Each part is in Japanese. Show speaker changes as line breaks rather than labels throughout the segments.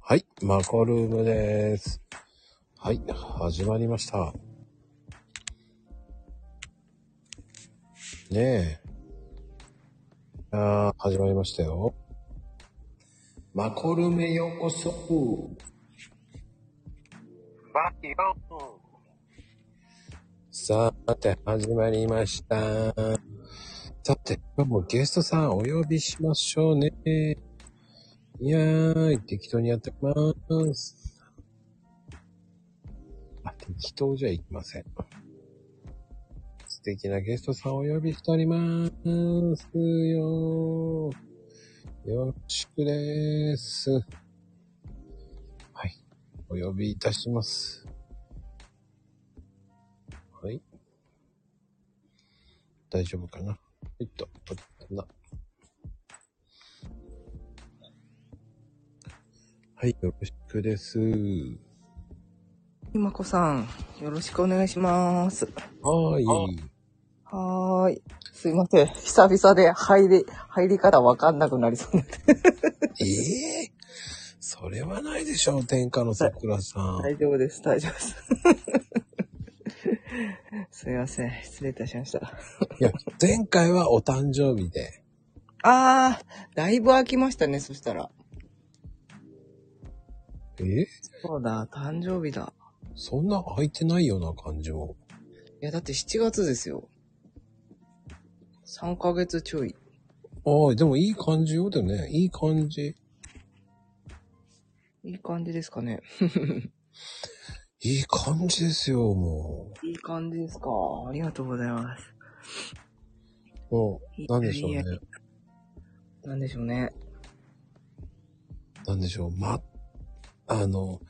はい、マコルームです。はい、始まりました。ねえ。あー、始まりましたよ。マコルメようこそ。
バイオ
さて、始まりました。さて、今日もゲストさんお呼びしましょうね。いやーい、適当にやっておきます。あ、適当じゃいきません。素敵なゲストさんお呼びしておりますよ。よろしくです。はい、お呼びいたします。はい。大丈夫かなえっと、こんな。はい、よろしくです。
ゆまこさん、よろしくお願いします。
はーい。
はーい。すいません。久々で入り、入り方わかんなくなりそうな。
ええそれはないでしょう、天下の桜さん。
大丈夫です。大丈夫です。 すいません。失礼いたしました。
いや、前回はお誕生日で。
あー、だいぶ空きましたね、そしたら。
え
そうだ、誕生日だ。
そんな空いてないような感じも。
いや、だって7月ですよ。3ヶ月ちょい。
ああ、でもいい感じよ、でもね。いい感じ。
いい感じですかね。
いい感じですよ、も
いい感じですか。ありがとうございます。
う。もう、なんでしょうね
いや。いやなんでしょうね。
なんでしょう、ま、あの、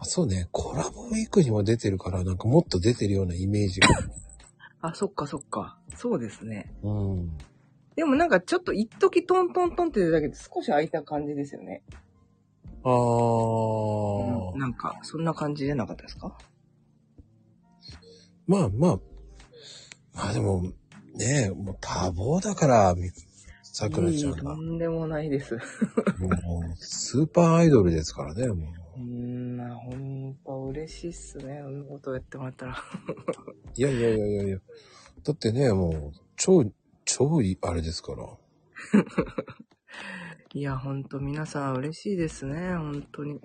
あそうね、コラボウィークにも出てるから、なんかもっと出てるようなイメージが。
あ、そっかそっか。そうですね。
うん。
でもなんかちょっと一時トントントンって出たけど少し空いた感じですよね。
あー。
なんか、そんな感じじゃなかったですか
まあまあ、まあでも、ねえ、もう多忙だから、みさくらちゃん
いいと
が。
んでもないです。
もう、スーパーアイドルですからね、も
うーん、まあほんと嬉しいっすね。そういうことをやってもらったら。
う。いやいやいやいやいや。だってね、もう、超、超いい、あれですから。
いや、ほんと皆さん嬉しいですね。ほんとに。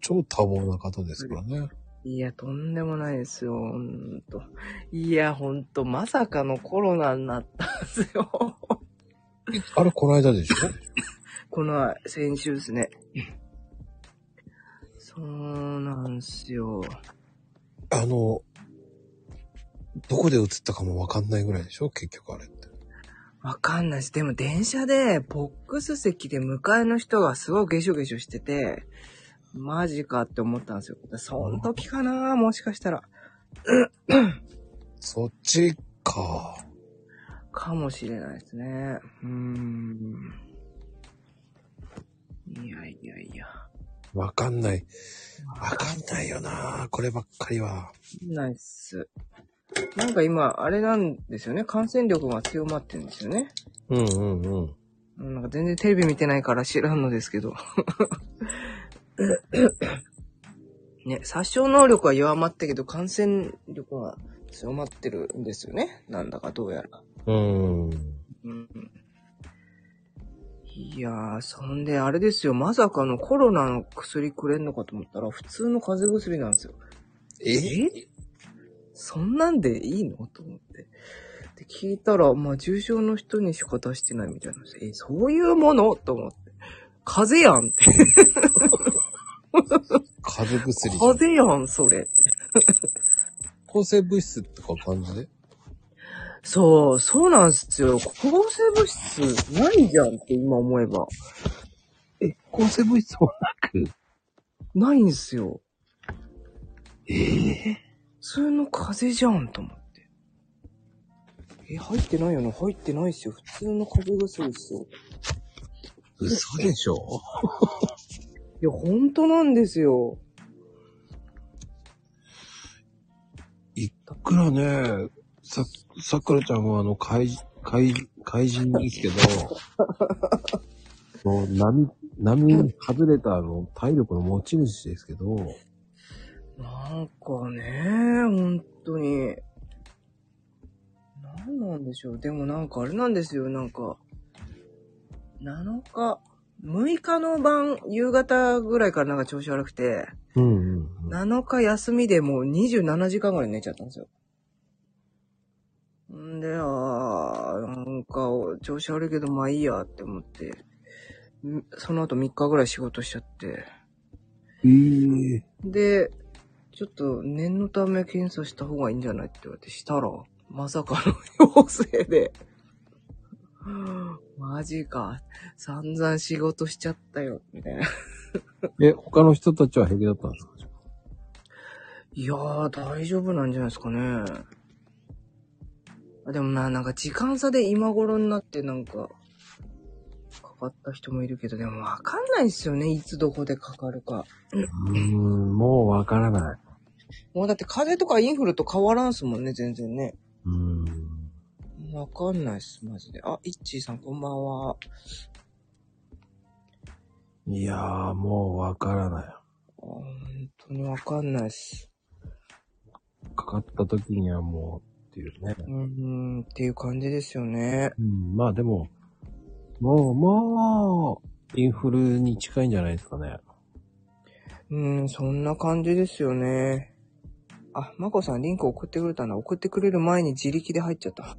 超多忙な方ですからね。
いや、とんでもないですよ。ほんと。いや、ほんと、まさかのコロナになったんですよ。
あれ、この間でしょ
この先週で すね。そうなんすよ。
あの、どこで映ったかもわかんないぐらいでしょ結局あれって。
わかんないです。でも電車で、ボックス席で向かいの人がすごいゲショゲショしてて、マジかって思ったんですよ。その時かなもしかしたら。
そっちか。
かもしれないですね。うーん。いやいやいや。
わかんない。わかんないよな。こればっかりは。
ないっす。なんか今、あれなんですよね。感染力が強まってるんですよね。
うんうんうん。
うんなんか全然テレビ見てないから知らんのですけど。 ね、殺傷能力は弱まったけど、感染力は強まってるんですよね。なんだかどうやら。
うん。
うん。いやー、そんであれですよ。まさかのコロナの薬くれんのかと思ったら、普通の風邪薬なんですよ。
え
そんなんでいいのと思って。で、聞いたら、まあ、重症の人にしか出してないみたいなんです。え、そういうものと思って。風邪やんって。
風邪薬じゃん。
風邪やん、それ。
抗生物質とか感じで
そう、そうなんですよ。抗生物質ないじゃんって今思えば。
え、抗生物質もなく
ないんすよ。
ええ
普通の風邪じゃんと思って。え、入ってないよね。入ってないっすよ。普通の風邪薬ですよ。
嘘でしょ
いや、本当なんですよ。
いっくらね、さ、さくらちゃんはあの、 怪人、怪人、怪人ですけど、もう、波、波外れたあの体力の持ち主ですけど、
なんかね、本当に。なんなんでしょう。でもなんかあれなんですよ、なんか。7日、6日の晩、夕方ぐらいからなんか調子悪くて、
うんうんうん。
7日休みでもう27時間ぐらい寝ちゃったんですよ。んで、あー、なんか調子悪いけどまあいいやって思って、んその後3日ぐらい仕事しちゃって。
ええ
で、ちょっと念のため検査した方がいいんじゃないって言われてしたら、まさかの陽性で。 マジか。散々仕事しちゃったよ、みたいな。
え、他の人たちは平気だったんですか
いやー、大丈夫なんじゃないですかね。あでもな、なんか時間差で今頃になってなんか、かかった人もいるけど、でもわかんないですよね。いつどこでかかるか。
うーん、もうわからない。
もうだって風邪とかインフルと変わらんすもんね、全然ね。
うーん。
わかんないっす、マジで。あ、イッチーさん、こんばんは。
いやー、もうわからない。
あ本当にわかんないっす。
かかった時にはもうっていうね。
うん、うん、っていう感じですよね。
うん、まあでも、もう、もう、インフルに近いんじゃないですかね。
うん、そんな感じですよね。あ、まこさん、リンク送ってくれたな。送ってくれる前に自力で入っちゃった。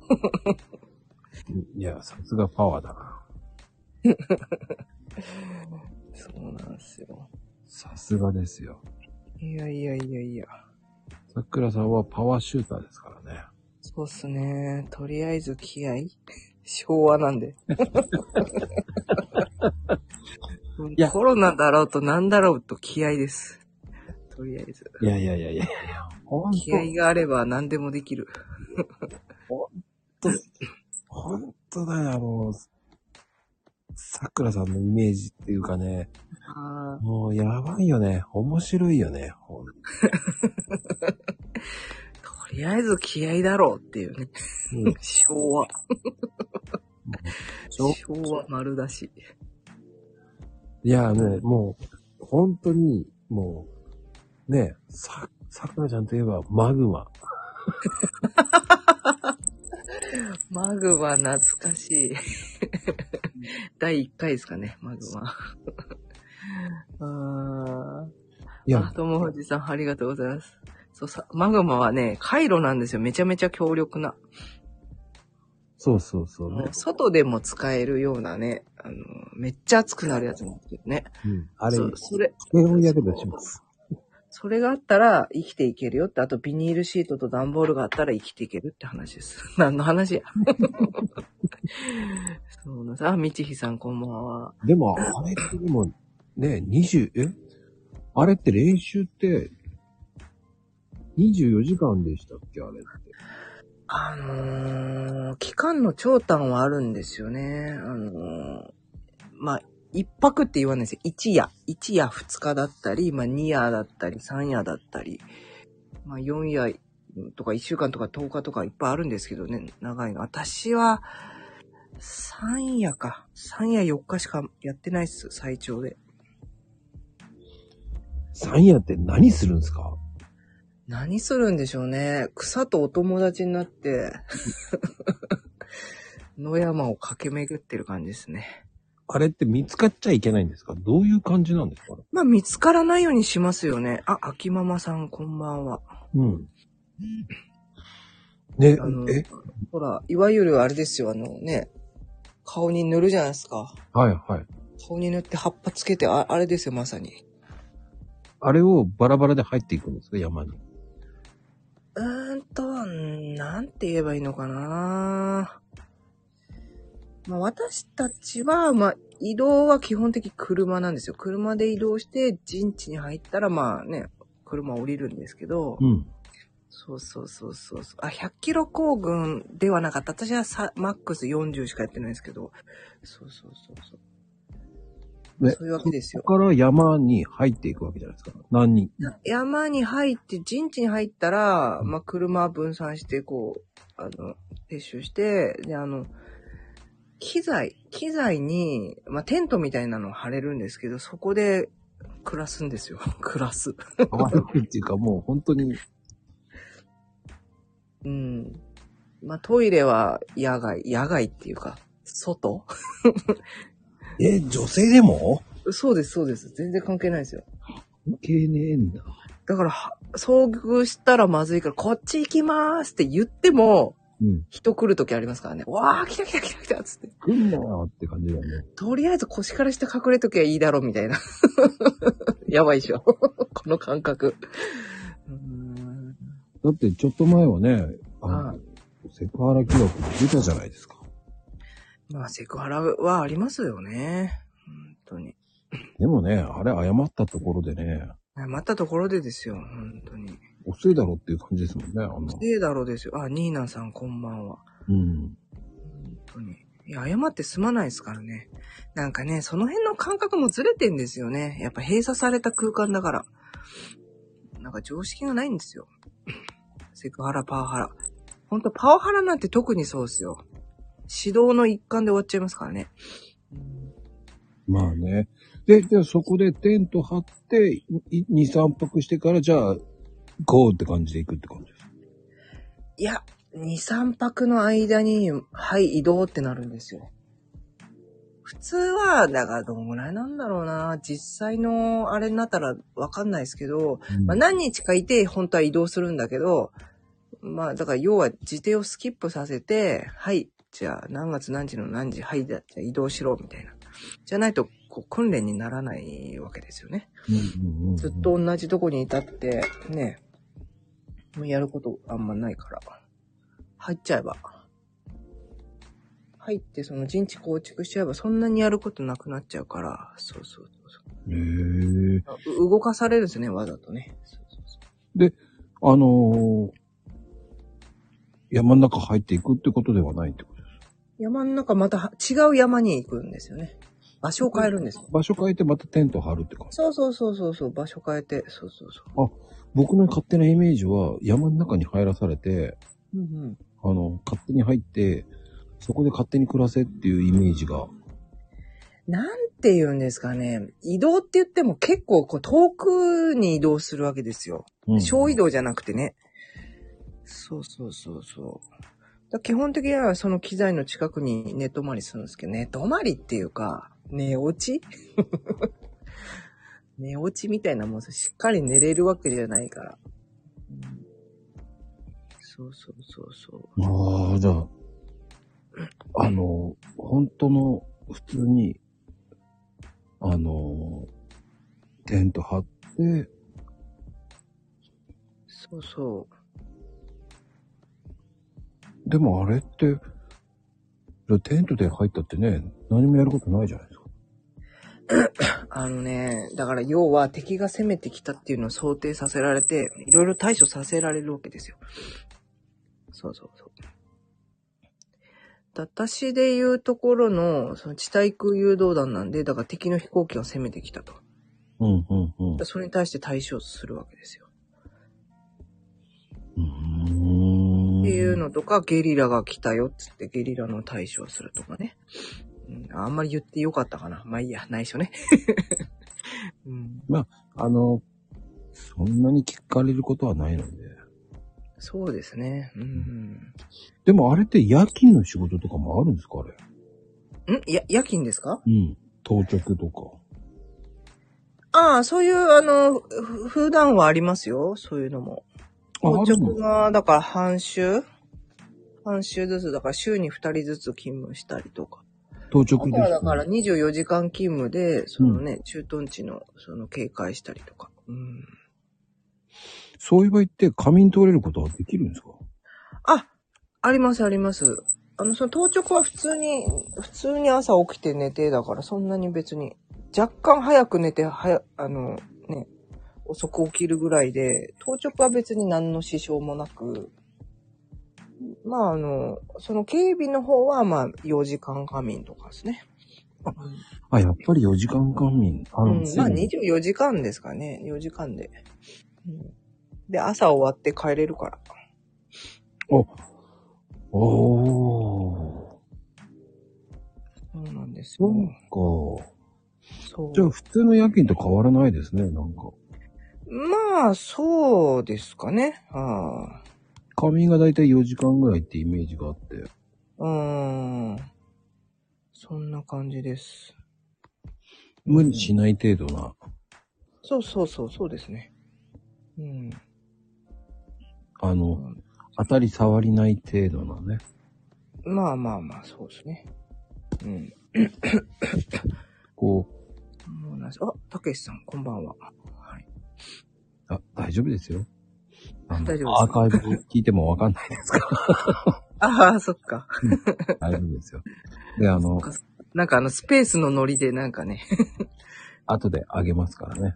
いや、さすがパワーだな。
そうなんですよ。
さすがですよ。
いやいやいやいや。
さくらさんはパワーシューターですからね。
そうっすね。とりあえず気合 昭和なんで。
いや
コロナだろうとなんだろうと気合です。とりあえず。
いやいやいやいやいや。ほんと、
気合があれば何でもできる。
ほんとだよ、あの、さくらさんのイメージっていうかね、
あ
もうやばいよね。面白いよね。ほん
ーとりあえず気合だろうっていうね。
うん
昭和。
ちょ
昭和丸だし。
いやね、もう、本当に、もう、ね、さ、さくらちゃんといえばマグマ。
マグマ懐かしい。第1回ですかね、マグ マ。あー
い
あ、
や、
ともふじさん、ありがとうございます。そうさ、マグマはね、回路なんですよ。めちゃめちゃ強力な。
そうそうそう
も
ね
う。外でも使えるようなね、あの、めっちゃ熱くなるやつなんですけどね。
うん、あれ、
そうそれ、
低温やけどします。
それがあったら生きていけるよって、あとビニールシートと段ボールがあったら生きていけるって話です。 何の話や。そうなんです。あ、みちひさんこんばんは。
でも、あれってでも、ね、20、えあれって練習って、24時間でしたっけあれって。
あのー、期間の長短はあるんですよね。あのー、まあ、一泊って言わないですよ。一夜。一夜二日だったり、まあ、二夜だったり、三夜だったり、まあ、四夜とか一週間とか十日とかいっぱいあるんですけどね、長いの。私は、三夜か。三夜四日しかやってないっす、最長で。
三夜って何するんですか
何するんでしょうね。草とお友達になって、 野山を駆け巡ってる感じですね。
あれって見つかっちゃいけないんですかどういう感じなんですか
まあ、見つからないようにしますよね。あ、秋ママさん、こんばんは。
うん。ね
あの、
え、
ほら、いわゆるあれですよ、あのね、顔に塗るじゃないですか。
はいはい。
顔に塗って葉っぱつけて、ああれですよ、まさに。
あれをバラバラで入っていくんですか山に。
うーんと、んーなんて言えばいいのかなまあ、私たちは、まあ、移動は基本的に車なんですよ。車で移動して、陣地に入ったら、まあね、車降りるんですけど、
うん。
そうそうそうそうそう。あ、100キロ行軍ではなかった。私はさマックス40しかやってないんですけど。そうそうそうそう。
ね
そういうわけです
そ
よ。
こから山に入っていくわけじゃないですか。何人。
山に入って、陣地に入ったら、
うん
まあ、車分散して、こう、あの、撤収して、で、あの、機材、機材に、まあ、テントみたいなのを張れるんですけど、そこで暮らすんですよ。 暮らす。
悪いっていうかもう本当に、
うん。まあ、トイレは野外、野外っていうか、外
え、女性でも
そうです、そうです。全然関係ないですよ。
関係ねえんだ。
だから、は遭遇したらまずいから、こっち行きまーすって言っても、
うん。
人来る時ありますからね。わー、来た来た来た来たっつって。
来んなよって感じだよね。
とりあえず腰から下隠れときゃいいだろ、みたいな。 やばいでしょ。 この感覚。うーん
だってちょっと前はね、あの
はい
セクハラ疑惑出たじゃないですか。
まあ、セクハラはありますよね。本当に。
でもね、あれ謝ったところでね、
待ったところでですよ、本当に。
遅いだろっていう感じですもんね、あんな。
せいだろうですよ。あ、ニーナさんこんばんは。
うん。
本当に。いや、謝って済まないですからね。なんかね、その辺の感覚もずれてんですよね。やっぱ閉鎖された空間だから。なんか常識がないんですよ。セクハラ、パワハラ。ほんと、パワハラなんて特にそうですよ。指導の一環で終わっちゃいますからね。
まあね。で、じゃあそこでテント張って、2、3泊してから、じゃあ、ゴーって感じで行くって感じです。
いや、2、3泊の間に、はい、移動ってなるんですよ。普通は、だからどんぐらいなんだろうな。実際のあれになったらわかんないですけど、まあ、何日かいて、本当は移動するんだけど、まあ、だから要は時程をスキップさせて、はい、じゃあ何月何時の何時、はい、じゃあ移動しろ、みたいな。じゃないと、こう、訓練にならないわけですよね。
うんうんうん
ずっと。同じとこにいたって、ね、もうやることあんまないから。入っちゃえば。入ってその陣地構築しちゃえばそんなにやることなくなっちゃうから、そうそうそう
へえ。
そうう動かされるんですね、わざとね。そうそうそう
あのー山の中入っていくってことではないってことです。
山の中または違う山に行くんですよね。場所を変えるんですよ。
場所変えてまたテント張るって感じ。
そうそうそうそうそう、場所変えて、そうそうそ
僕の勝手なイメージは、山の中に入らされて、
う。うんうん。
あの、勝手に入って、そこで勝手に暮らせっていうイメージが。
なんて言うんですかね。移動って言っても結構こう遠くに移動するわけですよ。
うん
小移動じゃなくてね。そうそうそうそう。だ基本的にはその機材の近くに寝泊まりするんですけど、寝泊まりっていうか、寝落ち 寝落ちみたいなもんですしっかり寝れるわけじゃないから。うんそうそうそうそう。
ああ、じゃあ、あの、本当の、普通に、あの、テント張って、
そうそ
でもあれって、テントで入ったってね、何もやることないじゃないですか。
う。あのね、だから要は敵が攻めてきたっていうのを想定させられて、いろいろ対処させられるわけですよ。そうそうそう。私で言うところの、その地対空誘導弾なんで、だから敵の飛行機が攻めてきたと。
うん、うん、うん。
それに対して対処するわけですよ。っていうのとか、ゲリラが来たよっつってゲリラの対処をするとかね。うん、あんまり言ってよかったかな。まあいいや、内緒ね。 うん、
あの、そんなに聞かれることはないので。
そうですね。うん、
でもあれって夜勤の仕事とかもあるんですかあれ。
んや、夜勤ですか
うん。当直とか。
ああ、そういう、あの、ふ普段はありますよ。そういうのも。当直が、だから半週半週ずつ、だから週に2人ずつ勤務したりとか。
当
あ
直
と
です、
はだから24時間勤務で、そのね、駐屯地の、その警戒したりとか。うん。
そういう場合って仮眠取れることはできるんですか
あ、ありますあります。あの、その当直は普通に、普通に朝起きて寝てだから、そんなに別に。若干早く寝て、早、あの、ね、遅く起きるぐらいで、当直は別に何の支障もなく、まああの、その警備の方はまあ4時間仮眠とかですね。
あ、やっぱり4時間仮眠。あ
う
の
ん、まあ
ついに
24時間ですかね。4時間で。うん、で、朝終わって帰れるから。
おー。
です
そ
よ。
うか。
そう
じゃあ普通の夜勤と変わらないですね、なんか。
まあ、そうですかね。はあ、
仮眠がだいたい4時間ぐらいってイメージがあって。
うーん。そんな感じです。
無理しない程度な。
そうそうそう、そうですね。うん。
あの、当たり障りない程度のね。
まあまあまあ、そうですね。うん。
こう、
もうなんですあ、たけしさん、こんばんは。はい。
あ、大丈夫ですよ。あの
大丈
ア
夫
ーカイブ聞いてもわかんないです から。
ああ、そっか。
大丈夫ですよ。で、あの、
なんかあの、スペースのノリでなんかね。
後であげますからね。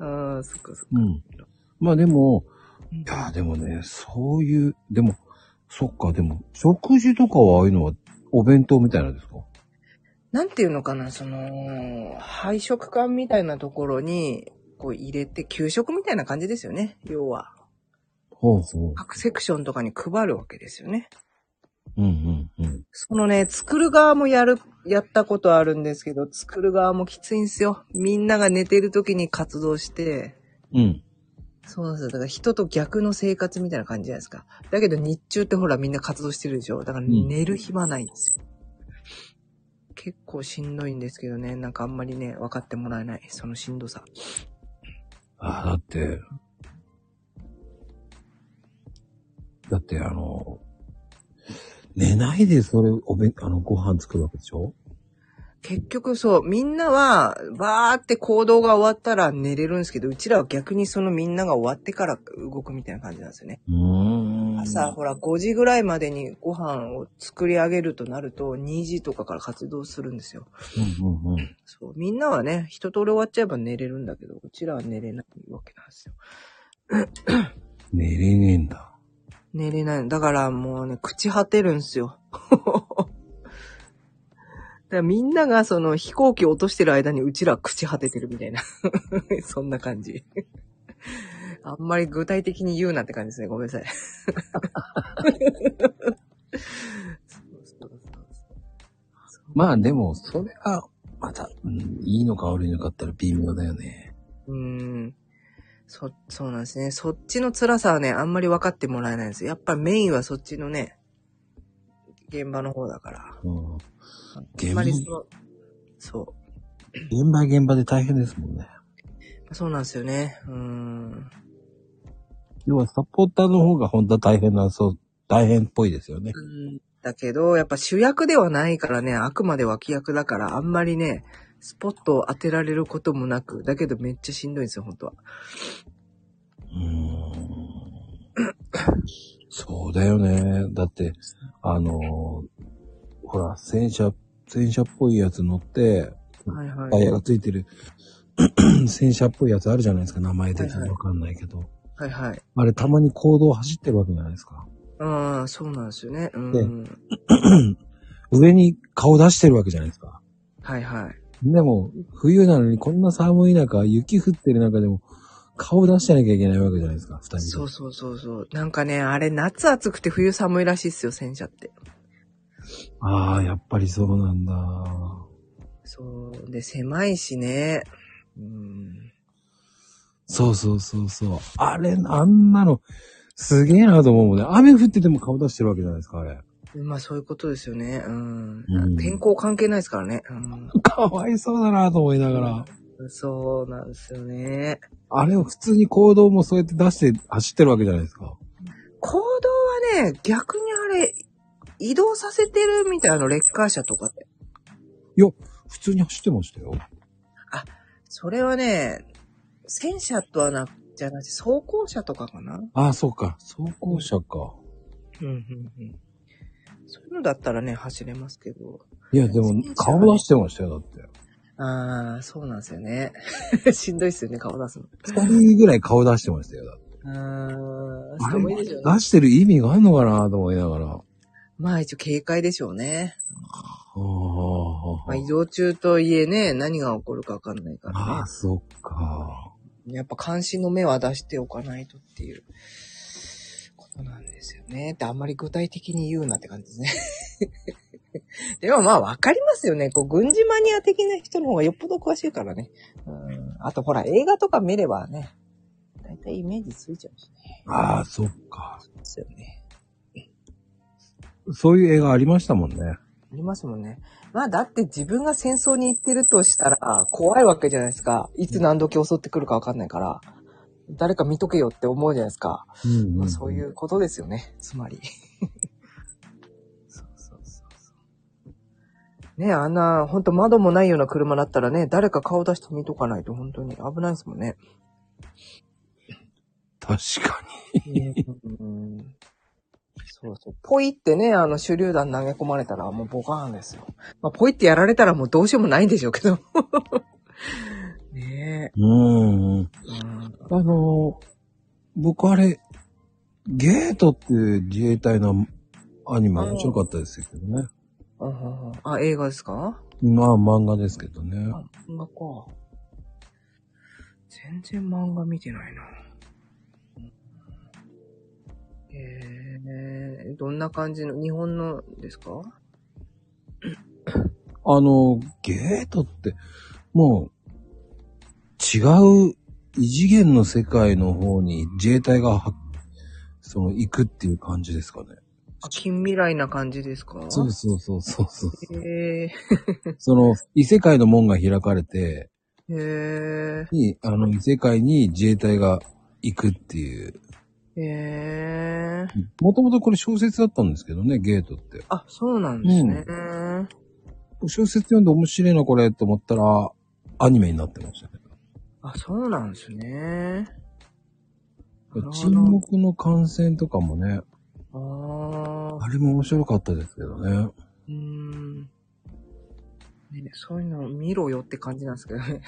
ああ、そっかそっか。
うん。まあでも、
うん
いや、でもね、そういう、でも、そっか、でも、食事とかはああいうのは、お弁当みたいなんですか
なんていうのかな、その、配食館みたいなところに、こう入れて、給食みたいな感じですよね。要は。
ほうほう。
各セクションとかに配るわけですよね。
うんうんうん。
そのね、作る側もやる、やったことあるんですけど、作る側もきついんですよ。みんなが寝てる時に活動して、
うん。
そうなんですよ。だから人と逆の生活みたいな感じじゃないですか。だけど日中ってほらみんな活動してるでしょ。だから
ん
寝る暇ないんですよ。結構しんどいんですけどね、なんかあんまりね、分かってもらえない。そのしんどさ。
ああ、だって、だって、あの、寝ないでそれ、おべん、あの、ご飯作るわけでしょ
結局そう、みんなは、バーって行動が終わったら寝れるんですけど、うちらは逆にそのみんなが終わってから動くみたいな感じなんですよね。
うーん。
朝、ほら、5時ぐらいまでにご飯を作り上げるとなると、2時とかから活動するんですよ。
うんうんうん。
そう、みんなはね、一通り終わっちゃえば寝れるんだけど、うちらは寝れないわけなんですよ。
寝れねえんだ。
寝れない。だからもうね、朽ち果てるんですよ。 だからみんながその飛行機を落としてる間にうちらは朽ち果ててるみたいな。 そんな感じ。あんまり具体的に言うなって感じですね。ごめんなさい。そうそうそう
まあでも、それが、また、うん、いいのか悪いのかったら微妙だよね。
うーん。そ、そうなんですね。そっちの辛さはね、あんまり分かってもらえないんですよ。やっぱりメインはそっちのね、現場の方だから。
うん。
あんまりその、そ
現場現場で大変ですもんね。
う。そうなんですよね。うーん。
要はサポーターの方が本当は大変な、そう、大変っぽいですよね。
だけど、やっぱ主役ではないからね、あくまで脇役だから、あんまりね、スポットを当てられることもなく、だけどめっちゃしんどいんですよ、本当は。
うーん。そうだよね。だって、あのーほら、戦車、戦車っぽいやつ乗って、
はいは
タイ
い。
ヤがついてる、 戦車っぽいやつあるじゃないですか。名前的
はいは
に
い
わかんないけど。
はいはい。
あれ、たまに行動走ってるわけじゃないですか。
ああ、そうなんですよね。うん。
上に顔出してるわけじゃないですか。
はいはい。
でも、冬なのにこんな寒い中、雪降ってる中でも、顔出してなきゃいけないわけじゃないですか、二人で。
そうそうそうそう。なんかね、あれ夏暑くて冬寒いらしいっすよ、戦車って。
ああ、やっぱりそうなんだ。
そう。で、狭いしね。うん。
そうそうそうそう。あれ、あんなの、すげえなと思うもんね。雨降ってても顔出してるわけじゃないですか、あれ。
まあそういうことですよね。うん。
うん
天候関係ないですからね。うん。
かわいそうだなと思いながら。
そうなんですよね。
あれを普通に行動もそうやって出して走ってるわけじゃないですか。
行動はね、逆にあれ、移動させてるみたいなの、レッカー車とかって。
普通に走ってましたよ。
それはね、戦車とはな、じゃなくて、装甲車とかかな
ああ、そうか。走行車か。
うんうんうん。そういうのだったらね、走れますけど。
いや、でも、顔出してましたよ、だって。
ああ、そうなんですよね。 しんどいっすよね、顔出すの。
二人ぐらい顔出してましたよ、だって。
ああ、
あ
人もいいでしょう
れ
ね。
出してる意味があるのかなと思いながら。あ
まあ一応警戒でしょうね。まあ移
あ
動中とはいえね、何が起こるかわかんないか
あ
ら
あ、
ね。
そっか。
やっぱ関心の目は出しておかないとっていうことなんですよね。ってあんまり具体的に言うなって感じですね。 でもまあわかりますよね。こう、軍事マニア的な人の方がよっぽど詳しいからね。うん。あとほら、映画とか見ればね、だいたいイメージついちゃうしね。
ああ、そっか。
ですよね。
そういう映画ありましたもんね。
ありますもんね。まあだって自分が戦争に行ってるとしたら、怖いわけじゃないですか。いつ何時襲ってくるかわかんないから、誰か見とけよって思うじゃないですか。
うん。
まあ、そういううことですよね。つまり。 そうそうそうそう。ねあんな、ほんと窓もないような車だったらね、誰か顔出して見とかないと本当に危ないですもんね。
確かに。
うんそうそう。ポイってね、あの、手榴弾投げ込まれたらもうボカーンですよ。まあ、ポイってやられたらもうどうしようもないんでしょうけど。 ね
うん。
え。うん
あのー、僕あれ、ゲートっていう自衛隊のアニメ面白かったですけどね。
うんうんあ、映画ですか
まあ漫画ですけどね。
あ、漫画か。全然漫画見てないな。えー、どんな感じの、日本のですか
あの、ゲートって、もう、違う異次元の世界の方に自衛隊がは、その、行くっていう感じですかね。
あ近未来な感じですか
そうそうそうそうそう。
え
その、異世界の門が開かれて、
ー、え
に、あの、異世界に自衛隊が行くっていう。
ー、えー。
もともとこれ小説だったんですけどね、ゲートって。
あ、そうなんですね。
小説読んで面白いな、これ、と思ったら、アニメになってましたね。
あ、そうなんですね。なるほど
沈黙の感染とかもね、
あー
あれも面白かったですけどね。
うーん。ね、そういうのを見ろよって感じなんですけどね。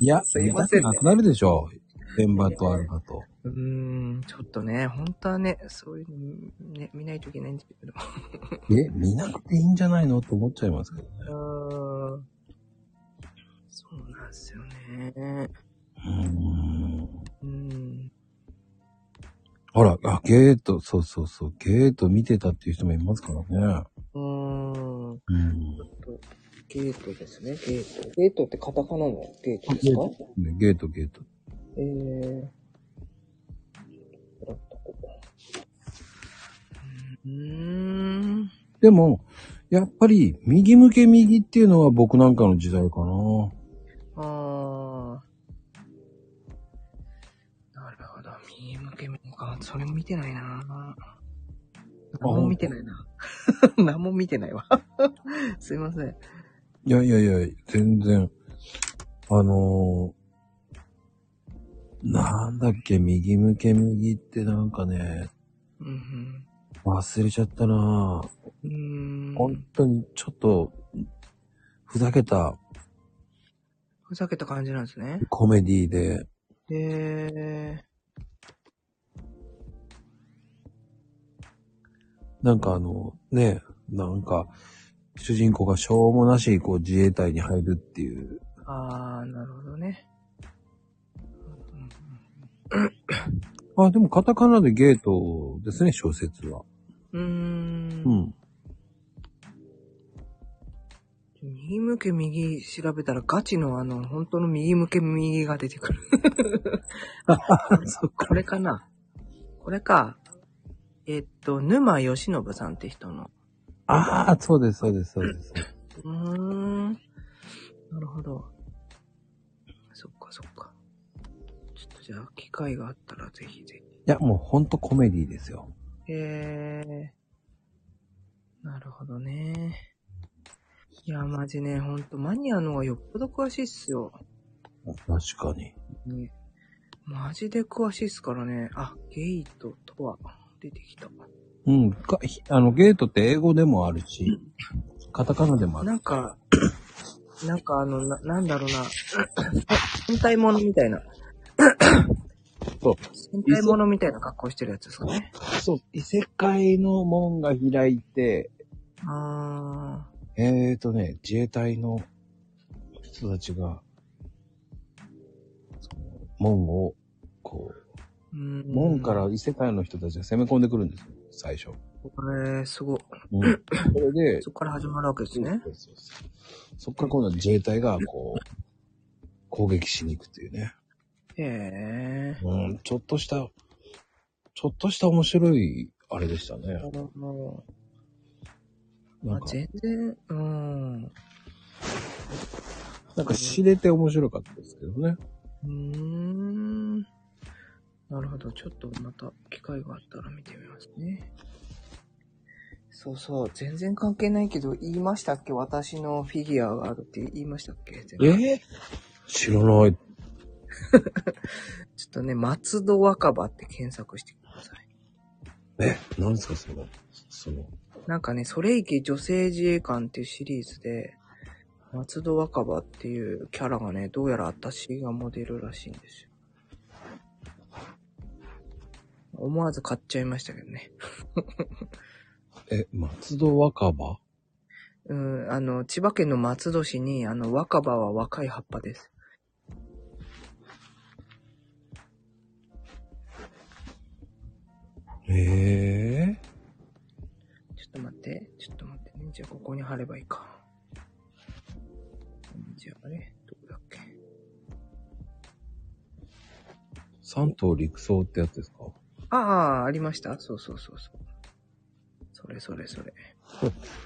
いや、
す いませんね
なくなるでしょう。現場とアルファと。
うーん、ちょっとね、本当はね、そういうの、ね、見ないといけないんですけど。
え、見なくていいんじゃないのと思っちゃいますけどね。
うーん。そうなんですよね。
うーん。
うん。
ほら、あ、ゲート、そうそうそう、ゲート見てたっていう人もいますからね。
うーん。
うん。
ゲートですね、ゲート。ゲートってカタカナのゲートですか
ねゲート、ゲート。
えー。ほらここうーん。
でも、やっぱり、右向け右っていうのは僕なんかの時代かな。
あー。なるほど。右向け右か。それも見てないな何も見てないな。 何も見てないわ。すいません。
いやいやいや、全然。あのー、なんだっけ、右向け右ってなんかね、
うん
忘れちゃったなぁ
うん。うーん。
本当にちょっと、ふざけた
ふざけた感じなんですね。
コメディで、
へ
なんかあの、ね、なんか、主人公がしょうもなし、こう自衛隊に入るっていう。
ー。あー、なるほどね。うん
あ、でもカタカナでゲートですね、小説は。
うん。うーん
うん。
右向け右調べたらガチのあの、本当の右向け右が出てくる。 これかなこれか。えっと、沼義信さんって人の。
ああ、そうです、そうです、そうです。
うーん。なるほど。そっかそっか。ちょっとじゃあ、機会があったらぜひぜ
いや、もうほんとコメディですよ。
ひ。えー。なるほどね。いや、マジね、ほんと、マニアの方がよっぽど詳しいっすよ。
確かに。
ね、マジで詳しいっすからね。あ、ゲイトとは出てきた。
うん。かひあの、ゲートって英語でもあるし、カタカナでもある。
なんか、なんかあの、な、なんだろうな。 戦隊ものみたいな。
そう。
戦隊ものみたいな格好してるやつですかね。
そう、異世界の門が開いて、
あ
えーとね、自衛隊の人たちが、その門を、こう、
ー。うん
門か。ら異世界の人たちが攻め込んでくるんですよ、最初。
おえー、すごい。
うん、それで、
そこから始まるわけですね。
そうそうそうそっから今度は自衛隊がこう、攻撃しに行くっていうね。
へえ
うん、ちょっとした、ちょっとした面白い、あれでしたね。
ー。もう、
なん
まあ、
か、
全然、うん。う
なんか知れて面白かったですけどね。
ーん。なるほど。ちょっとまた機会があったら見てみますね。そうそう。全然関係ないけど、言いましたっけ私のフィギュアがあるって言いましたっけ前回
え知らない。
ちょっとね、松戸若葉って検索してください。
え、何ですかその、その、
なんかね、それいけ女性自衛官っていうシリーズで、松戸若葉っていうキャラがね、どうやら私がモデルらしいんですよ。思わず買っちゃいましたけどね。
え、松戸若葉
うん、あの、千葉県の松戸市に、あの、若葉は若い葉っぱです。
ええ
ちょっと待って、ちょっと待ってね。じゃあ、ここに貼ればいいか。じゃあ、あれどこだっけ
三島陸曹ってやつですか
ああ、ありましたそうそうそうそう。それそれそれ。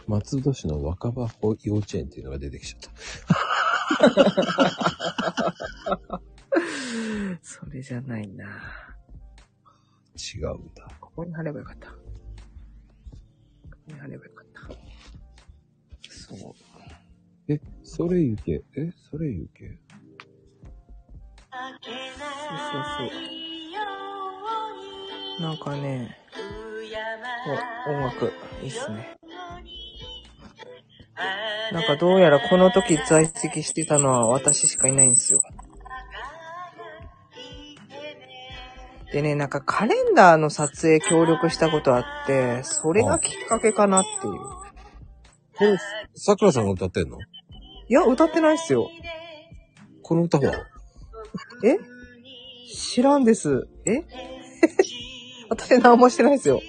松戸市の若葉保幼稚園っていうのが出てきちゃった。
それじゃないな。
違うんだ。
ここに貼ればよかった。ここに貼ればよかった。そう。
え、それゆけ、え、それゆけ。
そうそうそう。なんかね、お音楽、いいっすね。なんかどうやらこの時在籍してたのは私しかいないんですよ。でね、なんかカレンダーの撮影協力したことあって、それがきっかけかなっていう。
これ、さくらさんが歌ってんの
いや、歌ってないっすよ。
この歌は
え知らんです。え私何もしてない ですよ。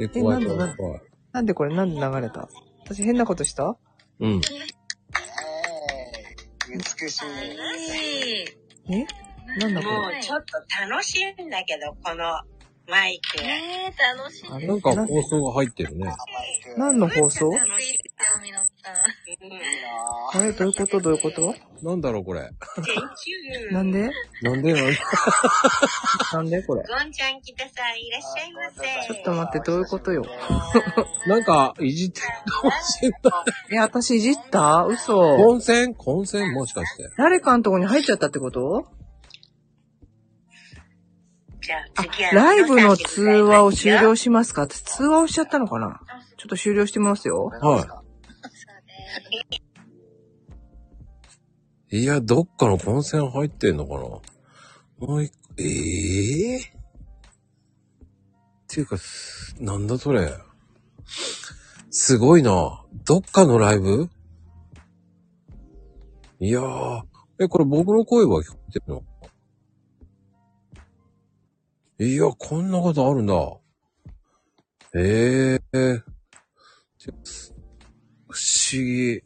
え、怖い
なん
怖
だ
い怖い。
なんでこれなんで流れた私変なことした
うん。
美しい。
えなんだこ
も
れ
うちょっと楽しいんだけど、このマイク。
ねえ、楽しい。
あれ
なんか放送が入ってるね。
何の放送
楽しいですよ、皆さん。
うん
あれどういうことどういうこと
なんだろうこれ。
なんで
なんでなんで
なんでこれ
ゴンちゃん、キタさん、いらっしゃいませ。
ちょっと待って、どういうことよ。
なんか、いじってるかもしれない。
え、私いじった嘘。
混戦混戦もしかして。
誰かのとこに入っちゃったってこと
じゃあ
あ
次は、
ライブの通話を終了しますか私通話をしちゃったのかなちょっと終了してみますよ。
は
そうね。
い。いや、どっかの混戦入ってんのかなもう一個、ええっていうか、すなんだそれ。すごいな。どっかのライブいやー。え、これ僕の声は聞こえてるのいや、こんなことあるんだ。ええー。てかす不思議。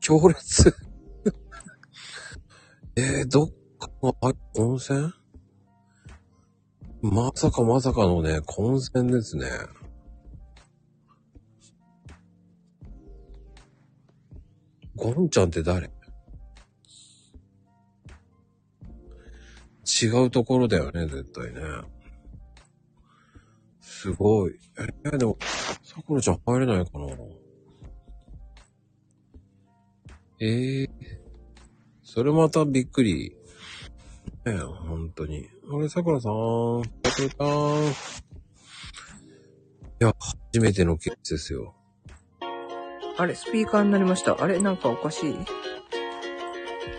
強烈。 えー、どっかの、あ、温泉まさかまさかのね、混戦ですね。ゴンちゃんって誰違うところだよね、絶対ね。すごい。えーでも、さくらちゃん入れないかなええそれまたびっくり。ねえ、本当に。あれ、桜さん、桜ちゃん。いや、初めてのケースですよ。
あれ、スピーカーになりました。あれなんかおかしい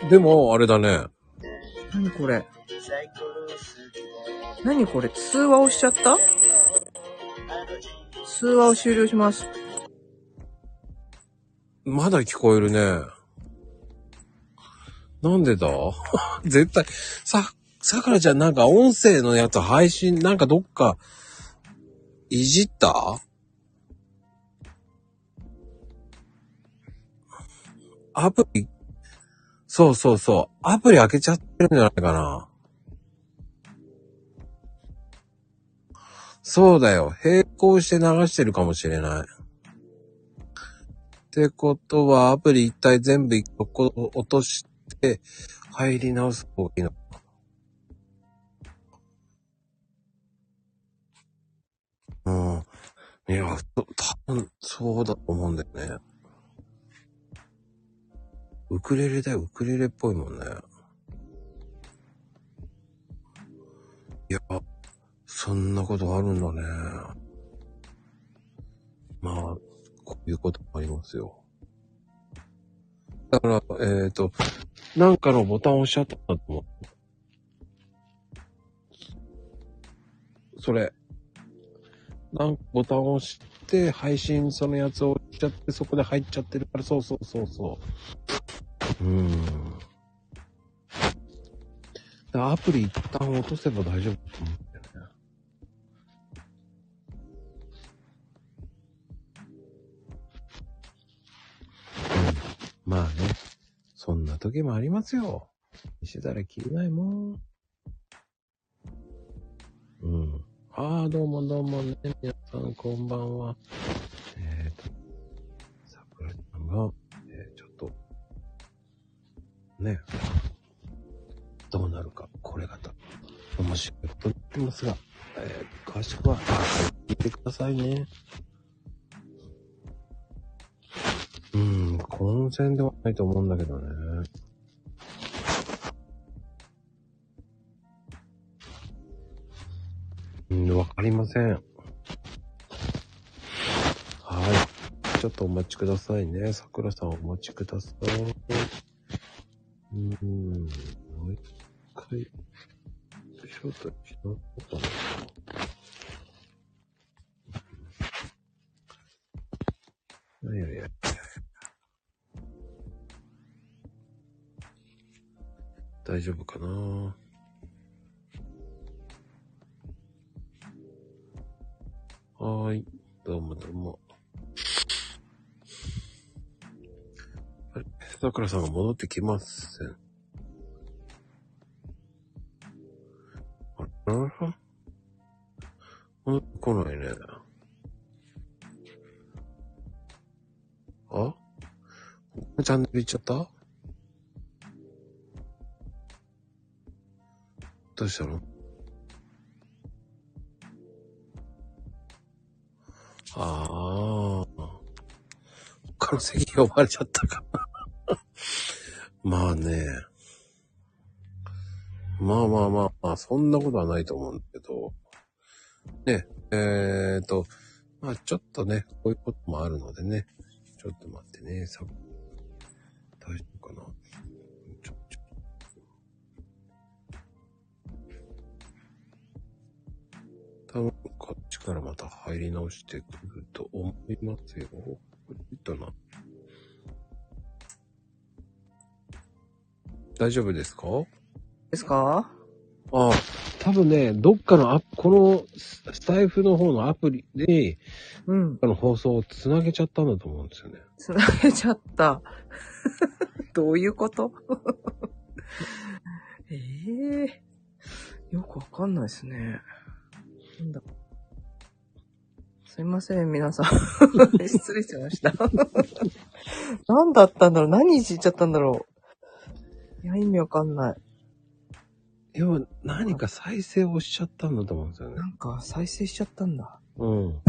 でも、あれだね。
何これ何これ通話をしちゃった通話を終了します。
まだ聞こえる ね。なんでだ絶対、さ、さくらちゃんなんか音声のやつ配信、なんかどっか、いじったアプリ、そうそうそう、アプリ開けちゃってるんじゃないかな。そうだよ。並行して流してるかもしれない。ってことは、アプリ一体全部一個落として、入り直す方がいいのかな。うん。いや、そ多分、そうだと思うんだよね。ウクレレだよ、ウクレレっぽいもんね。いや、そんなことあるんだね。まあ、こういうこともありますよ。だから、えっ、と、なんかのボタンを押しちゃったんだと思う。それ。なんかボタンを押して、配信そのやつを押しちゃって、そこで入っちゃってるから、そうそうそうそう。うーん。だからアプリ一旦落とせば大丈夫だと思うんだよね。うんまあね。そんな時もありますよ。石だら切れないもん。うん。ああ、どうもどうもね。皆さん、こんばんは。えっ、ー、と、さくらちゃんが、えー、ちょっと、ね、どうなるか、これがと、面白いことになりますが、えー、詳しくは、聞いてくださいね。うん、混戦ではないと思うんだけどね。うん、わかりません。はい。ちょっとお待ちくださいね。桜さんお待ちください。うん、もう一回、ちょっとしなかったな。いやいや。大丈夫かなはーい。どうもどうも。あれ、桜さんが戻ってきません。あら戻ってこないね。あチャンネル行っちゃったどうしたのああ。他の席呼ばれちゃったか。 まあね。まあまあまあまあ、そんなことはないと思うんだけど。ね、えーと、まあちょっとね、こういうこともあるのでね。ちょっと待ってね、さ、大丈夫かな。ちょちょ多分こっちからまた入り直してくると思いますよ。これいったな。大丈夫ですか
ですか
ああ、多分ね、どっかのアプ、このススタイフの方のアプリで、
うん。
この放送をつなげちゃったんだと思うんですよね。
つなげ ちゃった。 どういうこと ええよくわかんないですね。なんだすいません、皆さん。 失礼しました。 何だったんだろう何いじっちゃったんだろういや、意味わかんない。
要は何か再生をしちゃったんだと思うんですよね
な。んか、再生しちゃったんだ。
うん。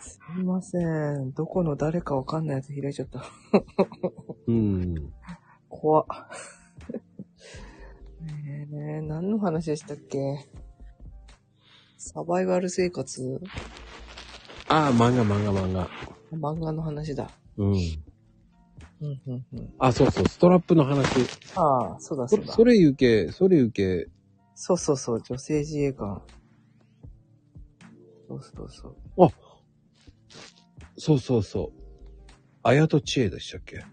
すいません。どこの誰かわかんないやつ開いちゃった。
うん。
怖っ。 ねえねえ、何の話でしたっけサバイバル生活
ああ、漫画漫画漫画。
漫画の話だ。
うん。
うん、うん、うん。
あ、そうそう、ストラップの話。
ああ、そうだ、
そ
そうだ。
それゆけ、それゆけ、
そうそうそう、女性自衛官。そうそうそう。
そうそうそう。あやとちえでしたっけ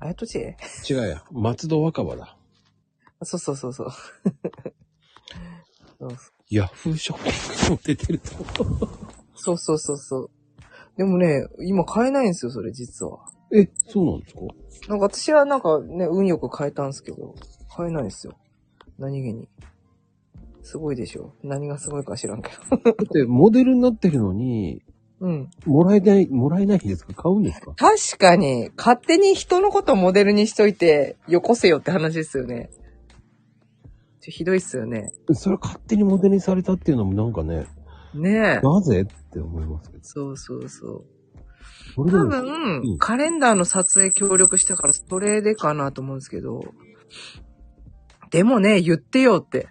あやとちえ
違うや、松戸若葉だ。
そうそうそう そう。そう
ヤフーショッピングも出てると思う。
そうそうそうそう。でもね、今買えないんですよ、それ実は。
え、そうなんですか
なんか私はなんかね、運よく買えたんですけど、買えないんですよ。何気に。すごいでしょ何がすごいか知らんけど。
だって、モデルになってるのに、
うん。
もらえない、もらえないんですか買うんですか
確かに、勝手に人のことをモデルにしといて、よこせよって話ですよね。ちょひどいっすよね。
それ勝手にモデルにされたっていうのもなんかね、
ねえ。
なぜって思いますけど。
そうそうそう。
そ
多
れでも
分、
うん
カレンダーの撮影協力したから、それでかなと思うんですけど。でもね、言ってよって。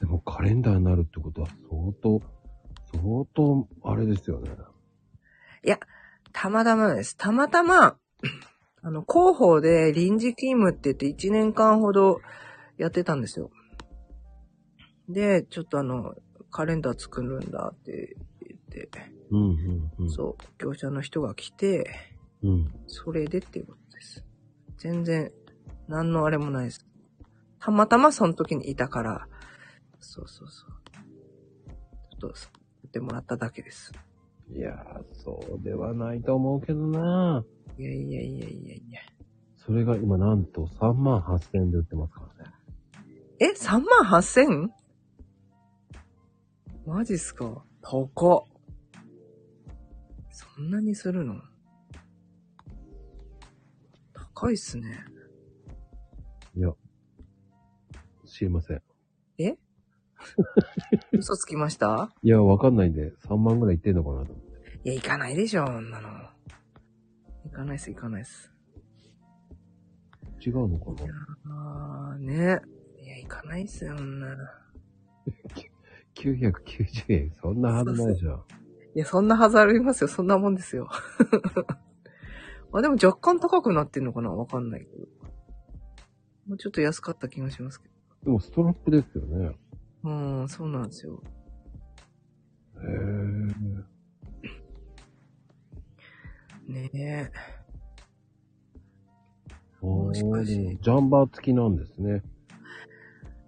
でもカレンダーになるってことは相当、相当、あれですよね。
たまたまです。たまたま、 あの、広報で臨時勤務って言って1年間ほどやってたんですよ。で、ちょっとあの、カレンダー作るんだって言って、
うんうんうん。
そう、業者の人が来て、
う。うん。
それでっていうことです。全然、何のあれもないです。たまたまその時にいたから、そうそうそう。ちょっと、作ってもらっただけです。
いやー、そうではないと思うけどない
やいやいやいやいや。
それが今なんと3万8000円で売ってますからね。
え、3万 8000? マジっすか高っ。そんなにするの高いっすね。
いや、知りません。
嘘つきました
いや、わかんないんで、3万ぐらいいってんのかなと思って。
いや、行かないでしょ、あんなの。行かないっす、行かないっす。
違うのかな
あー、ね。いや、行かないっすよ、女。
?990 円、そんなはずないじゃん。
いや、そんなはずありますよ、そんなもんですよ。 まあでも若干高くなってんのかなわかんないけど。もうちょっと安かった気がしますけど。
でもストラップですよね。
うん、そうなんですよ。
へー。
ねえ。
お
もしかし
ジャンバー付きなんですね。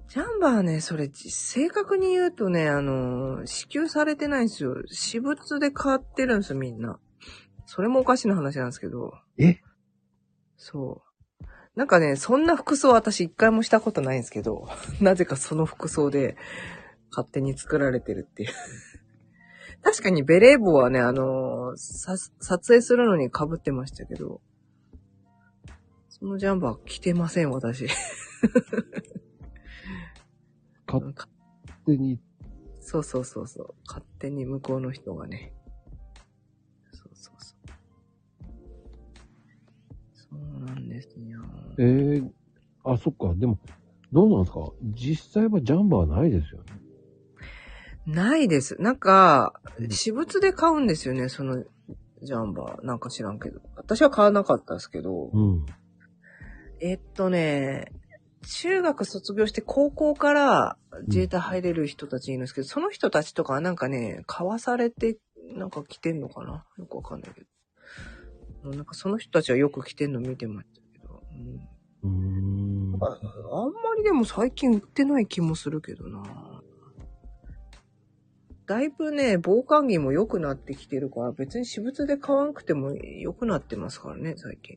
ジャンバーね、それ、じ正確に言うとね、あのー、支給されてないんですよ。私物で買ってるんですよ、みんな。それもおかしな話なんですけど。
え
そう。なんかね、そんな服装私一回もしたことないんですけど、 なぜかその服装で勝手に作られてるっていう。 確かにベレー帽はね、あのーさ、撮影するのに被ってましたけど、そのジャンバー着てません、私。
勝手に、
そうそうそうそう。勝手に向こうの人がね。そうそうそう。そうなんですよ。
えー、あ、そっか。でも、どうなんですか実際はジャンバーないですよね。
ないです。なんか
う、ん
私物で買うんですよね、そのジャンバー。なんか知らんけど。私は買わなかったですけど。
うん。
えっとね、中学卒業して高校から自衛隊入れる人たちいるんですけど、その人たちとかはなんかね、買わされて、なんか着てんのかなよくわかんないけど。なんかその人たちはよく着てんの見てましたけど。うん、
うーん。
ああんまりでも最近売ってない気もするけどな。だいぶね、防寒着も良くなってきてるから、別に私物で買わんくても良くなってますからね、最近。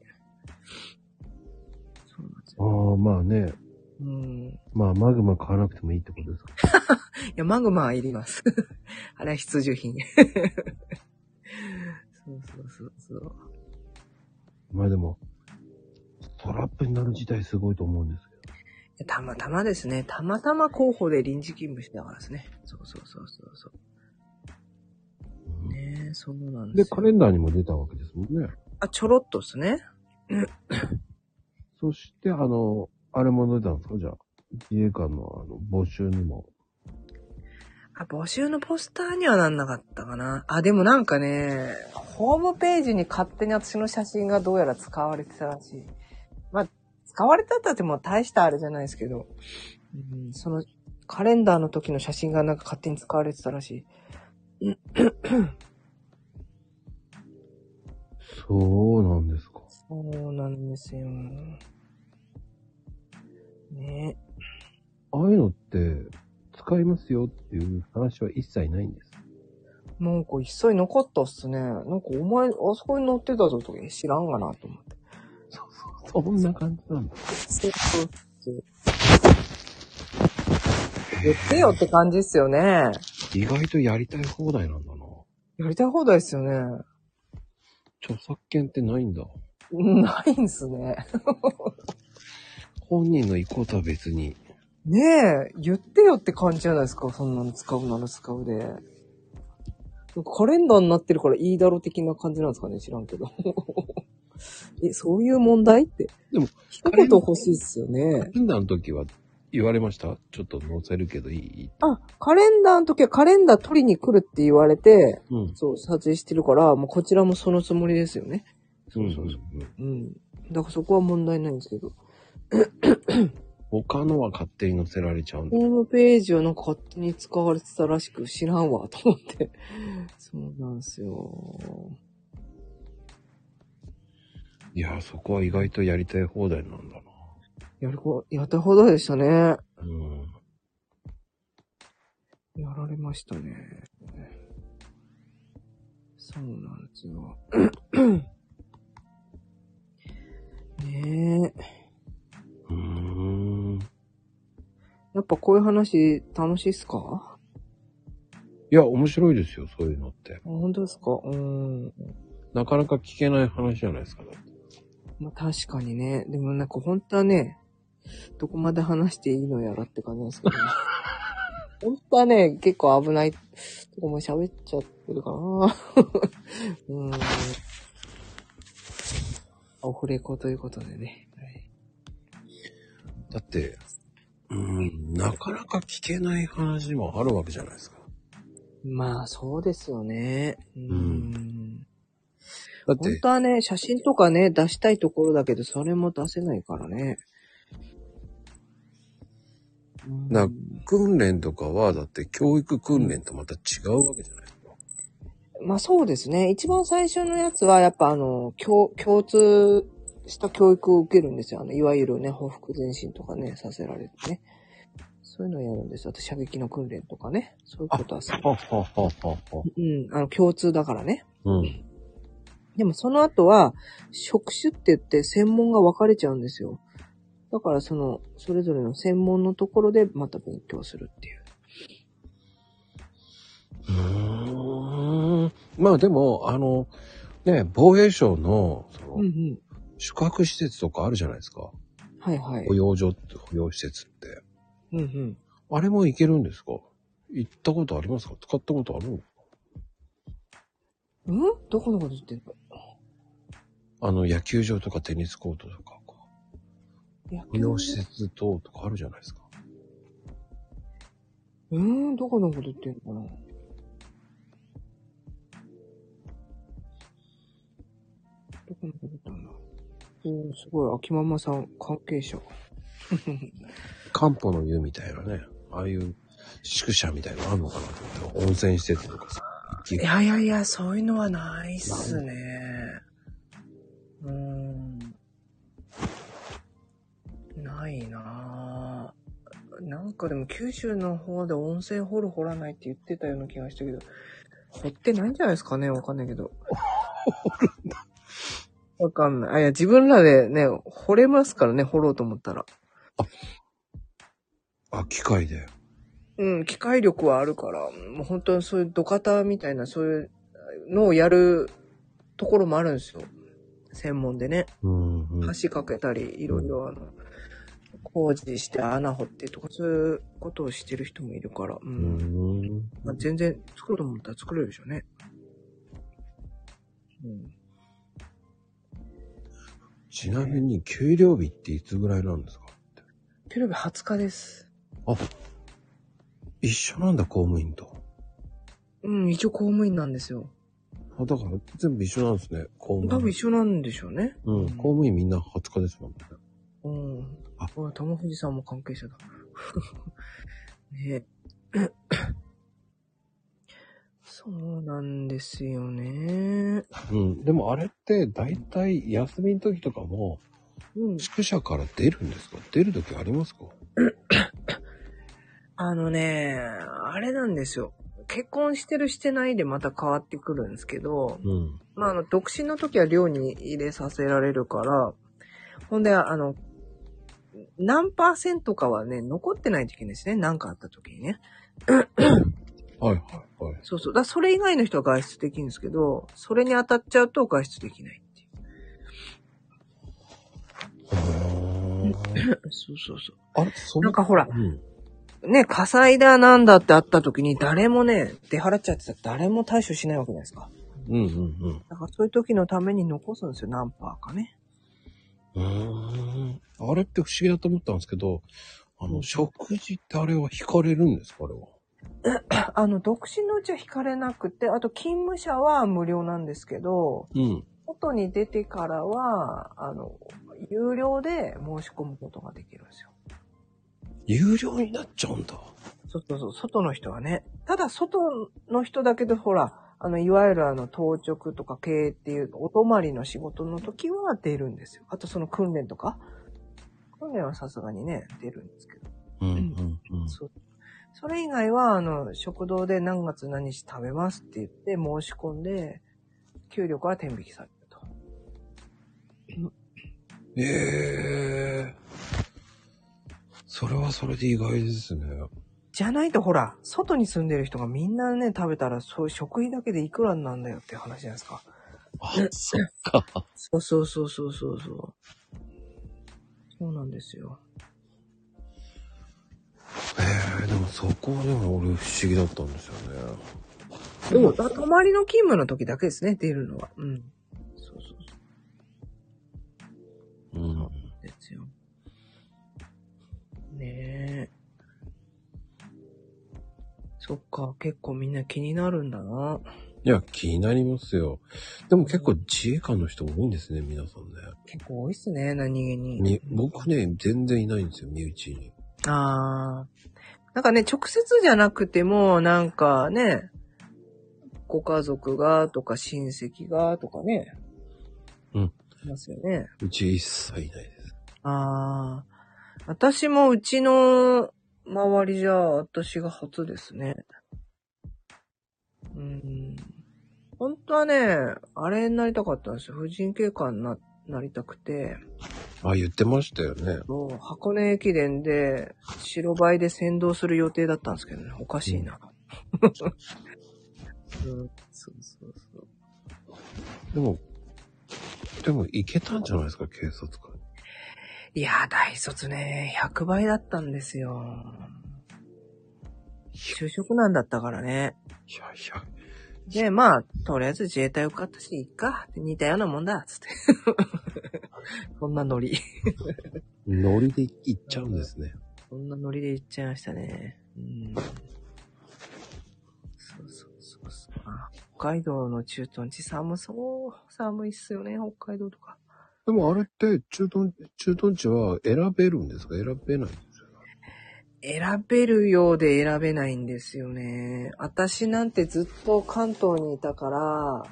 そうなんですよ
ああ、まあね。
うん
まあ、マグマ買わなくてもいいってことですか。
いや、マグマはいります。 あれは必需品。 そうそうそうそう。
まあでも、ストラップになる自体すごいと思うんですけど。
いやたまたまですね。たまたま候補で臨時勤務してたからですね。そうそうそうそうそう。ねえ、そうなんで、
です
よ。
カレンダーにも出たわけですもんね。
あ、ちょろっとですね。
そして、あの、あれも出たんですかじゃあ、自衛官のあの募集にも。
あ、募集のポスターにはなんなかったかな。あ、でもなんかね、ホームページに勝手に私の写真がどうやら使われてたらしい。まあ、使われてたってもう大したあれじゃないですけど、うん、そのカレンダーの時の写真がなんか勝手に使われてたらしい。
そうなんですか。
そうなんですよ。ね
ああいうのって、使いますよっていう話は一切ないんです。
なんか一切なかったっすね。なんかお前、あそこに乗ってたぞとか知らんがなと思って。
そうそう、そんな感じなんだ。
そうそうそう。言ってよって感じっすよね。
意外とやりたい放題なんだな。
やりたい放題っすよね。
著作権ってないんだ。
ないんすね。
本人の意向とは別に。
ねえ、言ってよって感じじゃないですか。そんなの使うなら使うで。なんかカレンダーになってるからいいだろ的な感じなんですかね。知らんけど。 え、そういう問題って。
でも、
一言欲しいっすよ
カ
ね。
レンダーの時は言われましたちょっと載せるけどいい
あ、カレンダーの時はカレンダー取りに来るって言われて、
うん。
そう、撮影してるから、もうこちらもそのつもりですよね。
そうそうそう。
うん。だからそこは問題ないんですけど。
他のは勝手に載せられちゃうんだ。
ホームページはなんか勝手に使われてたらしく知らんわ、と思って。 そうなんですよ。
いや、そこは意外とやりたい放題なんだな。
やるこ、やったほどでしたね。や
うん。
られましたね。そうなんですよ。 ねえ。
うーん。
やっぱこういう話楽しいっすかあ
いや、面白いですよ、そういうのって。
本当ですかうん。
なかなか聞けない話じゃないですか、だって
まあ確かにね。でもなんか本当はね、どこまで話していいのやらって感じなん ですけど、ね。本当はね、結構危ないとこも喋っちゃってるかな うーん。オフレコということでね。はい
だって、うーん、なかなか聞けない話もあるわけじゃないですか。
まあそうですよね。うーん。
だっ
本
て、
当はね、写真とかね、出したいところだけど、それも出せないからね。
な
うん
訓練とかは、だって教育訓練とまた違うわけじゃないですか。
まあそうですね。一番最初のやつは、やっぱあの、共、共通した教育を受けるんですよ。あの、いわゆるね、報復前進とかね、させられてね。そういうのをやるんですよ。あと、射撃の訓練とかね。そういうことはさ、
ははははは。
うん、あの、共通だからね。
うん。
でもその後は、職種って言って専門が分かれちゃうんですよ。だからその、それぞれの専門のところでまた勉強するっていう。
うーん。まあでも、あの、ね、防衛省の、その、
うんうん。
宿泊施設とかあるじゃないですか。
はいはい
保。養所って、保養施設って。
うんうん。
あれも行けるんですか行ったことありますか使ったことあるの
うんどこのこと言ってんの
あの、野球場とかテニスコートとか、こう
野
保養施設等とかあるじゃないですか。
うーん、どこのこと言ってんのかなどこのこと言ったんだおー、すごい、秋ママさん、関係者。
漢方の湯みたいなね、ああいう宿舎みたいなのあるのかなと思って、温泉施設とかさ。
いやいやいや、そういうのはないっすね。うーん。ないなぁ。なんかでも九州の方で温泉掘る掘らないって言ってたような気がしたけど、掘ってないんじゃないですかねわかんないけど。わかんない。あ、いや、自分らでね、掘れますからね、掘ろうと思ったら。
あ、機械で。
うん、機械力はあるから、もう本当にそういう土方みたいな、そういうのをやるところもあるんですよ。専門でね。
うん、うん。
橋かけたり、いろいろあの、工事して穴掘ってとか、そういうことをしてる人もいるから、う。
うんん。
まあ、全然作ろうと思ったら作れるでしょうね。うん。
ちなみに、給料日っていつぐらいなんですかって
テレビ20日です。
一緒なんだ、公務員と。
うん、一応公務員なんですよ。
あ、だから全部一緒なんですね、公務員。
多分一緒なんでしょうね。
うん、公務員みんな20日ですもんね。
うん。
あ
あ、玉藤さんも関係者だ。 ねえ そうなんですよね。
うん、でもあれって大体休みの時とかも、
うん。
宿舎から出るんですか出るときありますか
あのね、あれなんですよ。結婚してるしてないでまた変わってくるんですけど、
うん。
まあ、あの、独身の時は寮に入れさせられるから、ほんで、あの、何パーセントかはね、残ってないといけないですね。何かあった時にね。
はいはいはい。
そうそう。だからそれ以外の人は外出できるんですけど、それに当たっちゃうと外出できないっていう。そうそうそ。
あれ、そうん
なんかほら、
うん。
ね、火災だなんだってあった時に誰もね、出払っちゃってたら誰も対処しないわけじゃないですか。
うんうん
だからそういう時のために残すんですよ、何パーかね。
うん。うーん。あれって不思議だと思ったんですけど、あ
う
の、
ん
食事ってあれは引かれるんですかあれは。
あの、独身のうちは引かれなくて、あと勤務者は無料なんですけど、
うん。
外に出てからは、あの、有料で申し込むことができるんですよ。
有料になっちゃうんだ。
そうそうそう、外の人はね。ただ、外の人だけど、ほら、あの、いわゆるあの、当直とか経営っていう、お泊まりの仕事の時は出るんですよ。あと、その訓練とか。訓練はさすがにね、出るんですけど。
うんうんうん。
そうそれ以外は、あの、食堂で何月何日食べますって言って申し込んで、給料から転引きされると。
ええそれはそれで意外ですね。
じゃないとほら、外に住んでる人がみんなね、食べたら、そういう食費だけでいくらになんだよっていう話じゃないですか。
あ、そっか。
そうそうそうそうそうそう。そうなんですよ。
ええでもそこはでも俺不思議だったんですよね。
でも、だ泊まりの勤務の時だけですね、出るのは。うん。そうそう
う
そ
ん。
うですよ。ねえ。そっか、結構みんな気になるんだな。
いや、気になりますよ。でも結構自衛官の人多いんですね、皆さんね。
結構多いっすね、何気に。
み僕ね、全然いないんですよ、身内に。
ああ。なんかね、直接じゃなくても、なんかね、ご家族がとか親戚がとかね。
うん。
いますよね。
うち一切いないです。
ああ。私もうちの周りじゃ、私が初ですね。うん。本当はね、あれになりたかったんですよ。婦人警官にな、なりたくて。
あ、言ってましたよね。
もう箱根駅伝で白バイで先導する予定だったんですけどね、おかしいな。うん、そうそうそう。
でも、でも行けたんじゃないですか、警察官。
いやー、大卒ね、100倍だったんですよ。就職なんだったからね。
いやいや、
で、まあ、とりあえず自衛隊受かったし、いっか。似たようなもんだ、つって。 そんなノリ。
ノリで行っちゃうんですね。
そんなノリで言っちゃいましたね。うん。そうそうそうそう。あ北海道の駐屯地寒そう。寒いっすよね、北海道とか。
でもあれって、駐屯、駐屯地は選べるんですか選べないんですよ。
選べるようで選べないんですよね。私なんてずっと関東にいたから、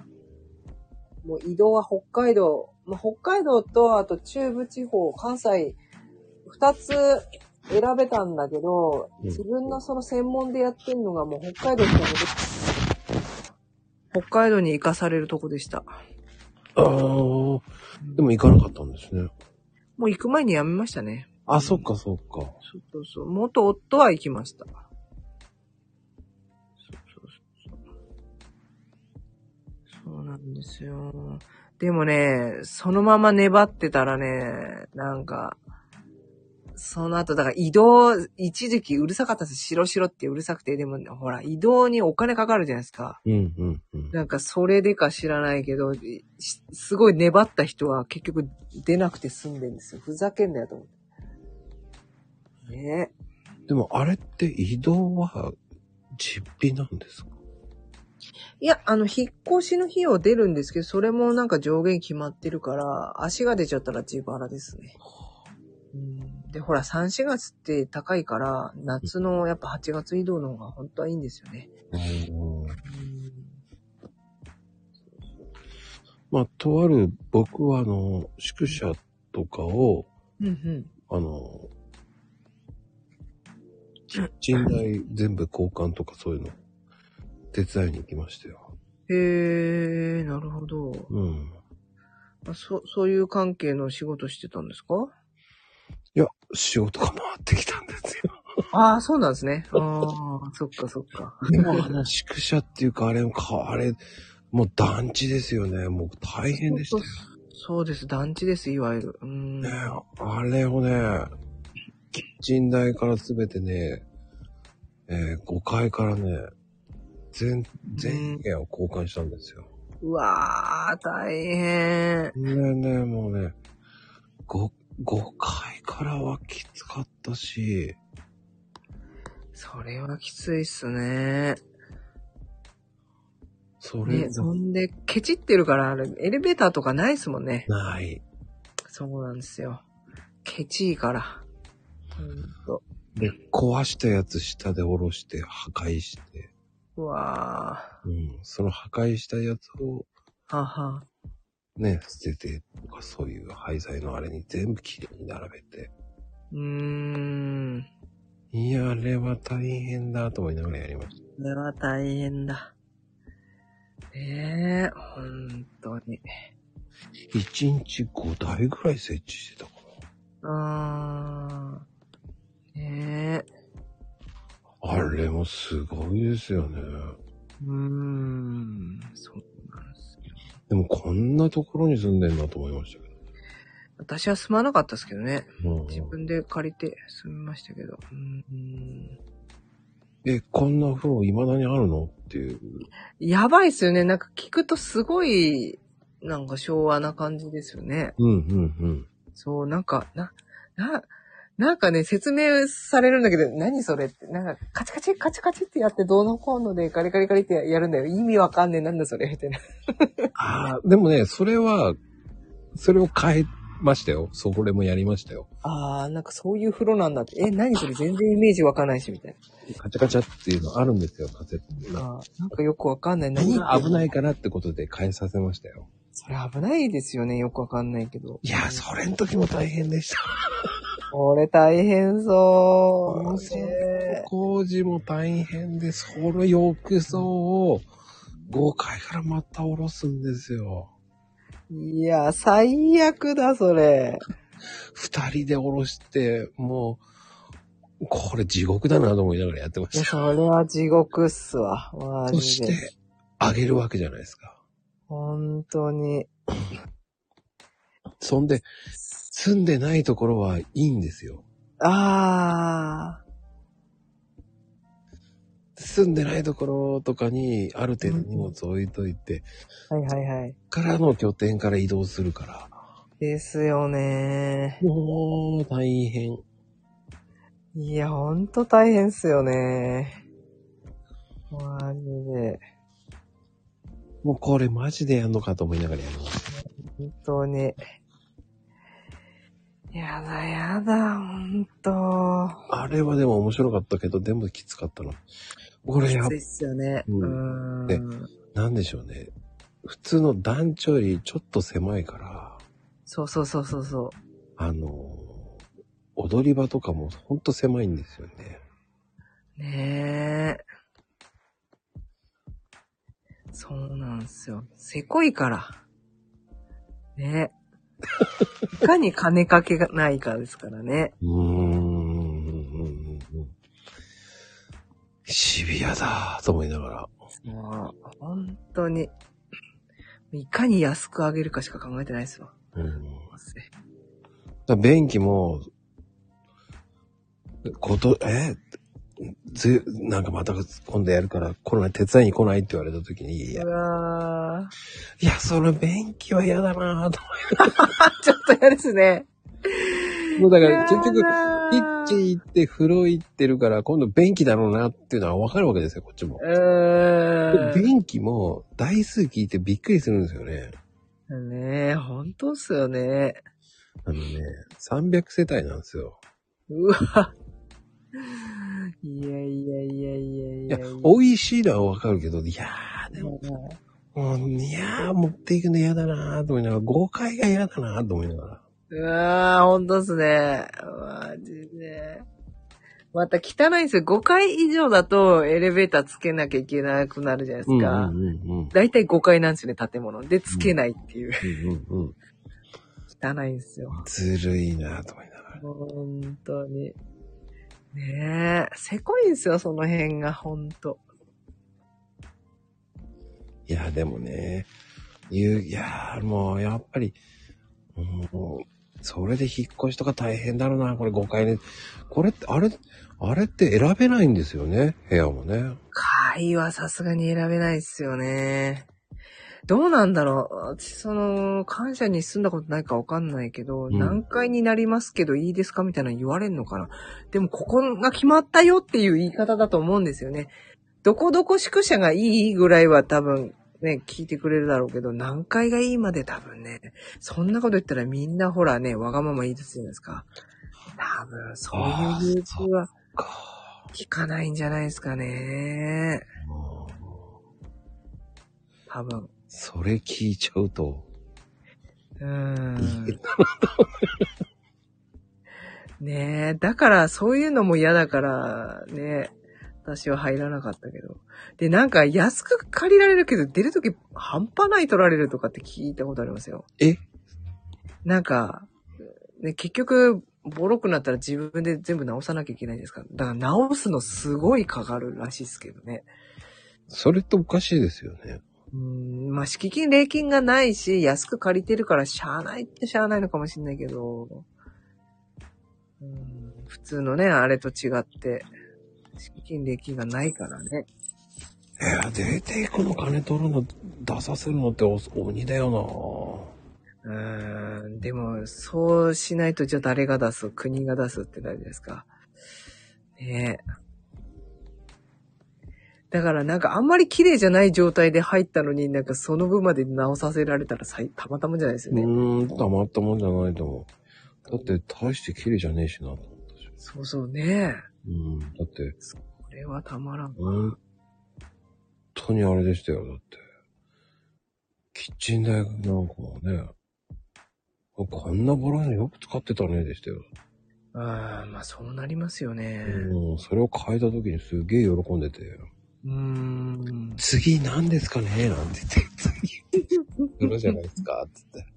もう移動は北海道、まあ、北海道とあと中部地方、関西、二つ選べたんだけど、
うん
自分のその専門でやってんのがもう北海道しかなくて北海道に行かされるとこでした。
ああ、でも行かなかったんですね。
もう行く前にやめましたね。
あ、そっかそっか。
そうそうそう。元夫は行きました。そうそうそう。そうなんですよ。でもね、そのまま粘ってたらね、なんか、その後、だから移動、一時期うるさかったです。白白ってうるさくて、でも、ほら、移動にお金かかるじゃないですか。
うんうんうん。
なんか、それでか知らないけど、しすごい粘った人は結局出なくて済んでるんですよ。ふざけんなよと思って。ねえ
でもあれって移動は実費なんですか
いや、あの、引っ越しの費用出るんですけど、それもなんか上限決まってるから、足が出ちゃったら自腹ですね。うんで、ほら、3、4月って高いから、夏のやっぱ8月移動の方が本当はいいんですよね。
うんまあ、とある、僕はあの、宿舎ととかを、
うんうん。
あの、キッチン台全部交換とかそういうの、手伝いに行きましたよ。
へえ、なるほど。
うん。
あそ、そういう関係の仕事してたんですか
いや、仕事が回ってきたんですよ。
ああ、そうなんですね。ああ、そっかそっか。
でも、あの、宿舎っていうか、あれ、かあれ、もう団地ですよね。もう大変でしたよ。
そうです。団地です、いわゆる。うーん。
ねあれをね、キッチン台からすべてね、えー5階からね、全、全部屋を交換したんですよ。
うわー、大変。
ねね、もうね、5、5階からはきつかったし、
それはきついっすね。
それ
ね、
が
そんで、ケチってるから、あれ、エレベーターとかないっすもんね。
ない。
そうなんですよ。ケチいから。ほんと。
で、壊したやつ下で下ろして破壊して、
うわ
うん、その破壊したやつを
ー。はは。
ね、捨ててとかそういう廃材のあれに全部きれいに並べて、
うーん。
いや、あれは大変だと思いながらやりまし
これは大変だ。ねえ、ほんとに。
た。1日5台ぐらい設置してたか
あー。ねえ。
な。あれもすごいですよね。
うーん。そうなんですよ。
でもこんなところに住んでんだと思いましたけ
私は住まなかったですけどね。
ど。うん
自分で借りて住みましたけど。うーん。
え、こんな風呂未だにあるのっていう。
やばいっすよね。なんか聞くとすごい、なんか昭和な感じですよね。
うんうん
そう、なんか、な、な、なんかね、説明されるんだけど、何それって、なんか、カチカチカチカチってやって、どうのこうので、ガリガリガリってやるんだよ。意味わかんねえ、なんだそれ、みたいな。
うん。ああ、でもね、それは、それを変えましたよ。それもやりましたよ。
あー、なんかそういう風呂なんだって。え、何それ、全然イメージわかんないし、みたい
カチャカチャっていうのあるんですよ、カセット
な。
が。
あーなんかよくわかんない。何
何が危
い。
ないかなってことで変えさせましたよ。
それ危ないですよね、よくわかんないけど。
いや、それの時も大変でした。
これ大変そう。ね
工事も大変で、その浴槽を5階からまた下ろすんですよ。
いや、最悪だ、それ。
二人で下ろして、もう、これ地獄だなと思いながらやってま
いや、
した。
それは地獄っすわ。マ
そ
ジ
し
で。
て、あげるわけじゃないですか。
本当に。
そんで、住んでないところはいいんですよ。
ああ、
住んでないところとかに、ある程度荷物置いといて、
はいはいはい。
からの拠点から移動するから、
ですよね。
もう大変。
いや、ほんと大変っすよね。マジで。
もうこれマジでやんのかと思いながらやりました。
本当に。やだやだ、ほんと。
あれはでも面白かったけど、でもきつかったの。これや
きついっすよね。
う
うんん。
ねなんでしょうね。普通の団地よりちょっと狭いから、
そうそうそうそうそう。
あのー踊り場とかもほんと狭いんですよね。
ねえ。そうなんですよ。せこいから。 ねえ。いかに金かけがないかですからね。
うーん。シビアだと思いながら。
もう、本当に。いかに安く上げるかしか考えてないですわ。
うん。だから便器も、こと、えず、なんかまた今度やるから来ない、手伝いに来ないって言われた時に、いや
う、わー。
いや、その便器は嫌だなぁと
ちょっと嫌ですね。
思う。だから結局、
やだー
キッチン行って風呂行ってるから、今度便器だろうなっていうのはわかるわけですよ、こっちも。
うーん。
便器も台数聞いてびっくりするんですよね。
ねえ、本当っすよね。
あのね、300世帯なんですよ。
うわ。いやいやいやいやい
い
や
や
いや。、
美味しいのはわかるけど、いやー、でも、
も
もういやー、持っていくの嫌だなーと思いながら、豪快が嫌だなーと思いながら。
うわー、ほんとっすね。マジで。また汚いんですよ。5階以上だとエレベーターつけなきゃいけなくなるじゃないですか。
うんうんうん。
だいたい5階なんですよね、建物。で、つけないっていう。
うんうんうん。
汚いんですよ。
ずるいなぁと思いながら。
本当に。ねえ、せこいんですよ、その辺が、ほんと。
いや、でもね、言う、いや、もう、やっぱり、もう、それで引っ越しとか大変だろうな、これ5階で。これって、あれ、あれって選べないんですよね、部屋もね。
会はさすがに選べないですよね。どうなんだろう私、その、感謝に住んだことないかわかんないけど、
ん
何階になりますけどいいですかみたいなの言われんのかなでも、ここが決まったよっていう言い方だと思うんですよね。どこどこ宿舎がいいぐらいは多分、ね、聞いてくれるだろうけど、何階がいいまで多分ね、そんなこと言ったらみんなほらね、わがまま言い出すじゃないですか。多分、そういう理由は聞かないんじゃないですかね。
もう
多分。
それ聞いちゃうと、
うーん。ねえ、だからそういうのも嫌だから、ね私は入らなかったけど。で、なんか安く借りられるけど、出るとき半端ない取られるとかって聞いたことありますよ。
え
なんか、ね、結局、ボロくなったら自分で全部直さなきゃいけないんですかだから直すのすごいかかるらしいですけどね。
それっておかしいですよね。
うーん、まあ、敷金、礼金がないし、安く借りてるから、しゃあないってしゃあないのかもしんないけど、うーん、普通のね、あれと違って、敷金、礼金がないからね。
いや、出ていくの金取るの、出させるのってお鬼だよ
うーん、でも、そうしないと、じゃあ誰が出す国が出すってなるじゃないですか。ねえ。だからなんかあんまり綺麗じゃない状態で入ったのになんかその分まで直させられたらさいたまたまじゃないですよ
な
ね。
うーん、たまったもんじゃないと思う。だって、大して綺麗じゃねえしなと思ったし。
そうそうね。
うん、だって、
これはたまらん。
本当にあれでしたよ、だって。キッチン台なんかもね、こんなボロいのよく使ってたねでしたよ。
ああ、まあそうなりますよね。
うん、それを変えた時にすげえ喜んでて、
うーん。
次何ですかねなんて言 って、次、するじゃないですか、つって。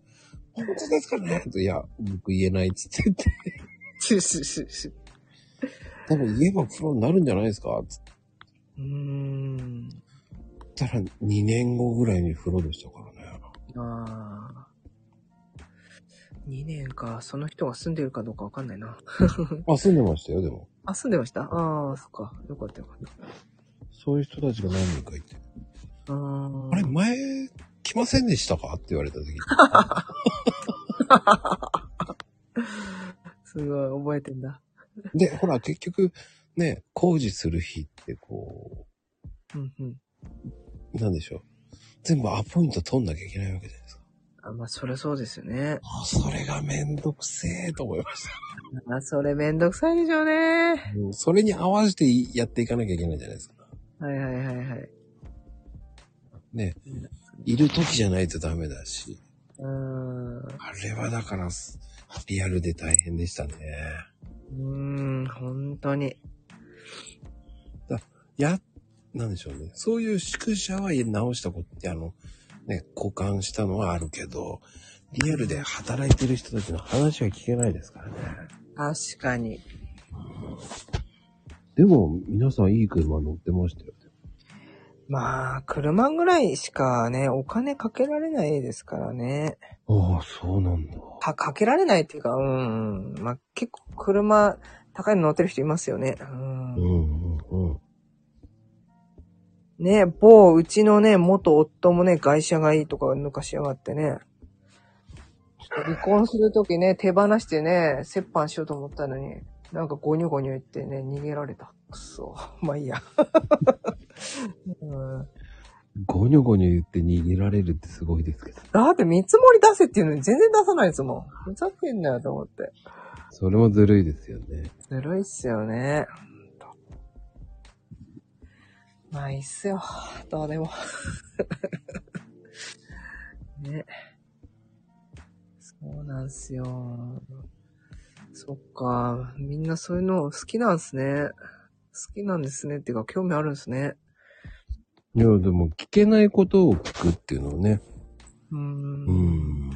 本当ですかねいや、僕言えないっつって言って、
シュシュシュシュ
多分言えばプロになるんじゃないですかつっ
うーん。
たら2年後ぐらいに風呂でしたからね。
ああ。2年か、その人が住んでるかどうかわかんないな。
あ、住んでましたよ、でも。
あ、住んでましたああ、そっか。よかったよかっ
そういう人たちが何人かいて。
た。うーん。
あれ、前、来ませんでしたかって言われた時。
すごい、覚えてんだ。
で、ほら、結局、ね、工事する日ってこ
うんうん。
う、なんでしょう。全部アポイント取んなきゃいけないわけじゃないですか。
あまあ、そりゃそうですよね。
あ、それがめんどくせえと思いました。
あそれめんどくさいでしょうね。
うんそれに合わせてやっていかなきゃいけないじゃないですか。
はいはいはいはい。
ね、いる時じゃないとダメだし。
うーん。う
あれはだから、リアルで大変でしたね。
ーん、本当に。
や、なんでしょうね。そういう宿舎は直したことって、あの、ね、交換したのはあるけど、リアルで働いてる人たちの話は聞けないですからね。
確かに。
でも、皆さんいい車乗ってましたよ。
まあ、車ぐらいしかね、お金かけられないですからね。
ああ、そうなんだ。
か、かけられないっていうか、うん、うん。まあ、結構車、高いの乗ってる人いますよね。う。
うんんうんうん。
ね、某、うちのね、元夫もね、外車がいいとか抜かしやがってね。ちょっと離婚するときね、手放してね、折半しようと思ったのに、なんかゴニョゴニョ言ってね、逃げられた。くそ。まあいいや。 うん
ゴニョゴニョ言って逃げられるってすごいですけど。
だって見積もり出せっていうのに全然出さないですもん。ふざけんなよと思って。
それもずるいですよね。
ずるいっすよね。まあいいっすよ。どうでも。 ね。そそうなんすよ。そっか。みんなそういうの好きなんすね。好きなんですね。っていうか、興味あるんですね。
いや、でも聞けないことを聞くっていうのはね。
うーん。
うん。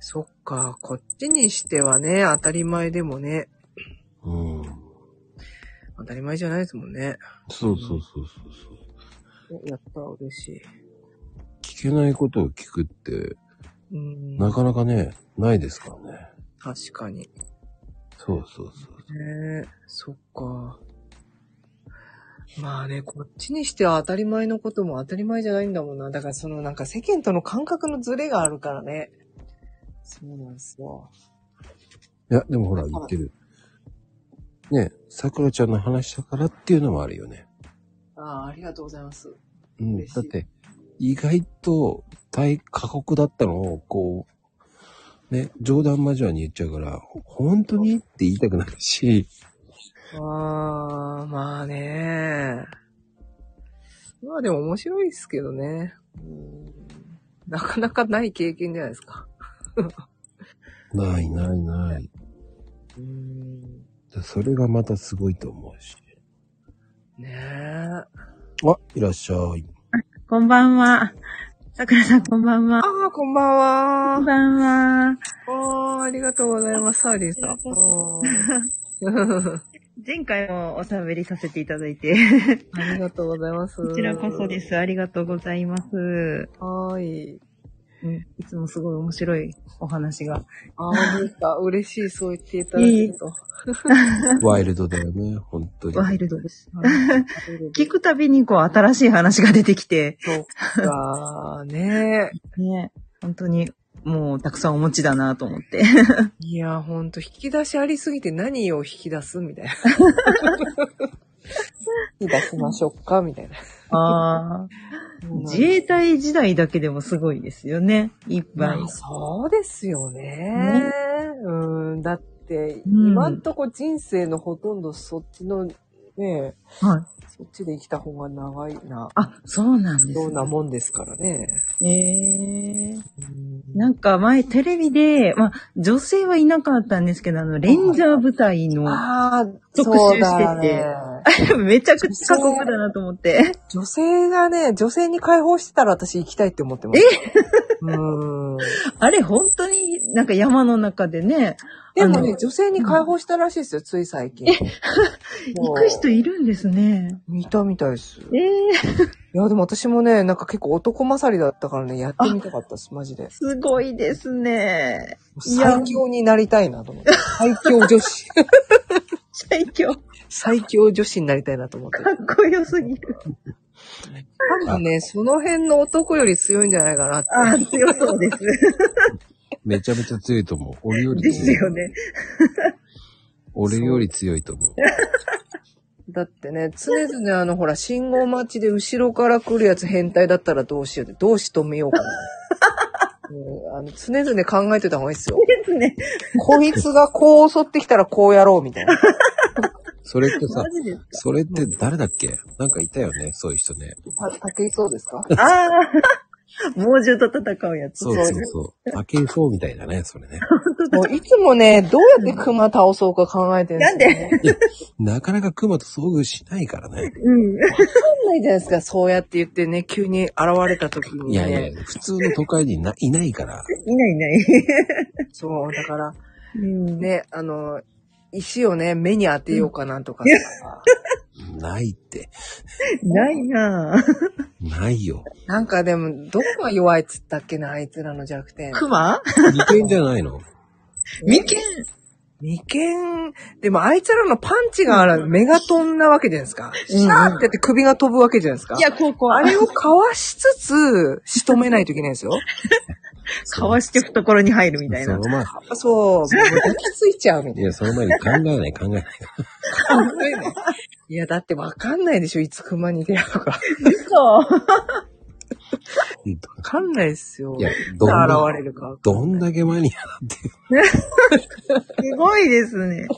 そっか。こっちにしてはね、当たり前でもね、
うん。
当たり前じゃないですもんね。
そうそうそうそうそう。
おやったら嬉しい。
聞けないことを聞くって、
うーん。
なかなかね、ないですからね。
確かに。
そうそうそう。
ねえ、そっか。まあね、こっちにしては当たり前のことも当たり前じゃないんだもんな。だからそのなんか世間との感覚のズレがあるからね。そうなんですよ。
いや、でもほら、言ってる。ね、桜ちゃんの話したからっていうのもあるよね。
ああ、ありがとうございます。
うん。
嬉しい
だって、意外と大過酷だったのを、こう、ね、冗談交わに言っちゃうから、本当にって言いたくなるし、
ああ、まあね。まあでも面白いですけどね。うんなかなかない経験じゃないですか。
ないないない。
うん。
でそれがまたすごいと思うし。
ねえ。
あ、いらっしゃい。
こんばんは。さくらさん、こんばんは。
ああ、こんばんは。
こんばんは。
おー、ありがとうございます、サーリーさん
あ。りが
おー
前回もおしゃべりさせていただいて、
ありがとうございます。
こちらこそで。す。ありがとうございます。う
はーい。
んいつもすごい面白いお話が。
あー、本当ですか。嬉しい、そう言っていただけると。
ワイルドだよね、本当に。
ワイルドです。
はい
聞くたびにこう新しい話が出てきて、
そっか、ね
ね、本当にもうたくさんお持ちだなと思って。
いや、ほんと、引き出しありすぎて何を引き出す みたいな。引き出しましょうかみたいな。
ああ。自衛隊時代だけでもすごいですよね。いっぱい。
まあ、そうですよね。
ね
うん、だって、
うん
今んとこ人生のほとんどそっちの、ね
はい。
そっちで生きた方が長いな、
あ、そうなんです
よう
ね
なもんですからね。
ええなんか前テレビで、まあ女性はいなかったんですけど、あの、レンジャー部隊の、
ああ、
特集
そうだ
してて
ね。
めちゃくちゃ過酷だなと思って。
女性がね、女性に解放してたら私行きたいって思ってます。えうん。
あれ本当になんか山の中でね、
でも
あ
ね
の、
女性に解放したらしいですよ、つい最近。 も
行
う
く人いるんですね。
見たみたいです。い
ええ
や、でも私もね、なんか結構男勝りだったからね、やってみたかったです、マジで。
すごいですね。いや
最強になりたいなと思って。最強女子。
最強。か
最強女子になりたいなと思って。
っこよすぎる。
多分ね、その辺の男より強いんじゃないかなって。
あー、強そうです。
めちゃめちゃ強いと思う。俺より
で
強い。
すよね。
俺より強いと思う。
だってね、常々あの、ほら、信号待ちで後ろから来るやつ変態だったらどうしようって、どうしとめようかな。 もうあの常々考えてた方がいいですよ。
ですね。
こいつがこう襲ってきたらこうやろうみたいな。
それってさ
マ、ジです。
それって誰だっけなんかいたよね、そういう人ね。
た竹井そうですか
ああ、猛獣と戦うやつ。
そうそうそう。竹井そうみたいだね、それね。
もういつもね、どうやって熊倒そうか考えてるんですよ、ね。なんで
なかなか熊と遭遇しないからね。
うん。
わかんないじゃないですか、そうやって言ってね、急に現れた時に、ね。
いやいや、普通の都会にないないから。
いないいない。
そう、だから、
うん
ね、あの、石をね、目に当てようかなとかさ
ないって。
ないなぁ。
ないよ。
なんかでも、どこが弱いっつったっけな、あいつらの弱点。
熊
利点じゃないの
眉間
眉間、でもあいつらのパンチがある、目が飛んだわけじゃないですか。シャーってやって首が飛ぶわけじゃないですか。
いや、こうこう、
あ
あれ
れをかわしつつ、仕留めないといけないんですよ。
かわして懐に入る みたい
そ
な
の。前、
そう、もう抱きついちゃうみた
い
いな。
や、その前に考えない考えない。
いや、だってわかんないでしょ、いつ熊に出会うか。わ
そう。
かんないですよ。
いや
い、
ど
つ
ん
現
だ
れるか。
どんだけマニアだって。
すごいですね。
ど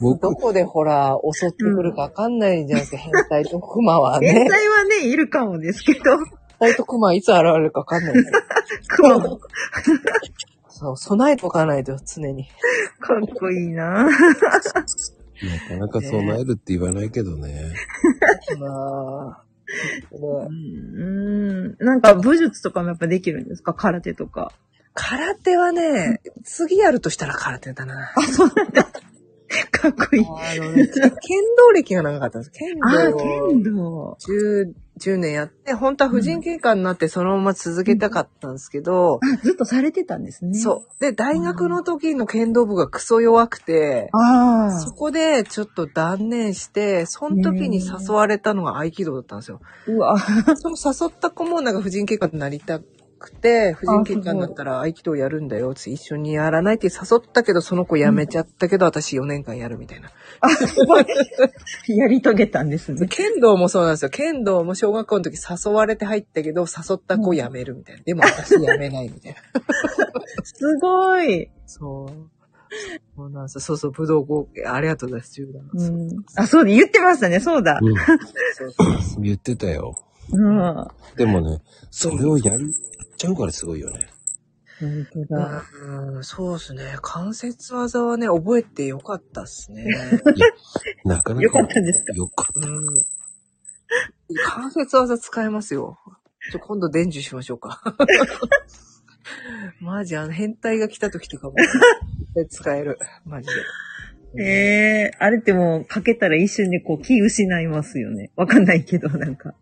僕、
こでほら、襲ってくるかわかんないじゃないです か、変態と熊はね。
天才はね、いるかもですけど、
本当クマいつ現れるかわかんないですよ。
熊も。
そう、備えておかないと、常に。
かっこいいな。
なかなか備えるって言わないけどね。
まあ、
う
ね
ん。なんか武術とかもやっぱできるんですか空手とか。
空手はね、次やるとしたら空手だ な。
かっこいい。
あのね、剣道歴が長かったんです。剣道
ああ、
を
剣道。
10, 10年やって、本当は婦人警官になってそのまま続けたかったんですけど、
あ、ずっとされてたんですね。
そう。で、大学の時の剣道部がクソ弱くて、
う。ああ。
そこでちょっと断念して、その時に誘われたのが合気道だったんですよ。
うわ。
その誘った子もなんか婦人警官になりたくて、婦人警官になったら合気道やるんだよって一緒にやらないって誘ったけど、その子辞めちゃったけど、私4年間やるみたいな。
やり遂げたんですね。
剣道もそうなんですよ。剣道も小学校の時誘われて入ったけど、誘った子辞めるみたいな。でも私辞めないみたいな。
すごい。
そう。そうなんですよそうそう、武道合ありがとうございます、柔軟。
う。
そうん
あ、そうだ、言ってましたね、そうだ。
うん。言ってたよ。
うん。本
でもね、それをやる、ちゃうからすごいよね。
当だ。
うん、そうですね。関節技はね、覚えてよかったっす ね。
なかなか。
よかったですか
よかっ
うん。関節技使えますよ。ちょ、今度伝授しましょう か。マジ、あの、変態が来た時とかも、絶対使える。マジで。
ええあれってもうかけたら一瞬でこう気失いますよね。わかんないけど、なんか。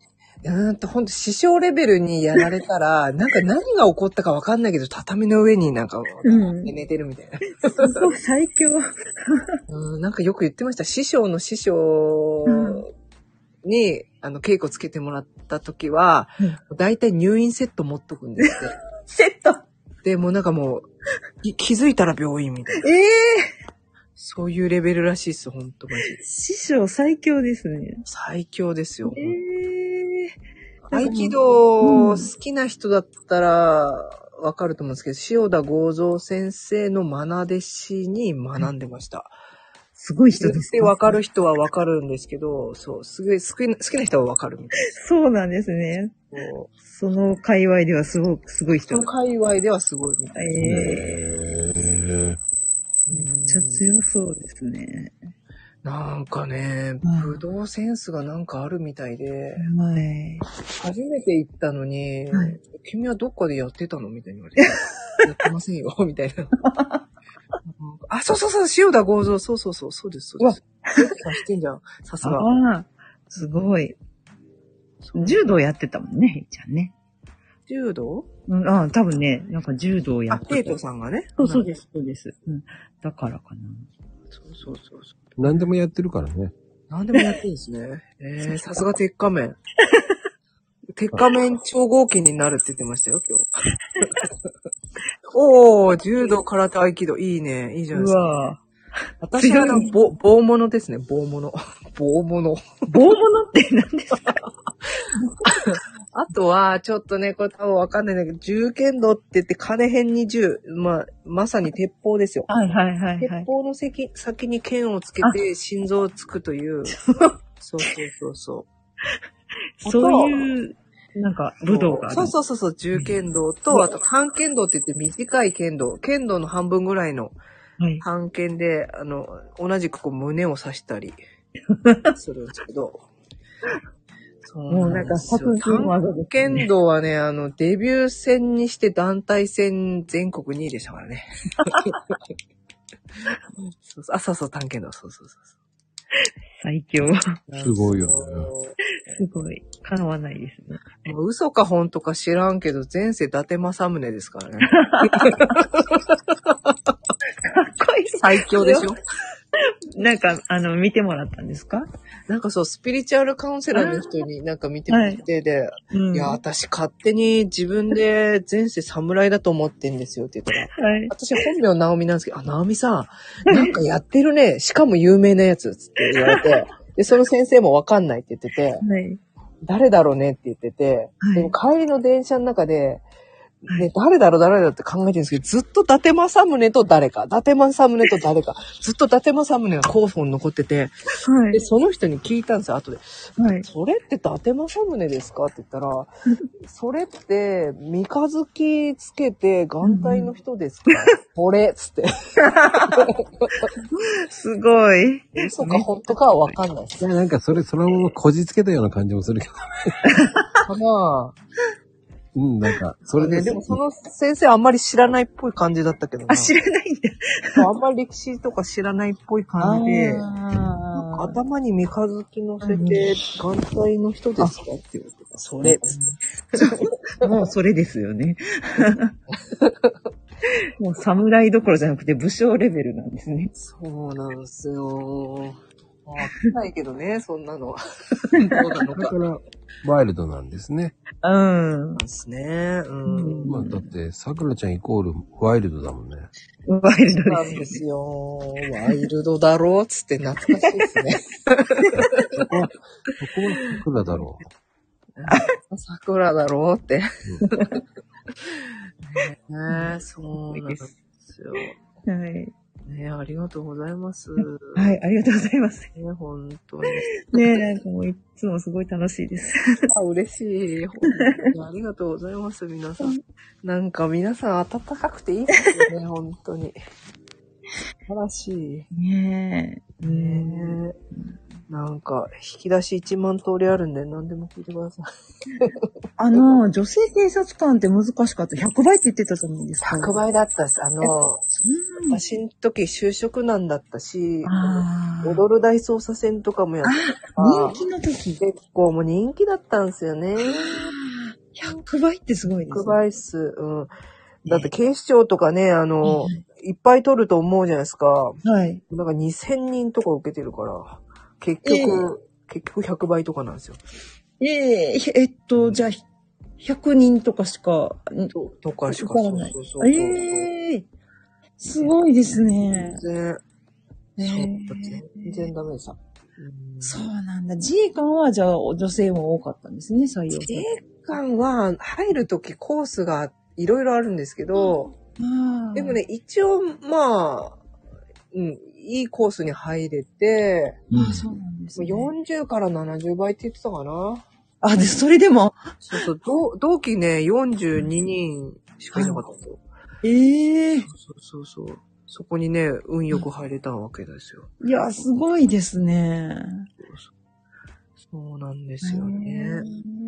うーんと、ほんと、師匠レベルにやられた ら、なんか何が起こったかわかんないけど、畳の上になんか、
うん
寝てるみたいな。
すごい最強。
うん、なんかよく言ってました。師匠の師匠に、あの、稽古つけてもらった時は、だいたい入院セット持っとくんですって。
セット。
で、もうなんかもう、い気づいたら病院みたいな。
ええ
そういうレベルらしいっす、ほんとマジで。
師匠最強ですね。
最強ですよ。
ええ
合気道好きな人だったらわかると思うんですけど、塩田剛蔵先生の愛弟子に学んでました。
すごい人
言
で
っ
す
て
ね。
わかる人はわかるんですけど、そう、すごい好きな好きな人はわかるみたい
そうなんですね。
な。そう
その界隈ではすごく、すごい
そ
人
の
だ。
界隈ではすごいみた
え
い。
た。へ
え
え。
めっちゃ強そうですね。
なんかね、
うん
武道センスがなんかあるみたいで、
はい。
初めて行ったのに、
はい
君はどっかでやってたのみたいに言わ れて。やってませんよ、 みたいな。あ、そうそうそう、塩田剛造、そうそうそう、そうです、そうです。よくさしてんじゃん、さすが。
ああ、すごい。柔道やってたもんね、へいちゃんね。
柔道
うん、ああ、多分ね、なんか柔道や
あ、
って
テイトさんがね。
そうそう
す。
です、そうです。うん。だからかな。
そうそうそうそう。
何でもやってるからね。
何でもやってんですね。えー、さすが鉄仮 面。鉄仮面超合金になるって言ってましたよ、 今日。おー、柔道、空手、合気道、いいね、いいじゃないうですか。
わ
私はあの、棒、棒物ですね、棒物。 棒物。
ぁ。棒物って何ですか
あとは、ちょっとね、これ多分わかんないんだけど、銃剣道って言って金辺に銃、まあ、まさに鉄砲ですよ。
はいはいはいは
鉄
い。
砲の先先に剣をつけて心臓をつくと いう。そうそうそうそう。
そういう、なんか、武道がある。
そうそうそうそう、銃剣道と、あと短剣道って言って短い剣道、剣道の半分ぐらいの
はい。
短剣で、あの、同じくこう胸を刺したりするんですけ ど。そう
もうなんか、殺人技です、ね。
剣道はね、あの、デビュー戦にして団体戦全国2位でしたからね。 そうそうあ、そうそう、短剣道、そうそうそうそ
最強。
う。
すごいよ
すごい。叶わないですね。
ね。もう嘘か本当か知らんけど、前世伊達政宗です からね。
かっこい
最強でしょ
い。なんか、あの、見てもらったんですか
なんかそう、スピリチュアルカウンセラーの人になんか見てもらってで、
う
い、や、私勝手に自分で前世侍だと思ってんですよって言ったら、
はい。
私本名直美なんですけど、あ、直美さん、なんかやってるね。しかも有名なやつ、つって言われて。で、その先生もわかんないって言ってて、
はい。
誰だろうねって言ってて、
はい
でも帰りの電車の中で、で、誰だろう、誰だろうって考えてるんですけど、ずっと伊達政宗と誰か、伊達政宗と誰か、ずっと伊達政宗が候補に残ってて、
は
で、
い。
その人に聞いたんですよ、後で。
はい。
それって伊達政宗ですかって言った ら、それって、三日月つけて眼帯の人です か、これっつって。
すごい。
嘘か本当かはわかんないです。
いや、なんかそれそのままこじつけたような感じもするけど。
かなぁ。
うん、なんか、それで、
ね、でもその先生あんまり知らないっぽい感じだったけどな
あ、知らないんだ。
あんまり歴史とか知らないっぽい感じで、なんか
あ
頭に三日月乗せて、眼帯の人ですかって言われて、それっつって。
あ、もうそれですよね。 もう侍どころじゃなくて武将レベルなんですね。
そうなんですよ。わかんないけどね、そんなの。そうなの
だ
か
か。ら、ワイルドなんですね。
うん。
ですね。う
うん
ん。
まあ、だって、桜ちゃんイコールワイルドだもんね。
ワイルド
なん
で
ですすよ。ワイルドだろうっつって懐かしいですね。
そこは、そこは桜だろ
桜だろうって。ねえ、そうなんですよ。
よね。
ねえ、ありがとうございます。
はい。はい、ありがとうございます。
ね、本当に。
ねなんかもういつもすごい楽しいです。
あ嬉しい。本当にありがとうございます、皆さん。なんか皆さん暖かくていいですよ ね、本当に。素晴らしい。
ねえ。うん。
ねえ。なんか、引き出し1万通りあるんで、何でも聞いてください。
あの、女性警察官って難しかった。100倍って言ってたじゃないですか。
100倍だったっす。あの、
そんなに
私の時就職難だったし、
あー
踊る大捜査線とかもやってたから
人気の時。
結構もう人気だったんですよね。
100倍ってすごいです、
100倍数。うん。だって
ね
警視庁とかね、あの、いっぱい取ると思うじゃないですか。
はい。
なんか2000人とか受けてるから、結局、結局100倍とかなんですよ。
えええっと、じゃあ、100人とかしか、ん
ととかしか。
受からない
そうそうそうそう
ええすごいですね。
全
え
然、
え
全然ダメでした。
そうなんだ。自衛官は、じゃあ、女性も多かったんですね、採用
自衛官は入るときコースがいろいろあるんですけど、
官
でも、ね、一応、まあ、うん、いいコースに入れて、
う。うん
あーそうなんです、ね。
40から70倍って言ってたかな。
あ、で、それでも、
そうそう、同同期ね、42人しかいなかったんですよ。
ええ
そうそうそう。そこにね、運よく入れたわけですよ。
いや、すごいですね。
そうなんですよね。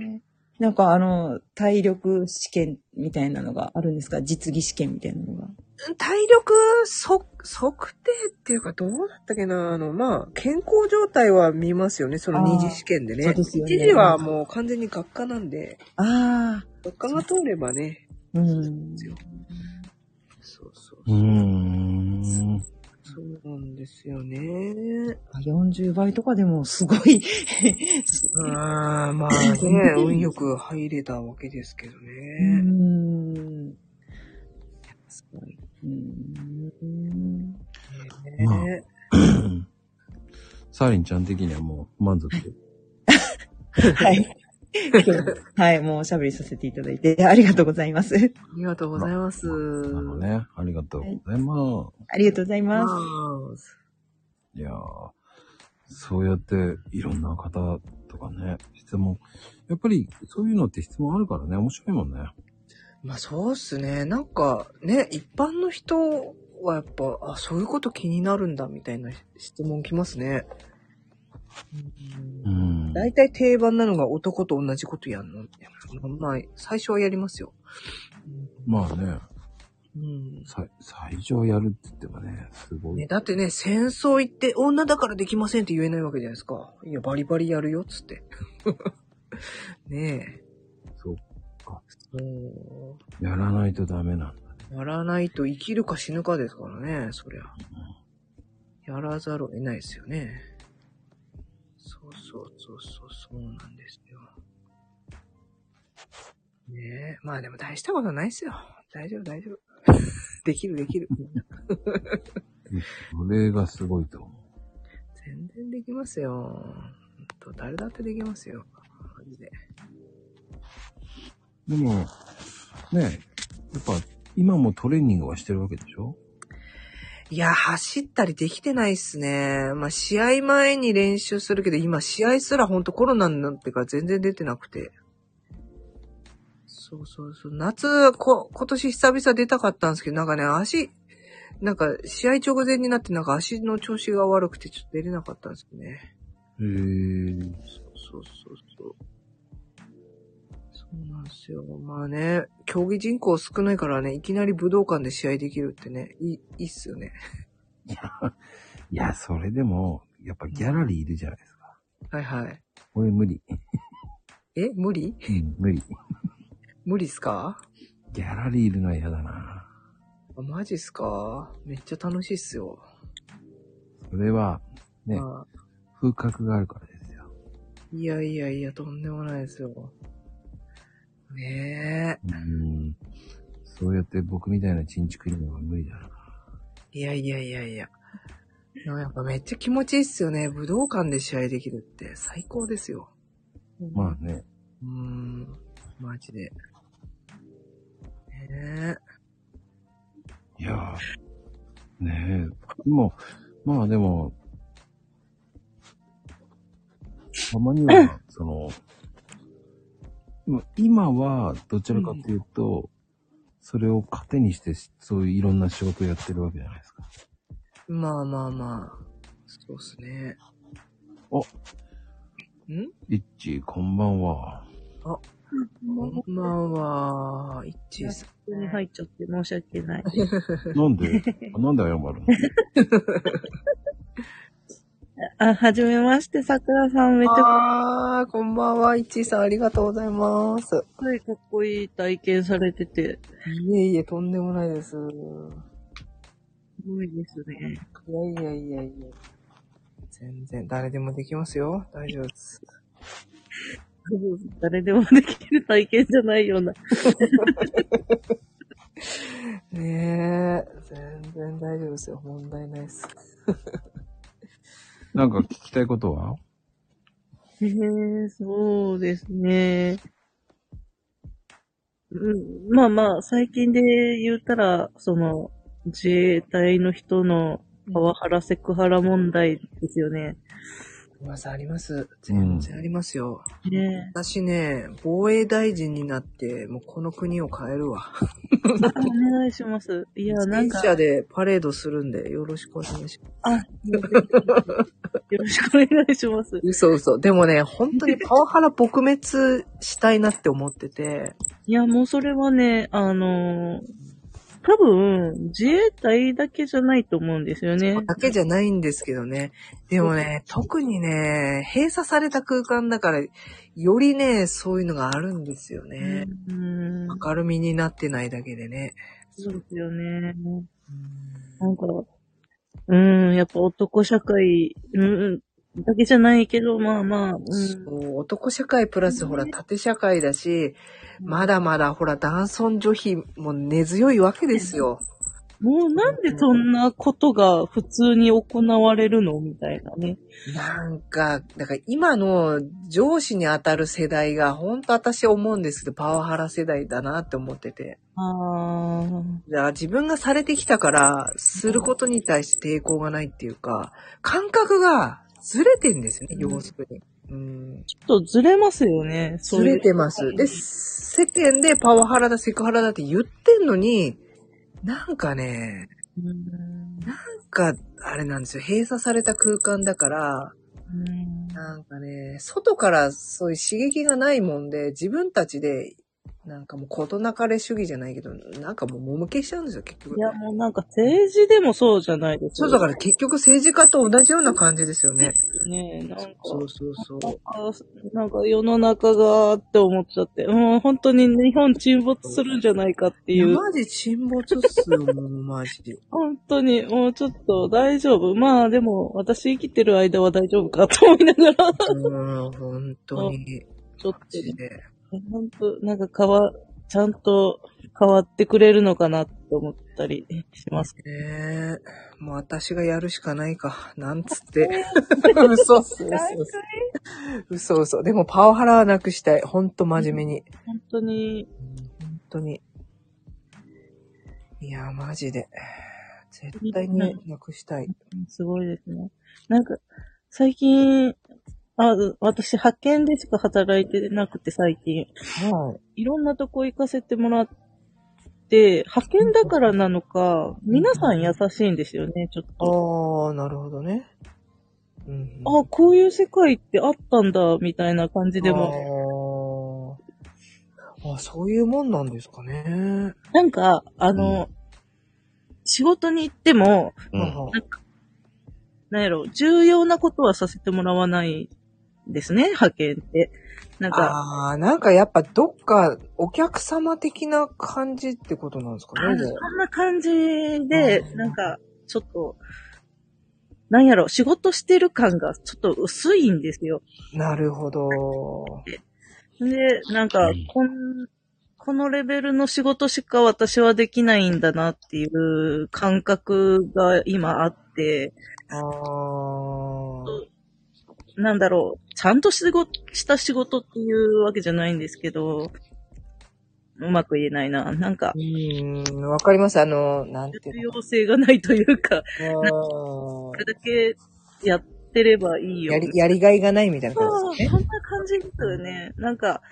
へえなんかあの、体力試験みたいなのがあるんですか実技試験みたいなのが。
体力測、測定っていうかどうだったっけなあの、まあ、健康状態は見ますよね。その
あー
二次試験でね。
そうですよね
一次はもう完全に学科なんで、
ああ。
学科が通ればね。
うん。
そうそう。
うーん。
そうなんですよね。
40倍とかでもすごい。
うーん、まあね、運よく入れたわけですけど
う
ね。
ん。すごい。うん。
まあ
ね
サーリンちゃん的にはもう満足。
はい。はい、もうおしゃべりさせていただいて、ありがとうございます。
ありがとうございます。
なるほどね。ありがとうございます。
ありがとうござい
ま
ます。
す。
い、やーそうやっていろんな方とかね、質問。やっぱりそういうのって質問あるからね、面白いもんね。
まあそうっすね。なんかね、一般の人はやっぱ、あ、そういうこと気になるんだみたいな質問きますね。
うん。
大体定番なのが男と同じことやんのみたいな。まあ、最初はやりますよ。
まあね、
うん。
さ最上やるって言ってもね、すごい。
ね、だってね、戦争行って女だからできませんって言えないわけじゃないですか。いや、バリバリやるよっつって。 ね
そう。
え。も
やらないとダメなんだ。
う、やらないと生きるか死ぬかですからね、そりゃ。やらざるを得ないですよね。そうそうそうそう、そうなんですよ。ねえ。まあでも大したことないですよ。大丈夫、大丈夫。 できる、できる。
それがすごいと思う。
全然できますよ。ほんと誰だってできますよ。マジで。
でも、ね、やっぱ、今もトレーニングはしてるわけでしょ
いや、走ったりできてないっすね。まあ、試合前に練習するけど、今、試合すらほんとコロナになってから全然出てなくて。そうそうそう。夏、こ、今年久々出たかったんですけど、なんかね、足、なんか、試合直前になって、なんか足の調子が悪くて、ちょっと出れなかったんですよね。
へー。
そうそうそう。そうなんですよ。まあね、競技人口少ないからね、いきなり武道館で試合できるってね、いい、いいっすよね。
いや、それでも、やっぱギャラリーいるじゃないですか。
はいはい。
俺無理。
え、無理
うん無理。
無理っすか
ギャラリーいるのは嫌だな。
あマジっすかめっちゃ楽しいっすよ。
それは、ね
あ
風格があるからですよ。
いやいやいや、とんでもないですよ。ね
うん。そうやって僕みたいなチンチクリのは無理だな。
え。いやいやいやいや。でもやっぱめっちゃ気持ちいいっすよね。武道館で試合できるって最高ですよ。
まあね。
うーん、マジで。ね
いやーねえ。でも、まあでも、たまに は、その、でも今は、どちらかというと、それを糧にして、そういういろんな仕事をやってるわけじゃないですか。
え。まあまあまあ。そうっすね。
いっち、こんばんは。
こんばんは。いっちーさん。
普通に入っちゃって申し訳ない。
なん で、あなんで謝るの
あ、はじめまして、桜さんめっちゃか
あー、こんばんは。いっちーさん、ありがとうございます。
っこいい、かっこいい体験されてて、
いえいえ、とんでもないです。
すごいですね。
いやいやいやいや。全然、誰でもできますよ。大丈夫です。
誰でもできる体験じゃないような。
ねえ、全然大丈夫ですよ。問題ないです。
なんか聞きたいことは
へえ、そうですね。うん、まあまあ、最近で言ったら、その、自衛隊の人のパワハラ、セクハラ問題ですよね。
まずあります。全然ありますよ。
ね
私ね、防衛大臣になって、もうこの国を変えるわ。
え。お願いします。いや、なん
戦
か、
車でパレードするんで、よろしくお願いします。
あ、よろしくお願いします。
嘘嘘。でもね、本当に パワハラ撲滅したいなって思ってて。
いや、もうそれはね、あのー多分、自衛隊だけじゃないと思うんですよね。
だけじゃないんですけどね。でもね、特にね、閉鎖された空間だから、よりね、そういうのがあるんですよね。
うん。
明るみになってないだけでね。
そうですよね。なんか、うん、やっぱ男社会、うん、だけじゃないけど、まあまあ、うん。
そう男社会プラスほら縦社会だし、まだまだほら男尊女卑も根強いわけですよ。
もうなんでそんなことが普通に行われるのみたいなね。
なんか、だから今の上司に当たる世代が本当私思うんですけどパワハラ世代だなって思ってて。だ
ああ。
から自分がされてきたから、することに対して抵抗がないっていうか、感覚がずれてんですよね、
うん
要するに。うん、
ちょっとずれますよね。そ
ず
ういう
れてます。で、世間でパワハラだ、セクハラだって言ってんのに、なんかね、
うん
なんか、あれなんですよ、閉鎖された空間だから、
うん
なんかね、外からそういう刺激がないもんで、自分たちで、なんかもう事なかれ主義じゃないけど、なんかもうもむけしちゃうんですよ、結局。
いや、もうなんか政治でもそうじゃないです
そうだから結局政治家と同じような感じですよね。
ねえ、なんか、
そうそうそう。
あなんか世の中がって思っちゃって、もう本当に日本沈没するんじゃないかって
い
い
や、
う、
マジ沈没っすよ、もうマジで。
本当にもうちょっと大丈夫。まあでも私生きてる間は大丈夫かと思いながら、ち
うん、本当に。
ょっ
マジで。
と、本当なんか変わ、ちゃんと変わってくれるのかなって思ったりします。
ねえ。もう私がやるしかないか。なんつって。 嘘っす、嘘っす。 嘘嘘。でもパワハラはなくしたい。ほんと真面目に。
本当に、
本当に。いや、マジで。絶対になくしたい。
すごいですね。なんか、最近、あ、う私、派遣でしか働いてなくて、最近。
はい。
いろんなとこ行かせてもらって、派遣だからなのか、皆さん優しいんですよね、ちょっ
あ
と。
ー、なるほどね。うん。
あ、こういう世界ってあったんだ、みたいな感じでも。
も。あ、そういうもんなんですかね。
なんか、あの、仕事に行っても、
うん。
なんやろ、重要なことはさせてもらわないですね、派遣って。なんか、
ああー、なんかやっぱどっかお客様的な感じってことなんですか
あ
ね。
そ
で
んな感じで
う、ん
なんか、ちょっと、なんやろ、仕事してる感がちょっと薄いんですよ。
なるほど。
で、なんか
うん、
こん、このレベルの仕事しか私はできないんだなっていう感覚が今あって、
ああ。
なんだろう、ちゃんと仕事、した仕事っていうわけじゃないんですけど、うまく言えないな。なんか
う、ーん、わかります。あの、なんて
必
いうの
要性がないというか、
う
こ
ーん
れだけやってればいいよ。
やり、やりがいがないみたいな感じです
そ
ね。
んな感じですよね。なんか、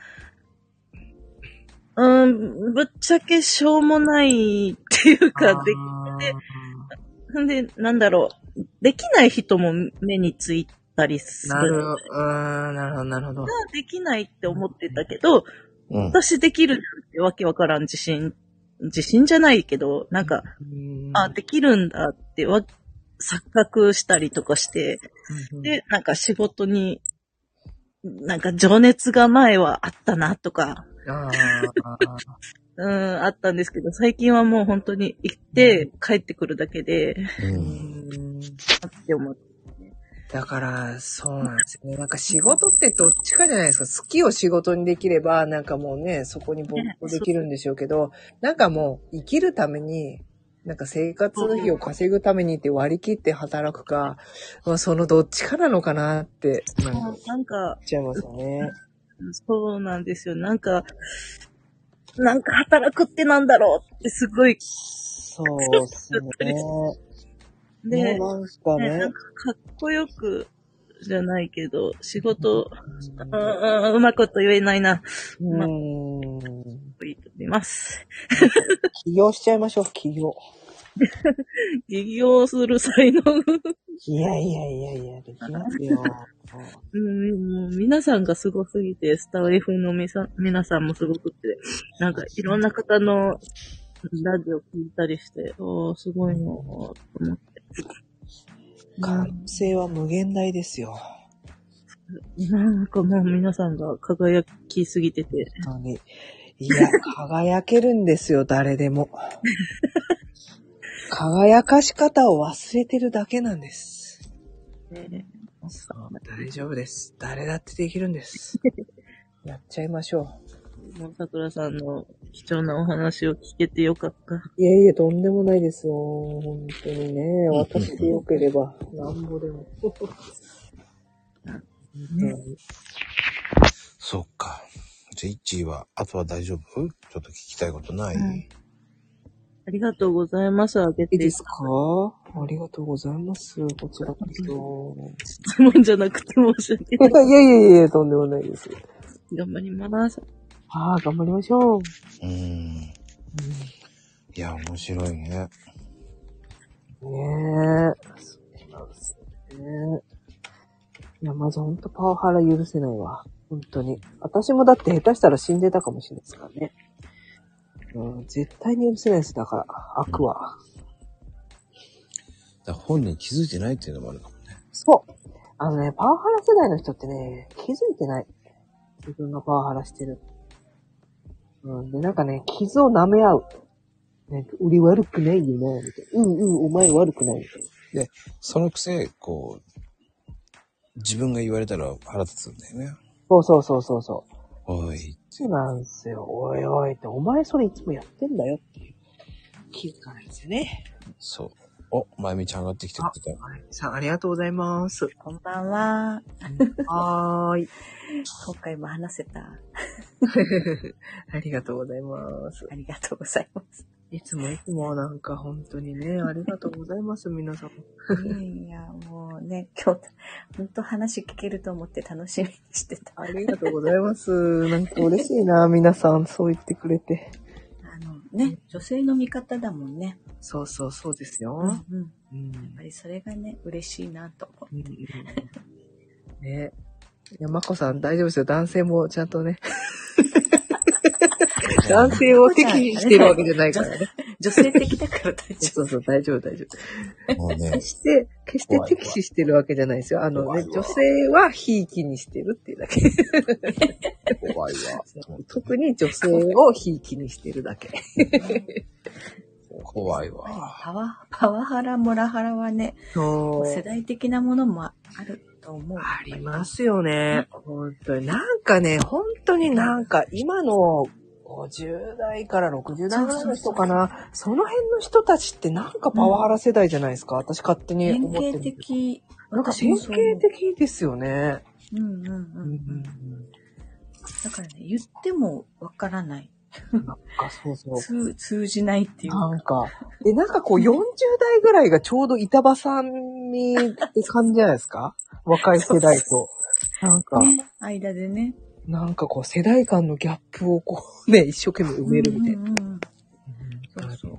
うん、ぶっちゃけしょうもないっていうか、でで、なんだろう。できない人も目についたりす
なる、
る。
うーん、なるほど、なるほど。
できないって思ってたけど、
うん。
私できるってわけわからん自信、自信じゃないけど、なんか、
うーん
あ、できるんだってわ、錯覚したりとかして、で、なんか仕事に、なんか情熱が前はあったなとか、
あ
うん、あったんですけど、最近はもう本当に行って帰ってくるだけで、
う。
ーうんん
って思って。
だから、そうなんですよね。なんか仕事ってどっちかじゃないですか。好きを仕事にできれば、なんかもうね、そこに没頭できるんでしょうけど、なんかもう生きるために、なんか生活費を稼ぐためにって割り切って働くか、まあそのどっちかなのかなって、なんか言っ
なんか、
ちゃいますよね。
そうなんですよ。なんか、なんか働くってなんだろうってすごい、
そうですね。もう
で、
なんか
ねな
ね
ん。かかっこよくじゃないけど、仕事、うんうんうまいこと言えないな、
うん。
言ってます。
起業しちゃいましょう、起業。
起業する才能、
いやいやいやいや、できますよ。
うん、もう皆さんがすごすぎて、スター F のみさ皆さんもすごくて、なんかいろんな方のラジオ聞いたりして、おー、すごいなーと思って。
可能性は無限大ですよ。
なんかもう皆さんが輝きすぎてて、
本当に。いや、 輝けるんですよ、誰でも。輝かし方を忘れてるだけなんです。
ね、
大丈夫です。誰だってできるんです。 やっちゃいましょ
もう桜さんの貴重なお話を聞けてよかった。
う。いえいえ、とんでもないですよ。本当にね。私でよければ、なんぼでも。
そっか。じゃあ、イッチーは、あとは大丈夫ちょっと聞きたいことない、
ありがとうございます。あ げ
い
て
いですかありがとうございます。こちらこそ。
質問じゃなくて申し訳ないい。
や いやいや、とんでもないです。
頑張ります。
はあ、頑張りましょう。
うーん。いや、面白いね。
ねえ。そうなんですよね。いや、まずほんとパワハラ許せないわ。本当に。私もだって下手したら死んでたかもしれないですからね。うん、絶対に許せないです。だから、悪は。
だから本人気づいてないっていうのもあるかもね。
そう。あのね、パワハラ世代の人ってね、気づいてない。自分がパワハラしてる。うん、で、なんかね、傷を舐め合う。ね、俺悪くないよな、みたいな。うんうん、お前悪くない、みたいな。
そのくせ、こう、自分が言われたら腹立つんだよね。
そうそうそうそうそう。
おい。
そうなんですよ。おいおいって、お前それいつもやってんだよっていう。気づかないですよね。
そう。お、まゆみちゃん上がってきてくれた。
はい。さん、ありがとうございます。
こんばんは。
はーい。
今回も話せた。
ありがとうございます。
ありがとうございます。
いつもいつもなんか本当にね、ありがとうございます、皆さん。
いやいや、もうね、今日、本当話聞けると思って楽しみにしてた。
ありがとうございます。 なんか嬉しいな、皆さん、そう言ってくれて。
あの、ね、女性の味方だもんね。
そうそう、そうです
うん
よ。
うん。やっ
うん。
ぱりそれがね、嬉しいなと思
う
う。
んうんね。いや、まこさん大丈夫ですよ。男性もちゃんと ね。男性を敵にしてるわけじゃないからね。
女性的だから大丈
そうそう、大丈夫、大丈夫。
もうね
決、して、決して敵視してるわけじゃないですよ。あの
怖い
ね、
わ
女性はひいきにしてるっていうだけ。
怖いわ。
特に女性をひいきにしてるだけ。
怖い
夫。やっぱりね
わ。
パワパワハラ、モラハラはね、
そ
もう世代的なものもあると思う。
ありますよね。本当に。なんかね、本当になんか今の50代から60代ぐらいの人かな。その辺の人たちってなんかパワハラ世代じゃないですか。私勝手に
典
思って
型
る。
的。
なんか
私
典
もそ
型
う思う。
的ですよね。
うんうんうん。だからね、言ってもわからない。
なんかそうそう。
通通じないっていうか。
なんか。で、なんかこう40代ぐらいがちょうど板挟みって感じじゃないですか若い世代と。なんか、
ね、間でね。
なんかこう世代間のギャップをこう ね、一生懸命埋めるみたいな。
うんうんうん
うん
そうそう。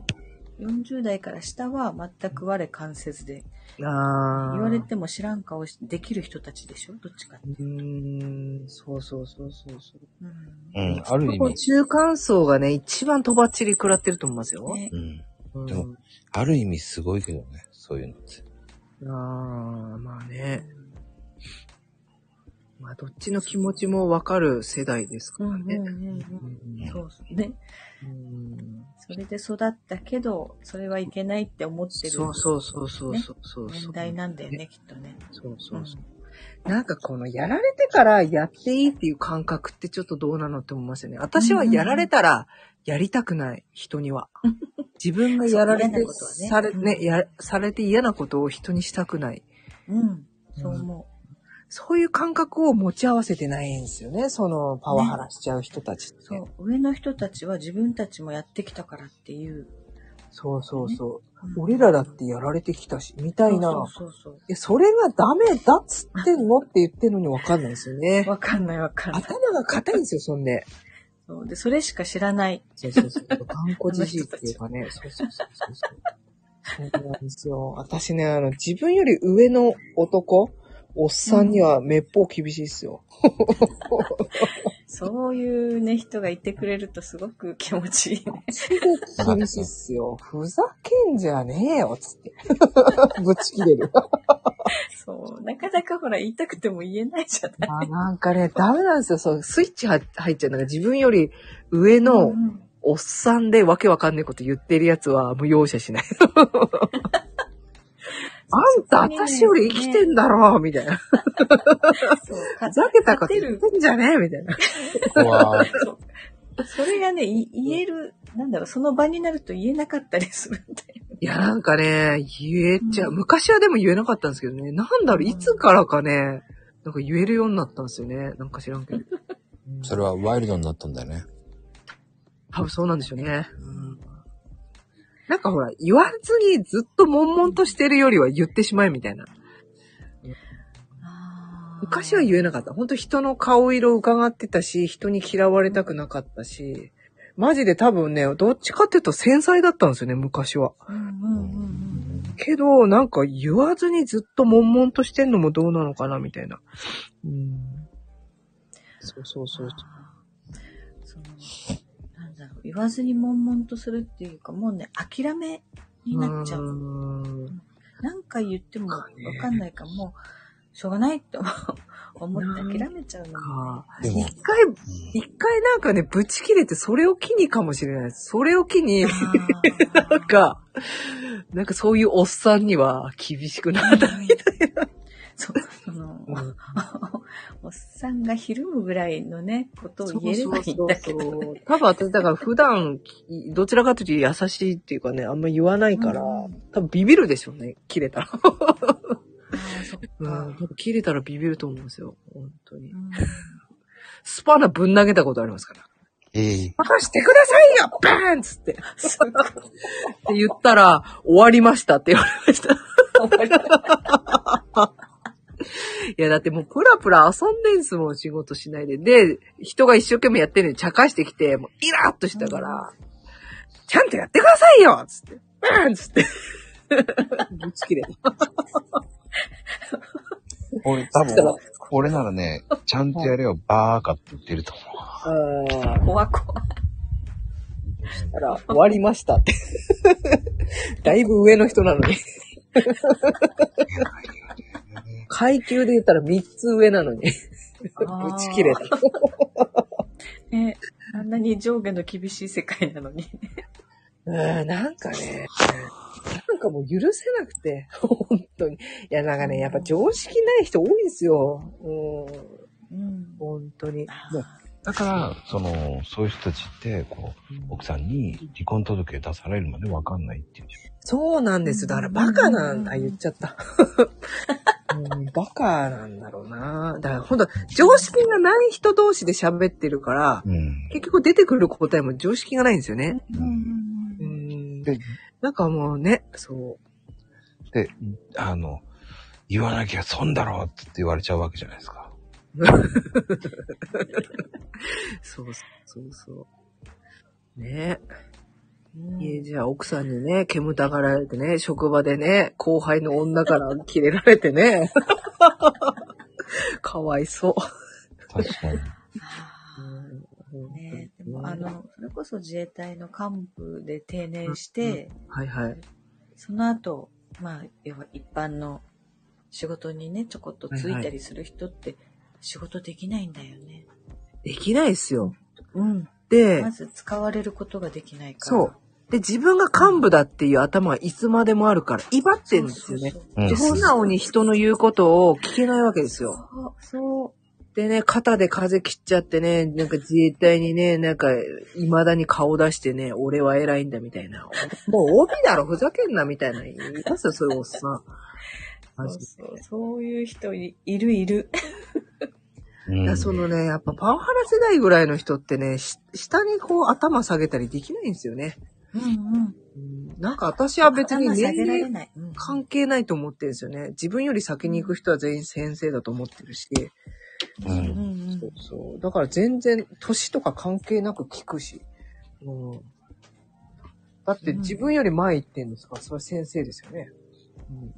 40代から下は全く我関せずで、
ああ。
言われても知らん顔しできる人たちでしょどっちかって。
うーん、そうそうそうそうそう。
うん
うん、ある意
こ
味
う、中間層がね、一番とばっちり食らってると思いますよ。
ね
うん、
うん
でもある意味すごいけどね、そういうのって。
ああ、まあね。まあ、どっちの気持ちもわかる世代ですか
うん
ら
うんう
ね。
んうん。そうそうね。
うん
それで育ったけど、それはいけないって思ってる
そうそうそうそうそうそうそう。
年代なんだよね、きっとね。
そうそうそう。なんかこのやられてからやっていいっていう感覚ってちょっとどうなのって思いますよね。私はやられたらやりたくない、人に は。自分がやられ
そう
て、
嫌なことはね
され、
うん
ね、や、されて嫌なことを人にしたくない。
うん。そう思
そういう感覚を持ち合わせてないんですよね。そのパワハラしちゃう人たちって。
う。そう。上の人たちは自分たちもやってきたからっていう。
そうそうそう。
うん
俺らだってやられてきたし、みたいな。
そうそう
いや、それがダメだっつってんのって言ってんのにわかんないですよ
そう。
ね。
わかんないわかんない。
頭が硬いんですよ、そんで。
そうで、それしか知らない。
そうそうそう。頑固じじいっていうかね。そうそうそうそうそう。そうなんですよ。私ね、あの、自分より上の男、おっさんにはめっぽう厳しいっすよ。
そういうね、人がいてくれるとすごく気持ちいい ね。
厳しいっすよ。ふざけんじゃねえよ、つって。 ぶち切れる。
そう。なかなかほら、言いたくても言えないじゃない。
あなんかね、ダメなんですよ。そう、スイッチは入っちゃう。なんか自分より上の
うん
おっさんでわけわかんないこと言ってるやつは、もう容赦し ない。あんた、私より生きてんだろ、みたいな。
そう。
ふざけたこと言ってんじゃねえみたいな。
怖い。
それがね、い言える、なんだろう、その場になると言えなかったりするんだよ。
いや、なんかね、言えちゃう。
うん
昔はでも言えなかったんですけどね。なんだろう、
うん
いつからかね、なんか言えるようになったんですよね。なんか知らんけど。うん
それはワイルドになったんだよね。
多分そうなんでしょうね。うんなんかほら、言わずにずっと悶々としてるよりは言ってしまえみたいな。昔は言えなかった。本当人の顔色を伺ってたし、人に嫌われたくなかったし、マジで多分ね、どっちかっていうと繊細だったんですよね、昔は。
うんうんうんうん。
けど、なんか言わずにずっと悶々としてんのもどうなのかな、みたいな。うん。そうそうそうそ
その、なんだろう、言わずに悶々とするっていうか、もうね、諦め
う。
になっちゃう。
うーん
何回言ってもわかんないから、もう、しょうがないって思う思って諦めちゃうのも。
か
でも、
一回、一回なんかね、ぶち切れて、それを機にかもしれないです。それを機に、
な
なん、か、なんかそういうおっさんには厳しくなった。
そう、その、おっさんがひるむぐらいのね、ことを言えればいいんだけどね。
そうそうそう多分私、だから普段、どちらかというと優しいっていうかね、あんま言わないから、
うん
多分ビビるでしょうね、切れたら。
あーそっか
うん、多分切れたらビビると思うんですよ、本当に
う。ん
スパナぶん投げたことありますから。
ええ
任してくださいよバーンっつって。って言ったら、終わりましたって言われました。いや、だってもうプラプラ遊んでんすもん、仕事しないで。で、人が一生懸命やってるのに茶化してきて、もうイラッとしたから、ちゃんとやってくださいよつって、バーンっつって。ぶち 切れた。
俺多分、俺ならね、ちゃんとやれよ、バーカって言ってると思
怖怖したら、終わりましたって。 だいぶ上の人なのに。階級で言ったら3つ上なのに。打ち切れた。
ね、あんなに上下の厳しい世界なのに。
うん、なんかね、なんかもう許せなくて、本当に。いや、なんかね、やっぱ常識ない人多いんですよ。うん。本当に。
う。だから、その、そういう人たちって、こう、奥さんに離婚届出されるまでわかんないっていうじ
そうなんですよ。だからバカなんだ、言っちゃった。 うんバカなんだろうな。だから本当常識がない人同士で喋ってるから、結局出てくる答えも常識がないんですよね。うん
で
なんかもうね、そ
ゃん。で、あの、言わなきゃ損だろうって言われちゃうわけじゃないですか。
う。そうそうそうそう。ねえーじゃあ奥さんにね、煙たがられてね、職場でね、後輩の女からキレられてね。 かわいそう。
確かに。
ねでもあの、それこそ自衛隊の幹部で定年して、
はいはい。
その後、まあ、要は一般の仕事にね、ちょこっとついたりする人って、仕事できないんだよね。
できないですよ。
うん。
で
ま、ず使われることができないから。
そう。で、自分が幹部だっていう頭はいつまでもあるから、威張ってんですよね。
うん
で、素直に人の言うことを聞けないわけですよ。
そう。そ
でね、肩で風切っちゃってね、なんか自衛隊にね、なんか、未だに顔出してね、俺は偉いんだみたいな。もう OB だろ、ふざけんなみたいな。言い出すよ、そういうおっさ ん。
う。
マ
そ
ジ
う
で
そう。そういう人いいるいる。
うん
いや、そのね、やっぱパワハラ世代ぐらいの人ってね、し下にこう頭下げたりできないんですよね。
うんうん。
なんか私は別に
頭下
年
げられ
齢
ない。うん
関係ないと思ってるんですよね。自分より先に行く人は全員先生だと思ってるし。
う
うん
ん。
うん
そうそう。だから全然、年とか関係なく聞くし。うん。だって自分より前行ってんですから、それ先生ですよね。うん。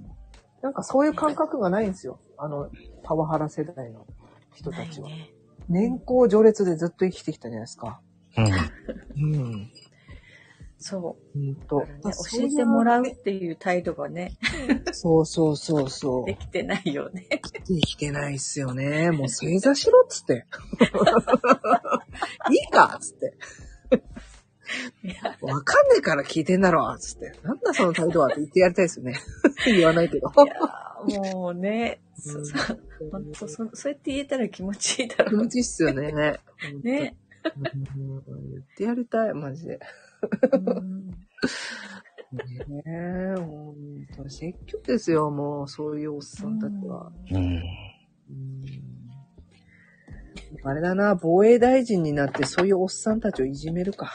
なんかそういう感覚がないんですよ。あの、パワハラ世代の人
な
た
い
ちは。
ね。
年功序列でずっと生きてきたじゃないですか。
うん。
うん。
そ
うん
う。
と。
だからね、教えてもらうっていう態度がね、
そうそうそうそう。
できてないよね。
できてないっすよね。もう正座しろっつって。 いいかっつって。わかんねえから聞いてんだろっつって。なんだその態度はって言ってやりたいですよね。 言わないけど。
いやーも うね、そ、そ、ほんと、そ、そうやって言えたら気持ちいいだ
気
ろう
持ちいいっすよね。
ね。
本当に。うん言ってやりたい、マジで。
うん
ねえ、ほんと説教ですよ、もう、そういうおっさんたちは。
うん。
あれだな、防衛大臣になってそういうおっさんたちをいじめるか。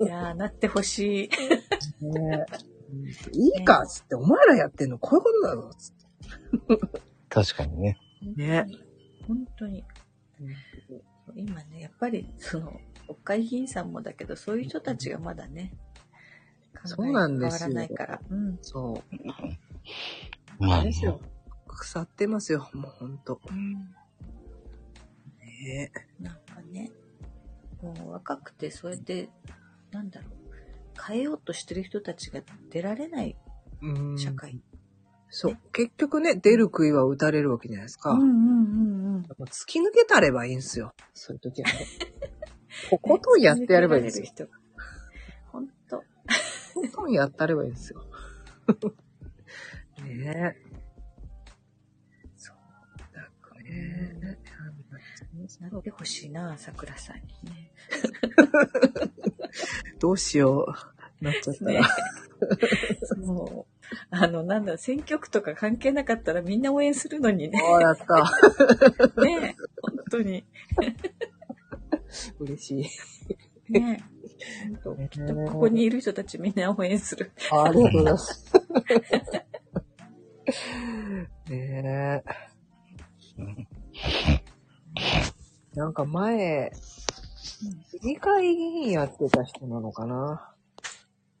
いやーなってほしい。
ねえいいかっつって、お前らやってんのこういうことだぞっつって。
確かにね。
ね。
本当に。今ね、やっぱり、その、国会議員さんもだけど、そういう人たちがまだね、
そうなんですよ
考えが変わらないから。うん。
そう。
まあね、
ですよ。腐ってますよ、もうほんと。ね
なんかね、もう若くて、そうやって、なんだろう、変えようとしてる人たちが出られない
うん
社会。
そう。結局ね、出る杭は打たれるわけじゃないですか。
うんうん。
やっぱ突き抜けたればいいんすよ。そういう時は ね。とことんやってやればいいんですよ。
よ。本当。
とことんやったればいいんですよ。ねえ。そう。なんかね。
なってほしいな、桜さんにね。
どうしよう。なっちゃった ら。
もう、あの、なんだ、選挙区とか関係なかったらみんな応援するのにね。
ああ、やった。
ね本当に。
嬉しい。
ね
こ
ここにいる人たちみんな応援する。
ありがとうございます。 ねえ。なんか前、市議会議員やってた人なのかな。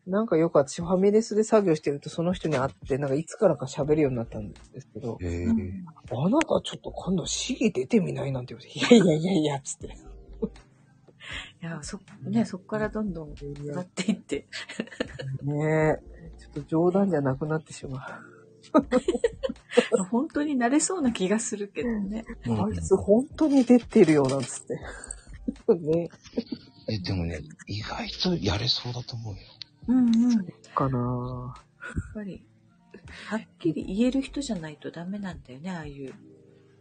なんかよく私ファミレスで作業してるとその人に会って、なんかいつからか喋るようになったんですけど、あなたちょっと今度市議出てみないなんて言われて、いやいやいやいや、つって。
いや、そ、ね、そっからどんどん上がっていって。
ねえ、ちょっと冗談じゃなくなってしまう。
本当になれそうな気がするけどね。
あいつ本当に出てるよなんつって。ね。
え、でもね、意外とやれそうだと思うよ。
うんうん。やっ
かな
ぱり、はっきり言える人じゃないとダメなんだよね、ああいう。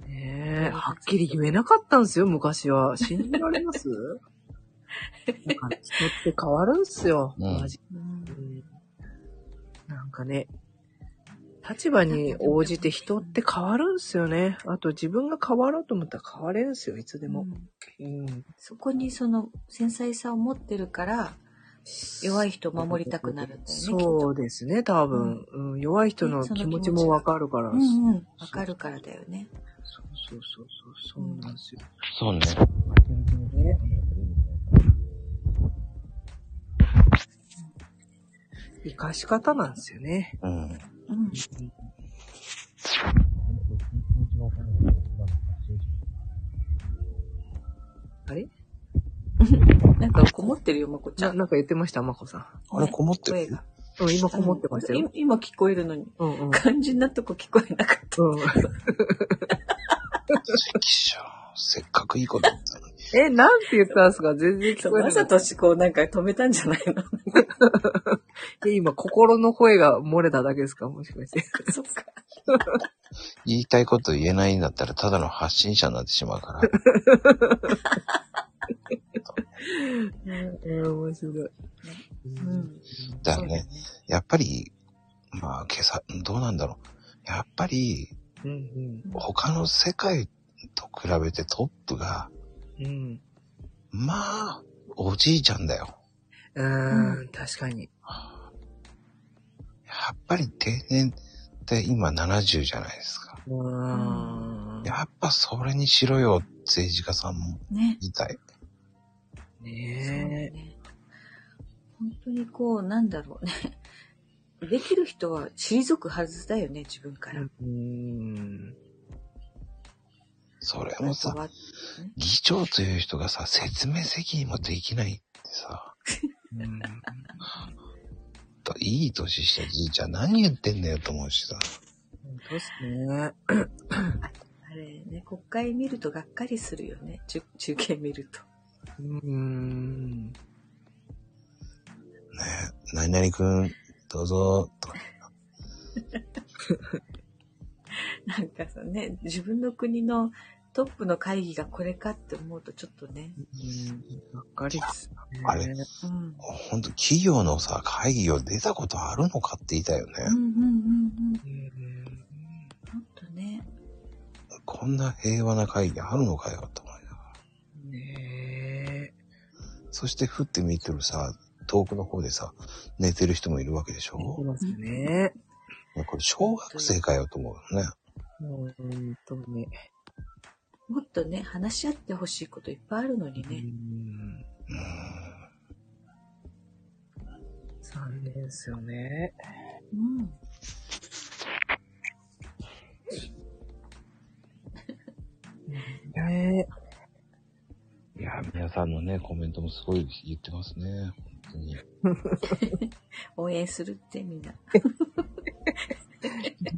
ねえ、はっきり言えなかったんですよ、昔は。信じられますなんか人って変わるんすよ、マジ。うんなんかね、立場に応じて人って変わるんすよね。あと自分が変わろうと思ったら変われるんすよ、いつでも。うん。
そこにその繊細さを持ってるから、弱い人を守りたくなるんだよね。
そうですね、多分。うん弱い人の
ねその
気
気
持
持
ち
ち
もわかるから。
うんうん。わかるからだよね。
そうそうそうそう、そうなんですよ。
そうね。
生かし方なんですよね。
うん。
うん。
あれ
なんかこもってるよ、まこちゃ
ななんか言ってました、まこさん。
あれ、こもって
声
る。
が。
うん、今こもってました
今
よ。
今聞こえるのに。
うんうん。
肝心なとこ聞こえなかった。
きしょせっかくいいこと言ったのに。
え、なんて言ったんですか全然聞こえな
わ
い。
ざとしこうなんか止めたんじゃないの
え今、心の声が漏れただけですかもしかして。
そっか。
言いたいこと言えないんだったら、ただの発信者になってしまうから。
うん、面白い。
うん。
だよね。やっぱり、まあ、今朝、どうなんだろう。やっぱり、
うん、うん
他の世界と比べてトップが、。
うん。
まあ、おじいちゃんだよ。
うーん、確かに。
やっぱり定年って今70じゃないですか。
うーん。
やっぱそれにしろよ、政治家さんも
ね。
言いたい。
そうだ
ねえ。
ね。本当にこう、なんだろうね。 できる人は退くはずだよね、自分から。
うーん。
それもさ、
わ
議長という人がさ、説明責任もできないってさ、
うん
といい年したじいちゃん何言ってんだよと思うしさ。
そうっすね。
あれね、国会見るとがっかりするよね、中中継見ると。
うー
ね
ん。
え、何々くん、どうぞ、とか。
なんかさね、自分の国のトップの会議がこれかって思うとちょっとね。
ばっかりですね。
あれ
うん。
ほんと企業のさ、会議を出たことあるのかって言いたいよね。
うんうんうんうん。
うん
ほんとね。
こんな平和な会議あるのかよ、と思いながら。
ね
そして、ふって見てるさ、遠くの方でさ、寝てる人もいるわけでしょ、
え。いますね。
これ、小学生かよ、と思うよね。
もう本当に。
もっとね、話し合ってほしいこといっぱいあるのに
う
ね。
ん。残念ですよね。
うん。
ね
いや、皆さんのね、コメントもすごい言ってますね。本当に。
応援するってみんな。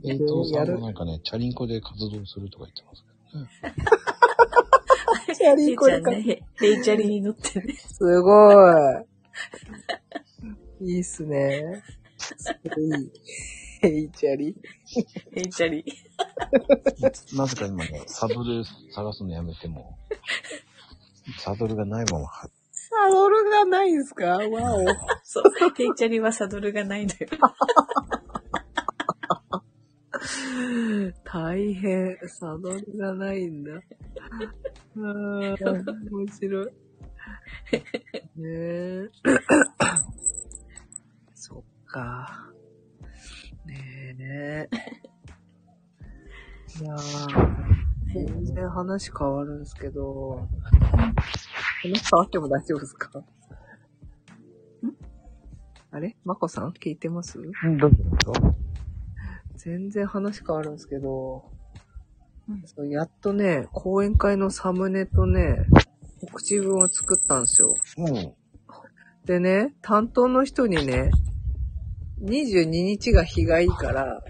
えっと、さんもなんかね、チャリンコで活動するとか言ってますけどね。
チャリンコでか
ヘイちゃんね、ヘイチャリに乗ってね。
すごい。いいっす ね。すごい。ヘイチャリ。
ヘイチャリ。
なぜか今ね、サドル探すのやめても、サドルがないままは、
サドルがないんすかわお。
そう。ヘイチャリはサドルがないのよ。
大変。サドルがないんだ。あー面白い。
ね そっか。ねえ。いやー、全然話変わるんですけど、話変わっても大丈夫ですかあれまこさん聞いてます
どうぞ。
全然話変わるんですけど、そうやっとね、講演会のサムネとね、告知文を作ったんですよ。でね、担当の人にね、22日が日がいいから、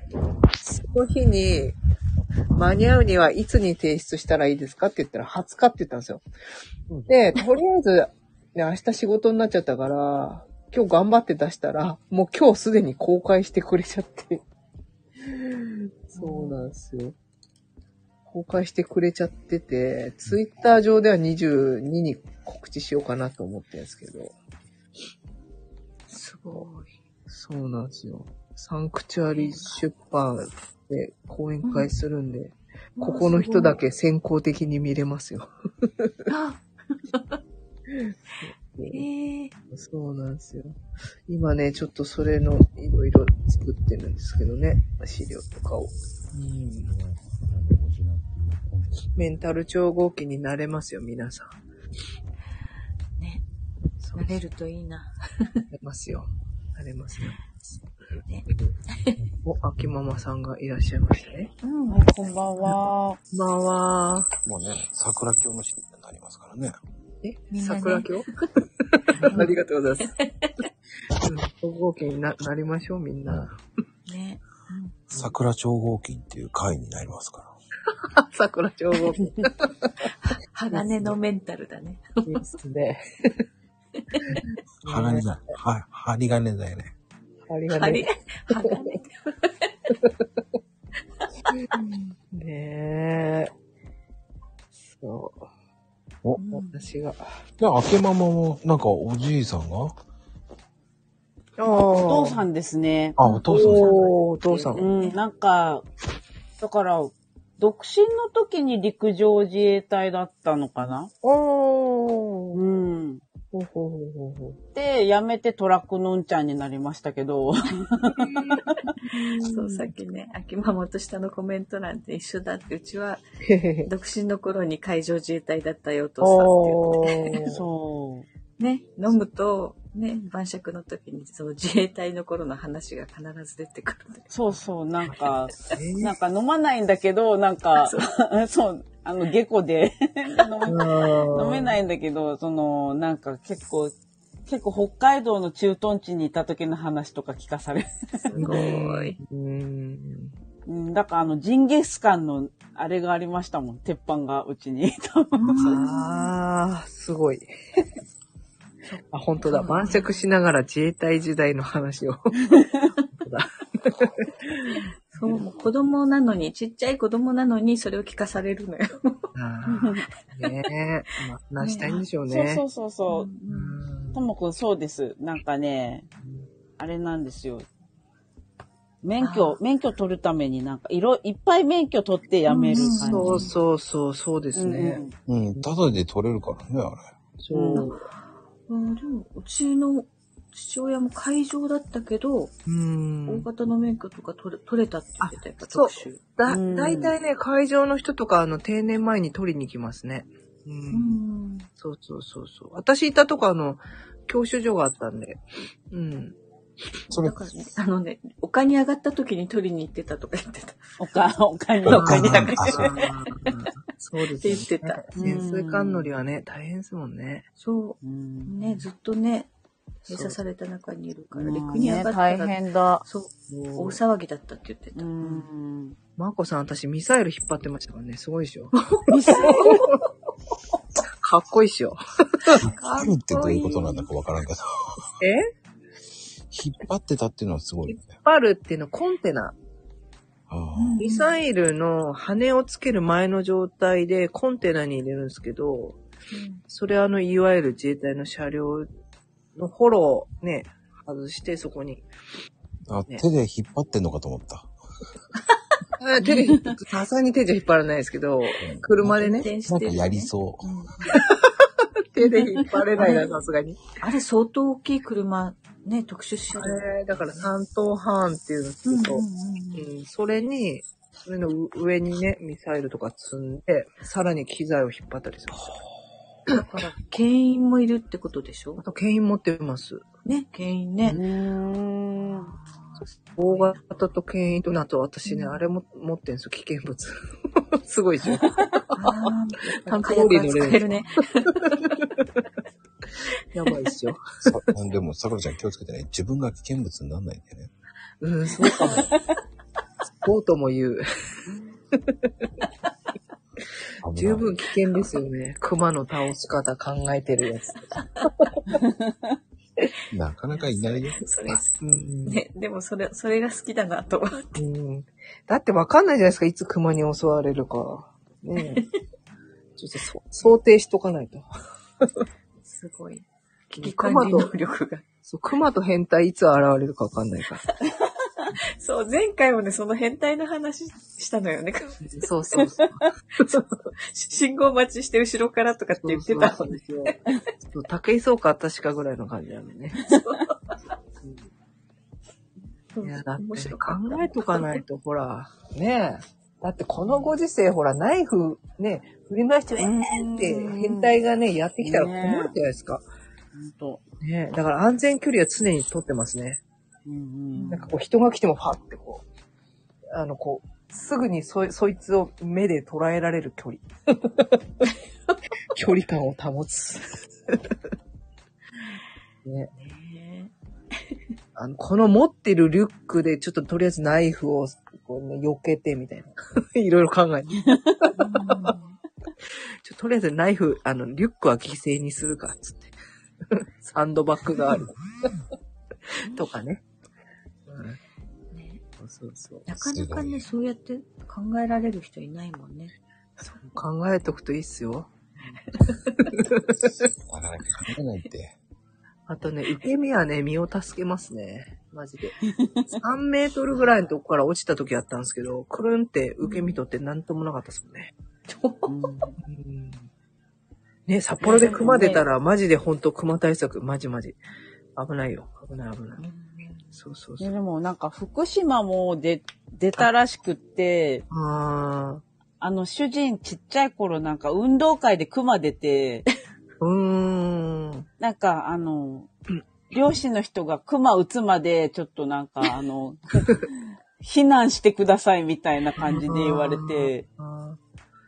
その日に間に合うにはいつに提出したらいいですかって言ったら20日って言ったんですよ。で、とりあえず、ね、明日仕事になっちゃったから、今日頑張って出したら、もう今日すでに公開してくれちゃって。そうなんですよ。公開してくれちゃってて、ツイッター上では22に告知しようかなと思ってるんですけど。すごい。そうなんですよ。サンクチュアリ出版で講演会するんで、
うん
ここの人だけ先行的に見れますよ。
ええ
そうなんですよ。今ね、ちょっとそれのいろいろ作ってるんですけどね、資料とかを。メンタル調合期になれますよ、皆さん。
慣れるといいな。
なれますよ。なれますよ。お、秋ママさんがいらっしゃいましたね。
うん、こんばんは。
こんばんは。
もうね、桜教の信者になりますからね。
え、
みんなね
桜 教ありがとうございます。うん調合期にななりましょう、みんな。
ね。
桜超合金っていう会になりますから。
桜調合期。
鋼のメンタルだね。
ですね。
鋼だ。は、針金だよね。
針
がね。鋼。
ねえ。そう。
お、
私が。
で、明けママも、なんかおじいさんが
お父さんですね。
あお父さん
お
お父さん。
うん、なんか、だから、独身の時に陸上自衛隊だったのかな
おー。
うん。
ほうほうほうほうほう。
で、辞めてトラックのんちゃんになりましたけど。
そう、さっきね、秋ママと下のコメント欄で一緒だって、うちは、独身の頃に海上自衛隊だったよ、お父さんって言って。
そう。
ね、飲むと、ね、晩酌の時に、その自衛隊の頃の話が必ず出てくるんだよ。
そうそう、なんか、なんか飲まないんだけど、なんか、 そう、あの、下戸 で飲め飲めないんだけど、その、なんか結構、結構北海道の駐屯地にいた時の話とか聞かされる。
すごい。
うん。
うん、だからあの、ジンギスカンの、あれがありましたもん、鉄板がうちに。
あー、すごい。あ、本当だ。晩酌しながら自衛隊時代の話を。
そう、もう子供なのに、ちっちゃい子供なのに、それを聞かされるのよ。
ねえ。まあ、話したいんでしょう
そう
ね
そ。うそうそう。ともくん、そうです。なんかね、あれなんですよ。免許、免許取るためになんか、いろ、いっぱい免許取ってやめる感じ。
そうそうそう、そうですね。
うん、ただで取れるからね、あれ。
そう。
うん、でも、うちの父親も会場だったけど、
うん。
大型の免許とか取れ取れたって言ってた、やっぱ
そう
特集。。
だ、だいたいね、会場の人とか、あの、定年前に取りに来ますね。う。
うんん。
そうそうそうそう。私いたとこ、あの、教習所があったんで。うん。
そ
だから、あのね、丘に上がった時に取りに行ってたとか言ってた。
お か、おかに、
お
お
か
か
に
に
だ
だ
け
け。
そうです
って言ってた。
潜水艦乗りはね、大変ですもんね。
そう。ね、ずっとね、閉鎖された中にいるから、陸に上がった
大
ら、
変だ。
そう、大騒ぎだったって言ってた。
うん。
マーコさん、私ミサイル引っ張ってましたからね、すごいでしょ。かっこいいっしょ。
針ってどういうことなんだかわからんけど。
え
引っ張ってたっていうのはすごいよね。
引っ張るっていうのはコンテナ。
あ
ミサイルの羽をつける前の状態でコンテナに入れるんですけど、それあの、いわゆる自衛隊の車両のフォローね、外してそこに。
あ、手で引っ張ってんのかと思った。
あ手 で、さすがに手じゃ引っ張らないですけど、車でね。
なんかやりそう。
手で引っ張れないな、さすがに。
あれ相当大きい車、ね、特殊車両。
えーだから三等半っていうの聞くと、うんそれに、それの上にね、ミサイルとか積んで、さらに機材を引っ張ったりする。
だから、牽引もいるってことでしょ
あと、牽引持ってます。
ね、牽引ね。
大型と牽引と、あと私ね、あれも持ってんすよ、危険物。 すごいでしょ。 タンクローリー乗れる。
ね。
やばいっしょ。
さ でも、さくらちゃん気をつけてね。自分が危険物にならないんでね。
うん、そうかも。こうとも言う。十分危険ですよね。熊の倒し方考えてるやつ。
なかなかいないよ。
それ、ね、でもそれ、それが好きだなと思って。
うんだってわかんないじゃないですか、いつ熊に襲われるか。 ねえちょっとそ想定しとかないと。
すごい。危機管理能力が。
そう、熊と変態いつ現れるかわかんないから。
そう、前回もね、その変態の話したのよね。
そうそうそう。
信号待ちして後ろからとかって言ってた
そうそうそうそう竹井壮か確かぐらいの感じだよね。いや、だって考えとかないと、ほら、ねえ。だってこのご時世、ほら、ナイフ、ね、振り回して、えーって、変態がね、やってきたら困るじゃないですか。
本
ねえだから安全距離は常に取ってますね。なんかこう、人が来てもファってこう、あの、こう、すぐにそ、そいつを目で捉えられる距離。距離感を保つ。 ね。あの、この持ってるリュックで、ちょっととりあえずナイフを、こうね、避けてみたいな。 いろいろ考えて。ちょとりあえずナイフ、あの、リュックは犠牲にするか、つって。 サンドバッグがある。 とかね。うん、そうそう。
なかなかね、そうやって考えられる人いないもんね。
考えとくといいっすよ。
なかなか考えないって。
あとね、受け身はね、身を助けますね。マ ジで。3メートルぐらいのとこから落ちた時あったんですけど、くるんって受け身取って何ともなかったですもんね。うんね、札幌で熊出たら、マジで本当熊対策、マジマジ。危ないよ。危ない危ない。そうそう
い
そ
や
う。
でもなんか福島もで出たらしくって、
あ
の主人ちっちゃい頃なんか運動会で熊出て、
うーん。
なんかあの、漁師の人が熊撃つまでちょっとなんか あの、避難してくださいみたいな感じで言われて、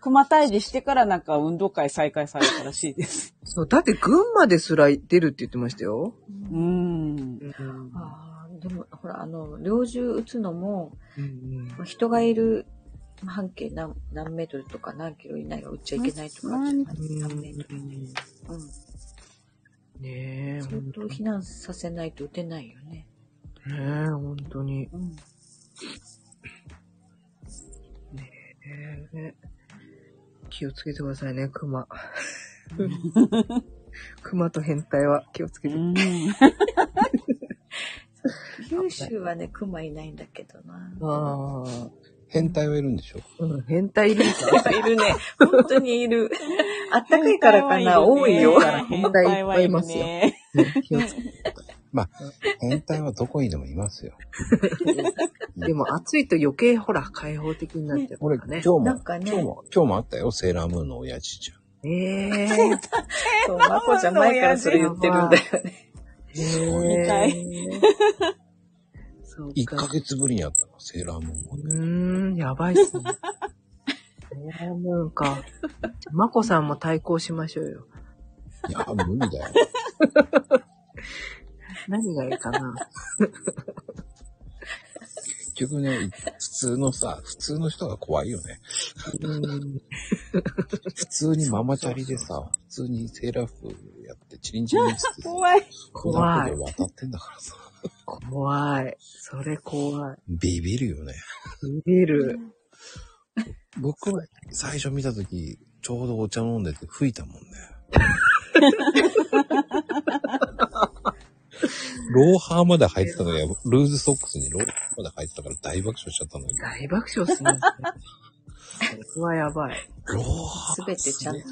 熊退治してからなんか運動会再開されたらしい です。
そう、だって群馬ですら出るって言ってましたよ。
うん。
あーでも、ほら、あの、猟銃撃つのも、
うん
まあ人がいる半径何何メートルとか何キロ以内は撃っちゃいけないとか、3メートル以内。うん。
ねえ、
相当避難させないと撃てないよね。
ねえ、本当に。
うん。
ねえ気をつけてくださいね、熊。 熊と変態は気をつけて。
九州はね、熊いないんだけどな。
ああ。
変態はいるんでしょ
うん、変態いるんですよ
いるね。本当にいる。あったかいからかな、多いよ。
変態いっぱいいますよ。気をつけて
まあ、変態はどこにでもいますよ。
でも暑いと余計ほら開放的になっちゃう
俺、
か
今
らね。
日も、
なん
今
かね
日も、今日もあったよ、セーラームーンの親父ちゃん。
ええ
そう、まこちゃん前からそれ言ってる んだよね。
ね
ええそう
1
か
ヶ。月ぶりに会ったの、セーラームーンを
うーん、やばいっすね。セーラームーンか。まこさんも対抗しましょうよ。
いや、無理だよ。
何がいいかな。
結局ね、普通のさ、普通の人が怖いよね。
うん
普通にママチャリでさ、普通にセーラー服やって、チリンチリンしてさ、
怖い。
小学校で渡ってんだからさ、
怖い。それ怖い。
ビビるよね。
ビビる。
僕は最初見たとき、ちょうどお茶飲んでて吹いたもん ね。ローハーまで履いてたのが、ルーズソックスにローハーまで履いてたから大爆笑しちゃったんだけど、
大爆笑するんですね。それはやばい。
ローハ
すべてちゃんと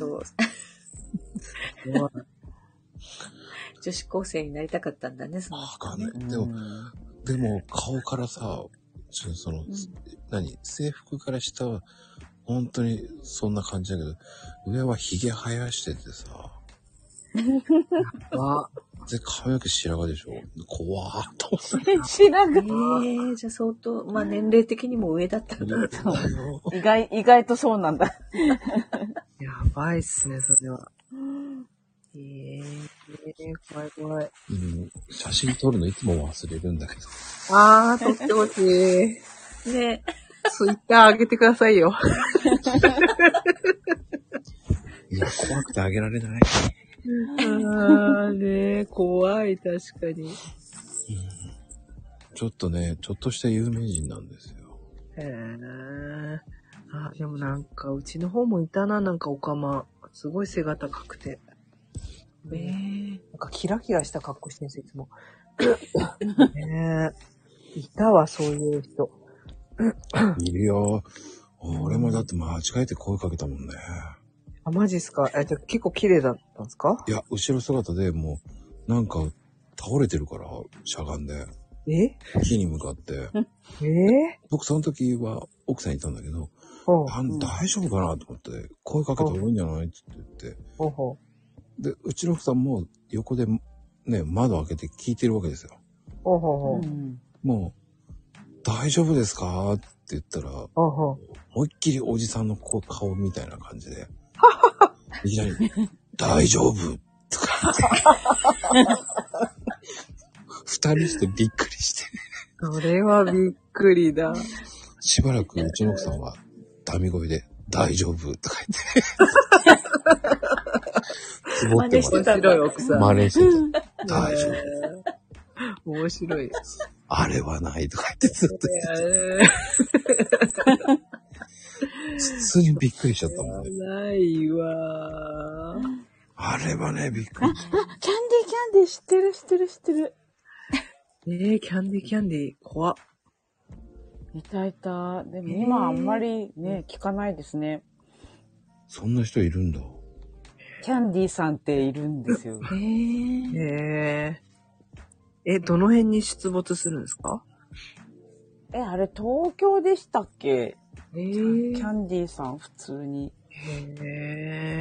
怖い
女子高生になりたかったんだね、その
人ね。でも、でも顔からさ、そその、何制服から下は、本当にそんな感じだけど、上は髭生やしててさ、
あ、
で、髪の毛白髪でしょ怖ーっと思った。
知ら
んえー、じゃあ相当、まあ年齢的にも上だったんだ。
意外、意外とそうなんだ。
やばいっすね、それは。えー、怖い怖い。
うん、写真撮るのいつも忘れるんだけど。
あー、撮ってほしい。ねツイッター上げてくださいよ。
いや、怖くてあげられない。
あーねー怖い、確かに。
ちょっとね、ちょっとした有名人なんですよ。
へー。あー、でもなんか、うちの方もいたな、なんかオカマ。すごい背が高くて。えー、なんかキラキラした格好してるんですよ、いつも。ねえ。いたわ、そういう人。
いるよ。俺もだって間違えて声かけたもんね。
あ、マジっすかえ、じゃあ結構綺麗だったんですか
いや、後ろ姿でもう、なんか、倒れてるから、しゃがんで。
え
火に向かって。
え
僕その時は奥さんいたんだけど、あん大丈夫かなと思って、声かけた方がいいんじゃないって言って。
ほうほ
で、うちの奥さんも横で、ね、窓開けて聞いてるわけですよ。
ほうほうほう。
もう、大丈夫ですかって言ったら、
ほうほう。
思いっきりおじさんのこう顔みたいな感じで、いきなり、大丈夫とか、二人してびっくりして、
それはびっくりだ。
しばらくうちの奥さんは、ダミ声で、大丈夫とか 言って、つぼってもら
真似してたんだ面白い奥さん
真似してた。大丈夫。
夫。面白い。
あれはないとか言ってずっと言ってた。普通にびっくりしちゃったもんね。
ないわー。
あれはね、びっくり。
キャンディーキャンディー知ってる知ってる知ってる。
ねえ、キャンディーキャンディー、怖っ。
いたいた。でも
へー
今あんまりね、聞かないですね。
そんな人いるんだ。
キャンディーさんっているんですよ。
へえ。え、どの辺に出没するんですか
え、あれ東京でしたっけ
え
キャンディーさん普通に。
へ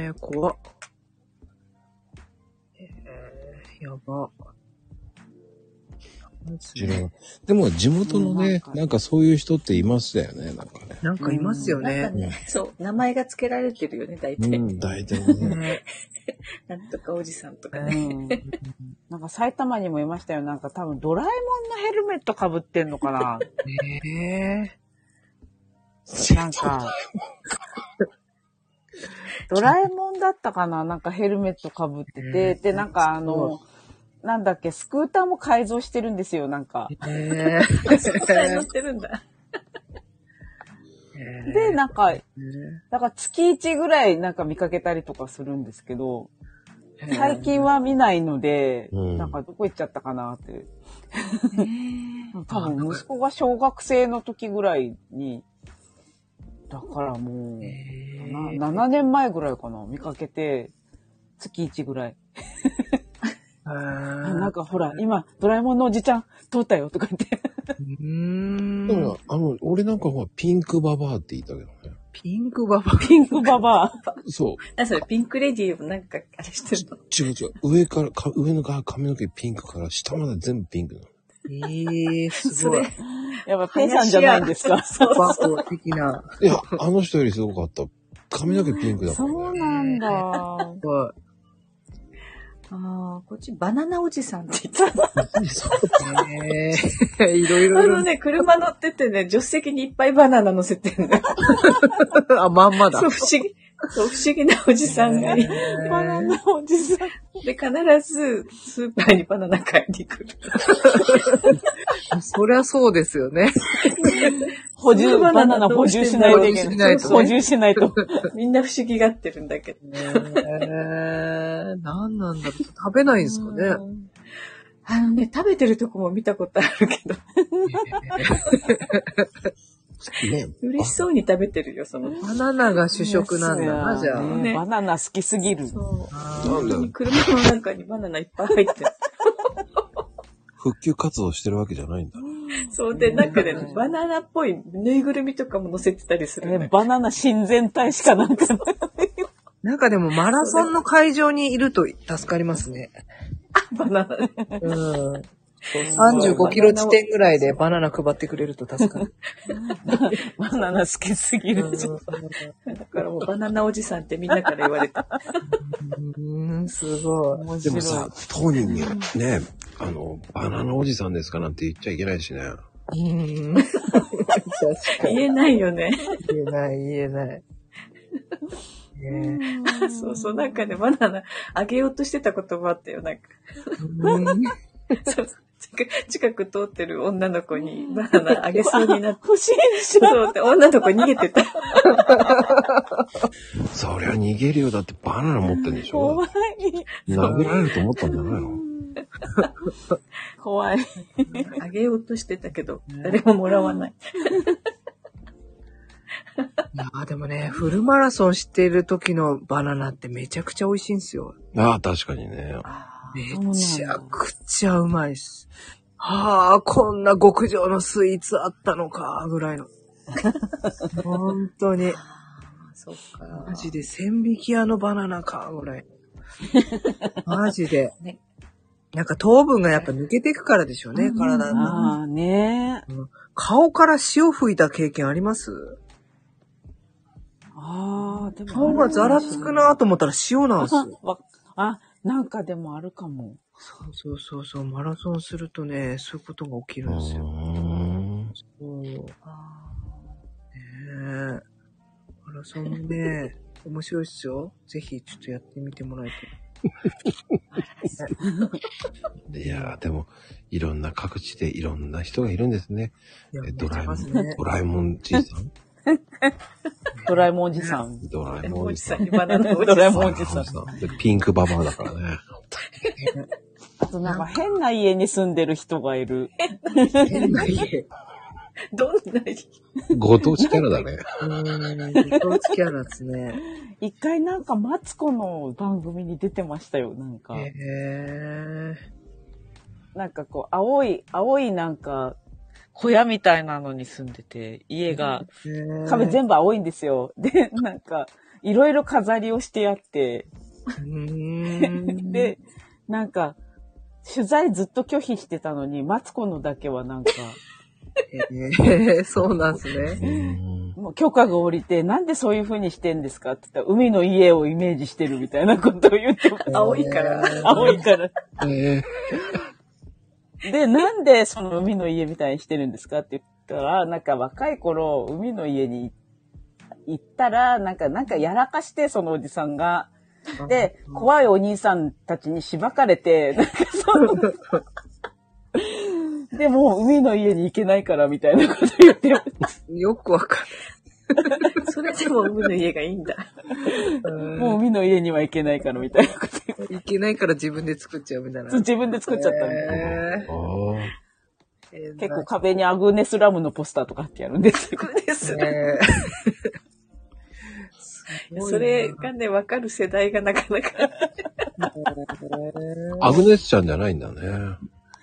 え、怖っ。へえ、やば。
知らないでも地元のね、なんかそういう人っていましたよね、なんかね。
なんかいますよ
なんかね、そう、名前が付けられてるよね、大
う
体。
ん、大体ね。
なんとかおじさんとか
う
ね。
んなんか埼玉にもいましたよ。なんか多分ドラえもんのヘルメット被ってんのかな。
へ
え。なんか、ドラえもんだったかななんかヘルメット被ってて、
うん
で、なんかあの、なんだっけ、スクーターも改造してるんですよ、なんか。
へ
そこから乗ってるんだ。
で、なんか、なんか月1ぐらいなんか見かけたりとかするんですけど、最近は見ないので、
うん
なんかどこ行っちゃったかなって。多分息子が小学生の時ぐらいに、だからもう、な7年前ぐらいかな、見かけて、月1ぐらい。あなんかほら、今、ドラえもんのおじちゃん通ったよとか言って。
だから、あの、俺なんかほら、ピンクババアって言ったけどね。
ピンクババ
ピンクバ バア。
そう。
あ、それピンクレディーもなんか、あれしてるの。
違う違う。上から、か上のが髪の毛ピンクから下まで全部ピンクなの。
ええ、すごい。
やっぱペンさんじゃないんですか。
そうそう。的な。
い や、あの人よりすごかった。髪の毛ピンクだから。
そうなんだ。
怖い。
ああ、こっちバナナおじさんって言ってた。
ええ、いろいろ
あ
い
の
ろ。
ね、車乗っててね、助手席にいっぱいバナナ乗せてるの。
あ、まんまだ
そう、。不思議。そう、不思議なおじさんが。
バナナおじさん。
で、必ず、スーパーにバナナ買いに来る。
そりゃそうですよね。
補充、バナナ補充しないと
補
い
充
け
し
な。
ないいとね
補充しないと。
みんな不思議がってるんだけど。
えー、何なんだろう。食べないんですかね。
あのね、食べてるとこも見たことあるけど。
ね、
嬉しそうに食べてるよ、その。
バナナが主食なんだな、じゃあ。
ねバナナ好きすぎる。
本当に車の中にバナナいっぱい入ってる。
復旧活動してるわけじゃないんだ。
そうで、なんかね、バナナっぽいぬいぐるみとかも乗せてたりする、ね。
バナナ親善体しかなんかない。
なんかでもマラソンの会場にいると助かりますね。
バナナ。
うん。35キロ地点ぐらいでバナナ配ってくれると助かる。
バナナ好きすぎる。
だからもうバナナおじさんってみんなから言われた。
うん、すごい。
でもさ、当人にね、あの、バナナおじさんですかなんて言っちゃいけないしね。
うん。
言えないよね。
言えない、言え ない。ね
そうそう、なんかね、バナナあげようとしてたこともあったよ、なんか。そう近く近く通ってる女の子にバナナあげそうになって。
欲しいでしょ
そうって、女の子逃げてた。
そりゃ逃げるよ。だってバナナ持ってんでしょ
怖い。
殴られると思ったんじゃないの
怖い。
あげようとしてたけど、誰ももらわない。
いやーでもね、フルマラソンしてる時のバナナってめちゃくちゃ美味しいんですよ。
ああ、確かにね。
めちゃくちゃうまいっす。はあ、こんな極上のスイーツあったのか、ぐらいの。本当に。
そっか。
マジで千匹屋のバナナか、ぐらい。マジで。
ね
なんか糖分がやっぱ抜けていくからでしょうね、体の。
ああ、ねえ。
顔から塩吹いた経験あります
ああ、でも。
顔がザラつくなと思ったら塩なんですよ。
わあ、なんかでもあるかも。
そうそうそうそう、マラソンするとね、そういうことが起きるんですよ。そう。ねえ。マラソンね、面白いっすよ。ぜひ、ちょっとやってみてもらいたい。
いやー、でも、いろんな各地でいろんな人がいるんですね。
いや
えドラえも
めっちゃ
ん、
いますね
ドラえもんじいさ ん。
ドラえもんおじさん。
ドラえもんおじさん。
にバナナ
ドラえもんおじさん。
ドラえもんおじさんで ピンクババアだからね。
あとなんか変な家に住んでる人がいる。
変な家。
どんな家
ご当地キャラだね。
うーん、ドキャラですね。
一回なんかマツコの番組に出てましたよ、なんか。
へえ。
なんかこう、青い、青いなんか、小屋みたいなのに住んでて、家が、壁全部青いんですよ。で、なんか、いろいろ飾りをしてあって、
部
で、なんか、取材ずっと拒否してたのに、マツコのだけはなんか、
へえ、そうなんです ね。
もう許可が下りて、なんでそういう風にしてんですかって言ったら、海の家をイメージしてるみたいなことを言って、
青いから。
青いから。
え
で、なんでその海の家みたいにしてるんですかって言ったら、なんか若い頃、海の家に行ったら、なんか、なんかやらかして、そのおじさんが。で、怖いお兄さんたちにしばかれて、なんかそう。で、もう海の家に行けないから、みたいなこと言ってました
よくわか
それでも海の家がいいんだ。
もう海の家には行けないから、みたいなこと言って
る。いけないから自分で作っちゃうみたいな。
自分で作っちゃったみたいな。
へ
ー、ああ。
え
結構壁にアグーネスラムのポスターとか貼ってやるんですよ。
です。
ね。
それがね、わかる世代がなかなか。
アグネスちゃんじゃないんだね。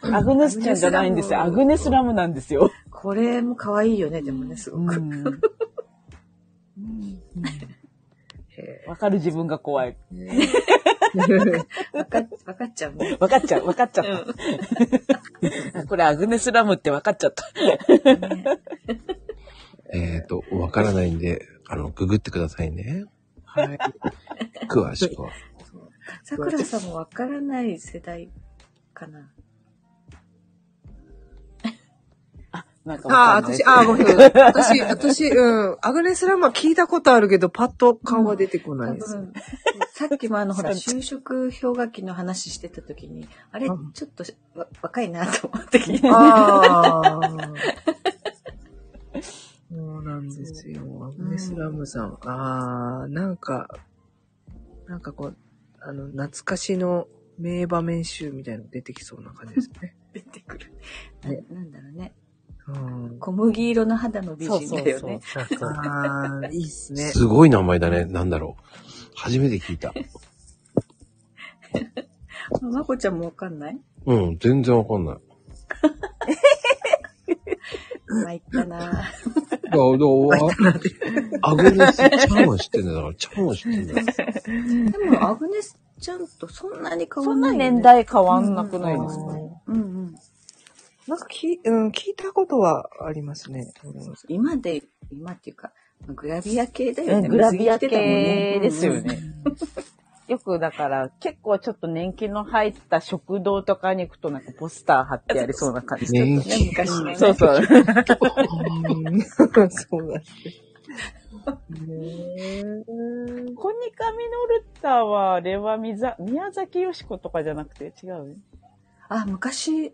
アグネスちゃんじゃないんですよ。アグネスラムなんですよ。
これも可愛いよね、でもね、すごく。
わかる自分が怖い。
わかわかっちゃうね。
わかっちゃう、わかっちゃった。 これアグネスラムってわかっちゃった。
えっ、と、わからないんで、あの、ググってくださいね。
はい。
詳しくは。
さくらさんもわからない世代かな。
なんか
ああ、
わかんない
私、ああ、ごめんなさい。私、私、うん。アグネスラムは聞いたことあるけど、パッと顔は出てこない
多
です。
分、さっきもあの、ほら、就職氷河期の話してた時に、あれ、ちょっとわ若いなと思って聞いた。
ああ。そうなんですよ。アグネスラムさん。ああ、なんか、なんかこう、あの、懐かしの名場面集みたいなの出てきそうな感じですね。
出てくる。
ね
ななんだろうね。
う
小麦色の肌の美人だよね。
そうそうそう
ああ、いいっすね。
すごい名前だね。なんだろう。初めて聞いた。
まこちゃんもわかんない
うん、全然わかんない。
参ったなぁ。
だから、だ からアグネス・チャンは知ってんだよ。だから、チャンは知ってんだよ。
でも、アグネスちゃんとそんなに変わ
そん
んな、
ない年代変わんなくないですか、
うんうん。
なんかき、うん、聞いたことはありますね。
今で、今っていうか、グラビア系だよね。
グラビア
水着着てたもんね
系ですよね。。よくだから結構ちょっと年季の入った食堂とかに行くとなんかポスター貼ってありそうな感じ。
年
季昔のね
そうそう。
そうだね。
コニカミノルタは、あれはみざ宮崎よし子とかじゃなくて違う
あ、昔、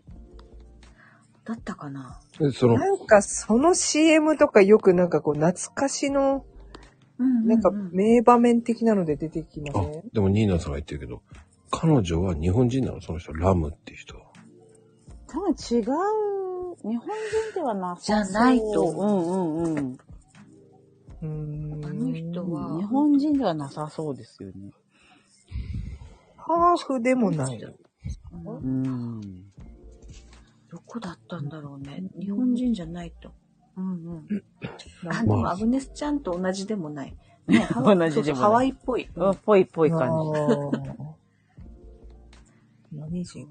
だったかな。
その、
なんかその CM とかよくなんかこう懐かしの、なんか名場面的なので出てきません
でも、ニーナさんが言ってるけど、彼女は日本人なのその人、ラムっていう人は。
多分違う。日本人ではなさそう。
じゃないと
うんうんうん。
あの人は、
日本人ではなさそうですよね。
ハーフでもない。
うん。
どこだったんだろうね。日本人じゃないと。うんうん。あ、で
まあ
もアグネスちゃんと同じでも ない。ね、ハワイ
同じで
そう
もない
そうハワイっぽい。
うん、ぽいぽい感
あ
じ。
何人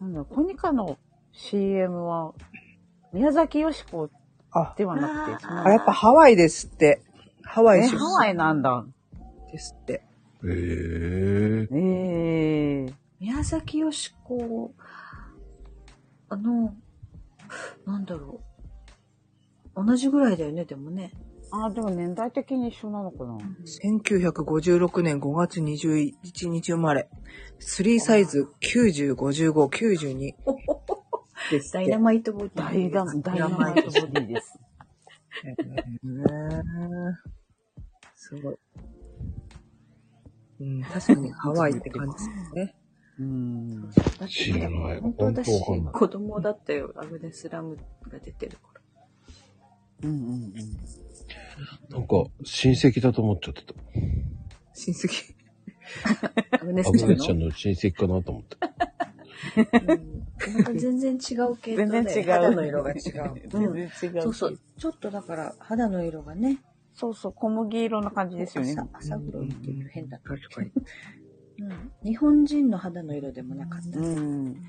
なんだろうコニカの CM は、宮崎よし子ではなくて、
あ、やっぱハワイですって。ハワイ
ね
出身
ハワイなんだ。
ですって。
へえ。
ええ
宮崎よしこ、あの、なんだろう。同じぐらいだよね、でもね。
あ、でも年代的に一緒なのかな。
1956年5月21日生まれ。3サイズ90、55、92。ですって
ダイナマイトボディ。
ダイナダイナマイトボディです。
すごい。うん、確かにハワイって感じですね。
うん。
知らない。本
本当
当わ
私、
かんない。
子供だったよ。アグネスラムが出てる 頃。
うんうんうん。
なんか、親戚だと思っちゃってた。
親戚。
アグネ
ア
ス
グ
ちゃん
ネス
の
ちゃんの親戚かなと思って。
なんか全然違う系統で。
全然違う
肌の色が違う。
全然違う。
そうそう。。ちょっとだから、肌の色がね。
そうそう、小麦色な感じですよね。
朝朝黒いっていう変だ確かに、うん、日本人の肌の色でもなかった、
うん。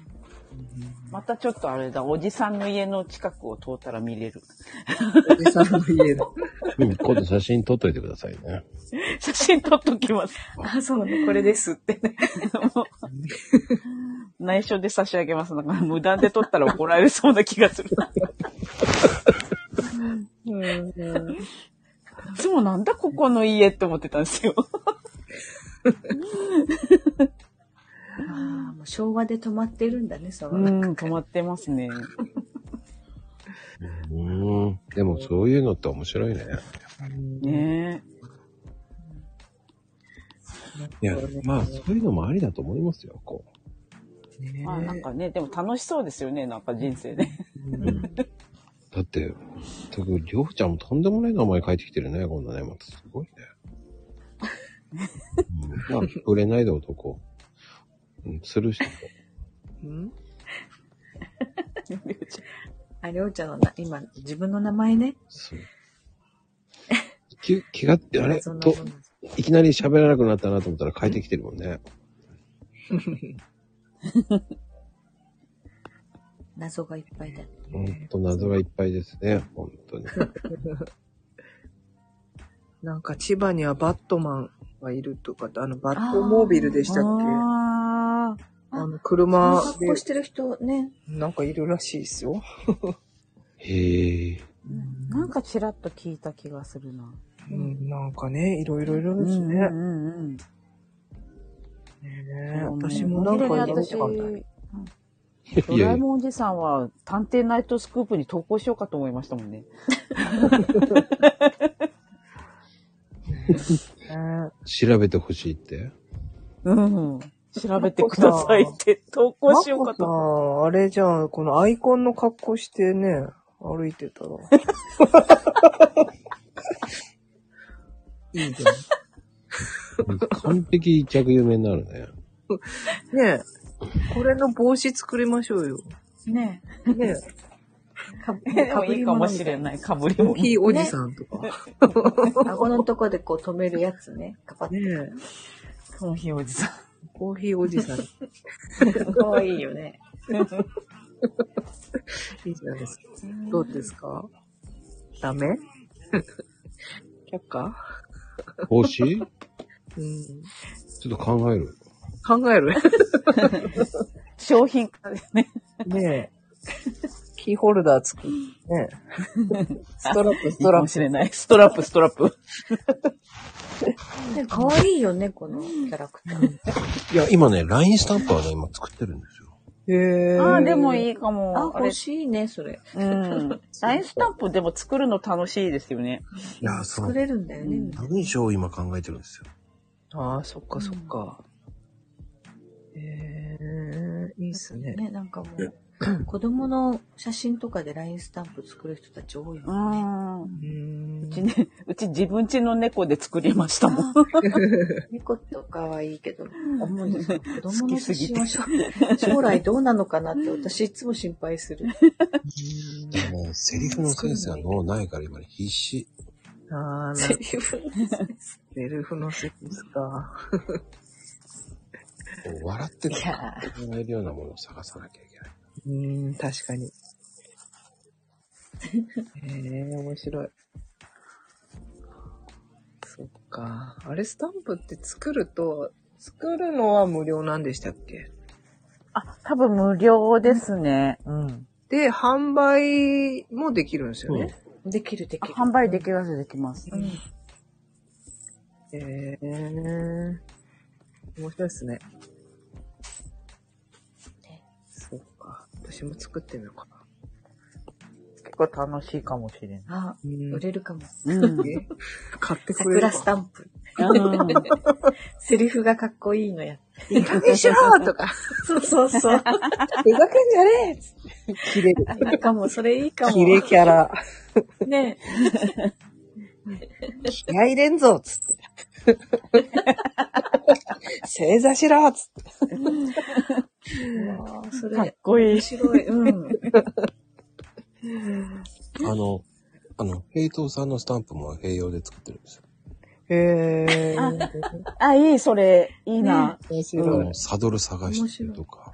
またちょっとあれだ、おじさんの家の近くを通ったら見れる。
おじさんの家の。
うん今度写真撮っといてくださいね。
写真撮っとき ます。
あそうねこれですって ね
内緒で差し上げます。なんか無断で撮ったら怒られそうな気がする。いつもなんだここの家って思ってたんですよ。
ああもう昭和で止まってるんだねそうの、
ん、止まってますね。
うーん。でもそういうのって面白いね。
ね
いや、まあそういうのもありだと思いますよ、こ
え。まあなんかね、でも楽しそうですよね、なんか人生で。
う。だって、とく、りょうちゃんもとんでもない名前書いてきてるね、こんなね。またすご いね。うん、まあ、売れないで男。うん、する人。
うん
ありょうちゃんのな今自分の名前ね
そう。気気が、あれ
そんな
と
もんです、
いきなり喋らなくなったなと思ったら変えてきてるもんね。
謎がいっぱいだ
ほんと謎がいっぱいですね、ほんと に。
なんか千葉にはバットマンがいるとかって、あのバットモービルでしたっけあ
あ
の
この
車
格
で
好してる人ね
なんかいるらしいですよ。
へえ。
ーなんかちらっと聞いた気がするな。
うん、なんかね、いろいろいるんですね。
うんうんうん。
ね
そうね
私もなんかやろうかな
本当に私
い
ドラ
や
え
いや、
もんおじさんは探偵ナイトスクープに投稿しようかと思いましたもんね。
ね
調べてほしいって。
うん。調べてくださいって投稿
マ
しようか
コ
と。
さん、あれじゃん、このアイコンの格好してね、あ歩いてたら。
いいじゃん。
完璧逆夢になるね。
ねえ。これの帽子作りましょうよ。
ね
え。ね
でもいいかも しれない。かぶりも。
コーヒーおじさんとか。
顎のとこでこう止めるやつ ね。カパッ
ね
コーヒーおじさん。
コーヒーおじさん。
かわいいよね。
いいじゃない ですか。どうですかダメ 却下
帽子ち
うん。
ょっと考える。
考える
商品化ですね。
ねえ。キーホルダー作る。ねえ。ストラップ、ストラップ。
かもしれない。ストラップ、ストラップ。
ね、かわいいよね、このキャラクター。
いや、今ね、LINE スタンプはね、今作ってるんですよ。
へ
ああ、でもいいかも。
あ、
あれ
欲しいね、それ。
うん。ラインスタンプでも作るの楽しいですよね。
いや、そ
作
の、
れるんだよね。
文章を今考えてるんですよ。
ああ、そっかそっか。へえ、いいっすね。
ね、なんかもう、 子供の写真とかで LINE スタンプ作る人たち多いも
うん
ね。
ん。う
うん
ちね、うち自分家の猫で作りましたもん。
猫とかはいいけど、思いですか子供
好
の
き
写
すぎ
真
て
は将将来どうなのかなって私いつも心配する。
でもね、 セリフのセンスが脳ないから今ね、必死。
ああ、な
セ
セ
リフ
ルフのセックスか。
こう笑って
い
る。
や
笑えるようなものを探さなきゃいけない。
うーん、確かに。へえ、面白い。そっか。あれ、スタンプって作ると、作るのは無料なんでしたっけ
あ、多分無料ですね。
うん。で、販売もできるんですよね。
ーできるできる。
販売できます、できます。
へえ、面白いですね。そっか。私も作ってみようかな。
結構楽しいかもしれない。
あ、売れるかも。
うん。
え買ってくれる
桜
か
スタンプ。
うん
セリフがかっこいいのや。
いい加減しろとか。
そうそうそう。
ふざけんじゃねえ切れる。
いいかも、それいいかも。
切れキャラ。
ね
気合入れんぞ つって。正座しろつって。
え。わあそ
かっ
れ、
こいい
面。白い。うん。
あの、あの、平等さんのスタンプも併用で作ってるんですよ。
へえ。
あ、いい、それ。いいな。
面
あ
白い
の、。サドル探してるとか。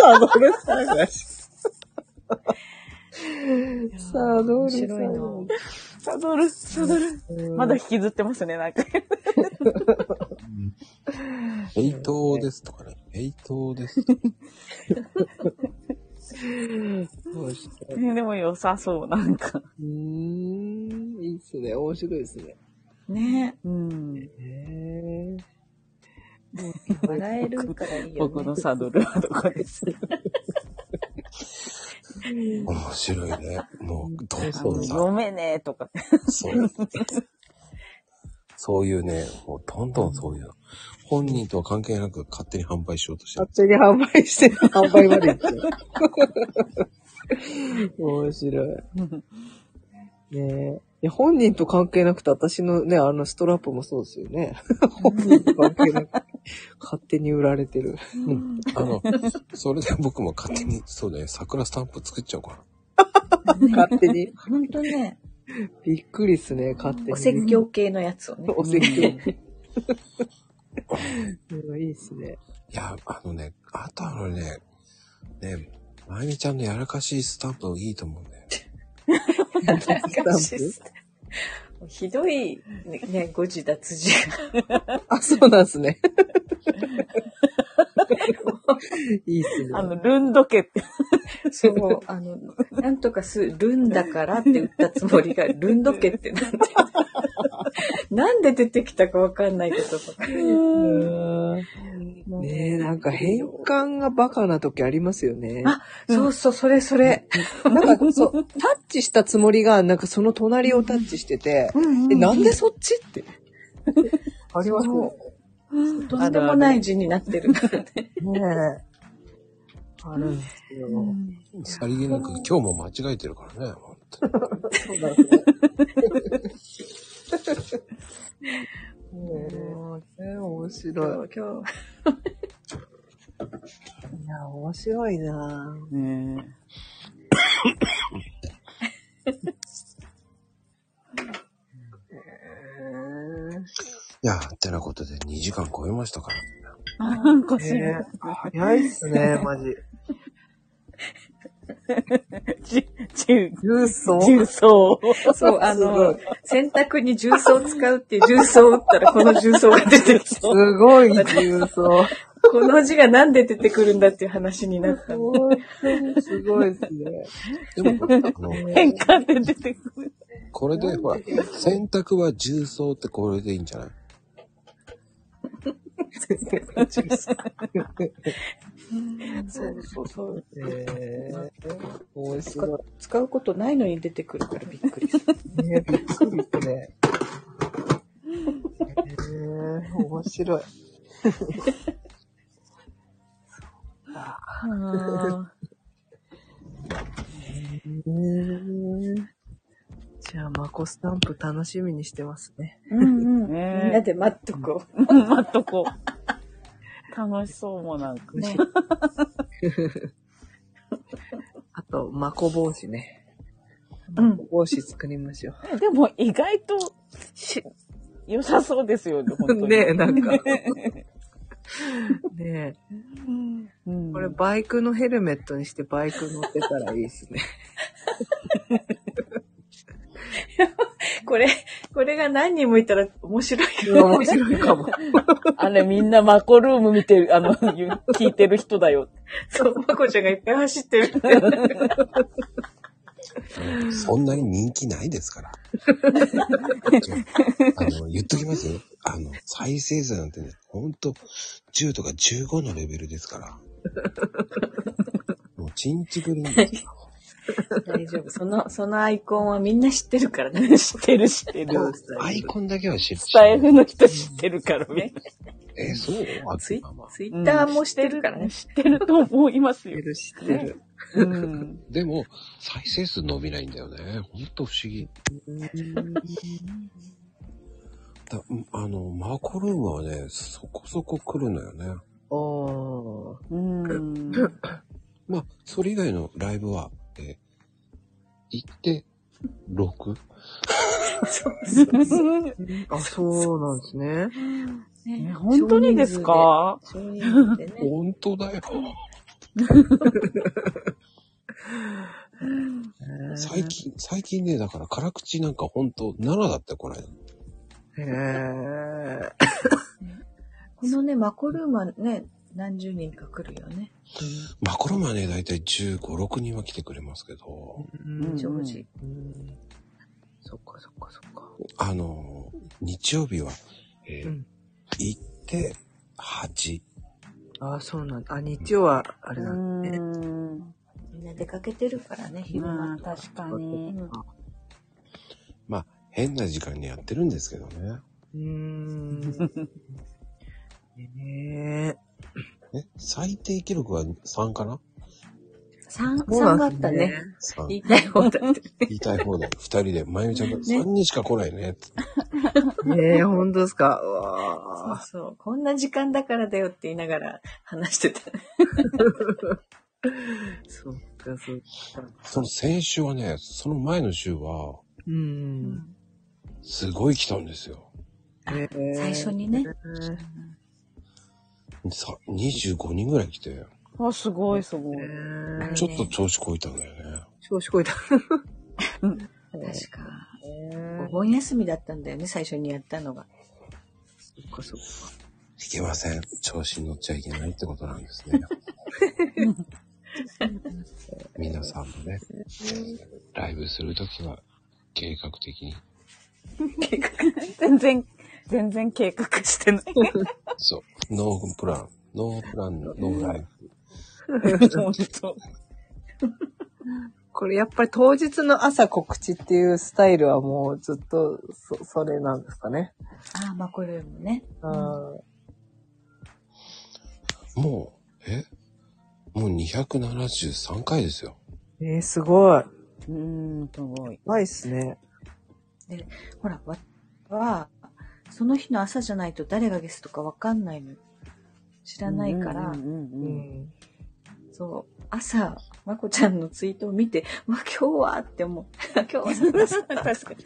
サドル探し。サドル探し。
面
サドル、サドル。まだ引きずってますね、なんか。
平等ですとかね。平等ですとか。
面白い。
でも良さそう、なんか。
うーん、いいっすね。面白いですね。
ね
うん。
へえ。
え。笑えるからいいよ
僕
ね。
のサドルはどこです
面白い ね。もう、どんどんさ、
読めねえとか。
そう。そういうね、もうどんどんそういうの。本人とは関係なく勝手に販売しようとしてる
勝。手に販売して、販売まで行っちゃう。 面白い。ねえ。いや、本人と関係なくて、私のね、あのストラップもそうですよ ね。本人と関係なくて、勝手に売られて る。
あの、それで僕も勝手に、そうね、桜スタンプ作っちゃおうか
勝手に。
ほんとね、
びっくりっすね、勝手に。
お説。教系のやつをね。
お説教。うんいいっすね。
な。いや、あのね、あとあのね、ね、まゆみちゃんのやらかしいスタンプいいと思うんだよね。
スタンプ
ひどい、ね、誤字脱字が。
あ、そうなんすね。 いいっすね。
あの、ルンドケって。
そう、あの、なんとかす、るんだからって言ったつもりが、るんどけってなんて。なんで出てきたかわかんないことばかり。もう
ねえ、なんか変換がバカな時ありますよね。
あ、そうそう、それそれ。
なんかそう、タッチしたつもりが、なんかその隣をタッチしてて、え、なんでそっちって。 ありますね
とんでもない字になってるからね。
ねあるんですよ。
さりげなく今日も間違えてるからね。
そうだね。もうね、面白い。今日。いや、面白いなぁ。
ね
いやー、てなことで2時間超えましたから。
なんか
すごいね早いっすね、マジ。
じ、じ、
重曹
重曹。
そう、あの、洗濯に重曹使うっていう重曹を打ったらこの重曹が出てきて。す
ごい重曹。
この字がなんで出てくるんだっていう話になったの。
すごいですね。
変換で出てくる。
これで、ほら、洗濯は重曹ってこれでいいんじゃない
そうそうそう。
え
使使うことないのに出てくるからびっくりする。
ね、びっくりですね。えー、面白い。えー、じゃあ、マコスタンプ楽しみにしてますね。
うんうん。
みんなで待っとこう。
うん待っとこう。楽しそうもなんかね。
あと、マコ帽子ね。
うん。
帽子作りましょ
でも意外とし、良さそうですよね、本当
う。
に。
ねえ、なん か。ねえ。
うん
これ、バイクのヘルメットにしてバイク乗ってたらいいですね。
これ、これが何人もいたら面白いよね。
面白いかも。
あれみんなマコルーム見てる、あの、言う聞いてる人だよ。
そう、まこちゃんがいっぱい走ってる。
そんなに人気ないです から。あの、言っときますよ。あの、再生数なんてね、ほんと、10とか15のレベルです から。もう、チンチクリンです。
大丈夫。その、そのアイコンはみんな知ってるからね。
知ってる知ってる。
アイコンだけは知る。
スタイフの人知ってるから、みんな
え、そうあ
ツイ
まあまあ
ツイッターも知ってるからね。
知ってると思いますよ。
知ってる。
うん。
でも、再生数伸びないんだよね。ほんと不思議。だうんあの、マコルームはね、そこそこ来るのよね。
おー。
うん。
まあ、それ以外のライブは、えー行って、6?
あ、そうなんですね。
え本当にですか
少人数でね。
本当だよ。最近、最近ね、だから辛口なんか本当7だったよ、この間。
へー。
このね、マコルームはね、何十人か来るよね。
マコロマね、だいたい15、6人は来てくれますけど、
うん
ジョージ。
うんそっかそっかそっか。
あの、日曜日は、えー
うん
行って、8。
ああ、そうなんだ。あ、日曜は、あ
う
れなんだね。
ん。
みんな出かけてるからね、昼
ま
間
あ、
とは。
確かに。
まあ、変な時間にやってるんですけどね。
うーん。ねえ。
ね、最低記録は3かな
三、
そうな
三
ん
があ
で
っ
す
た
三
ね。。言いたい方だって。
言いたい方で、2人で、まゆみちゃんが3人しか来ないね。つって
ねえ、本当ですか。う
そう
わあ。
そう。こんな時間だからだよって言いながら 話してた。
そっかそっか。
その先週はね、その前の週は、
うん。
すごい来たんですよ。
ねえ
最初にね。
さ25人ぐらい来て、
あ、すごいすごい。
ねえ
ちょっと調子こいたんだよね。
調子こいた。
確か。お
ね
盆休みだったんだよね、最初にやったのが。
えそっかそっか。
いけません。調子に乗っちゃいけないってことなんです ね。皆さんもね、ライブするときは計画的に。
全然、全然計画してない。
そう。ノープラン。ノープラン、ノーライフ。
本当。
これやっぱり当日の朝告知っていうスタイルはもうずっとそ、それなんですかね。
ああ、マコルームね。
うん。
もう、えもう273回ですよ。
えー、すごい。
うーん、すごい。
怖いっすね。
で、ほら、わ、は、その日の朝じゃないと誰がゲストかわかんないの。知らないから、
うんうんうんうん
そう、朝、まこちゃんのツイートを見て、 まあ今日はって思う。今日はそうだそうだ
確かに。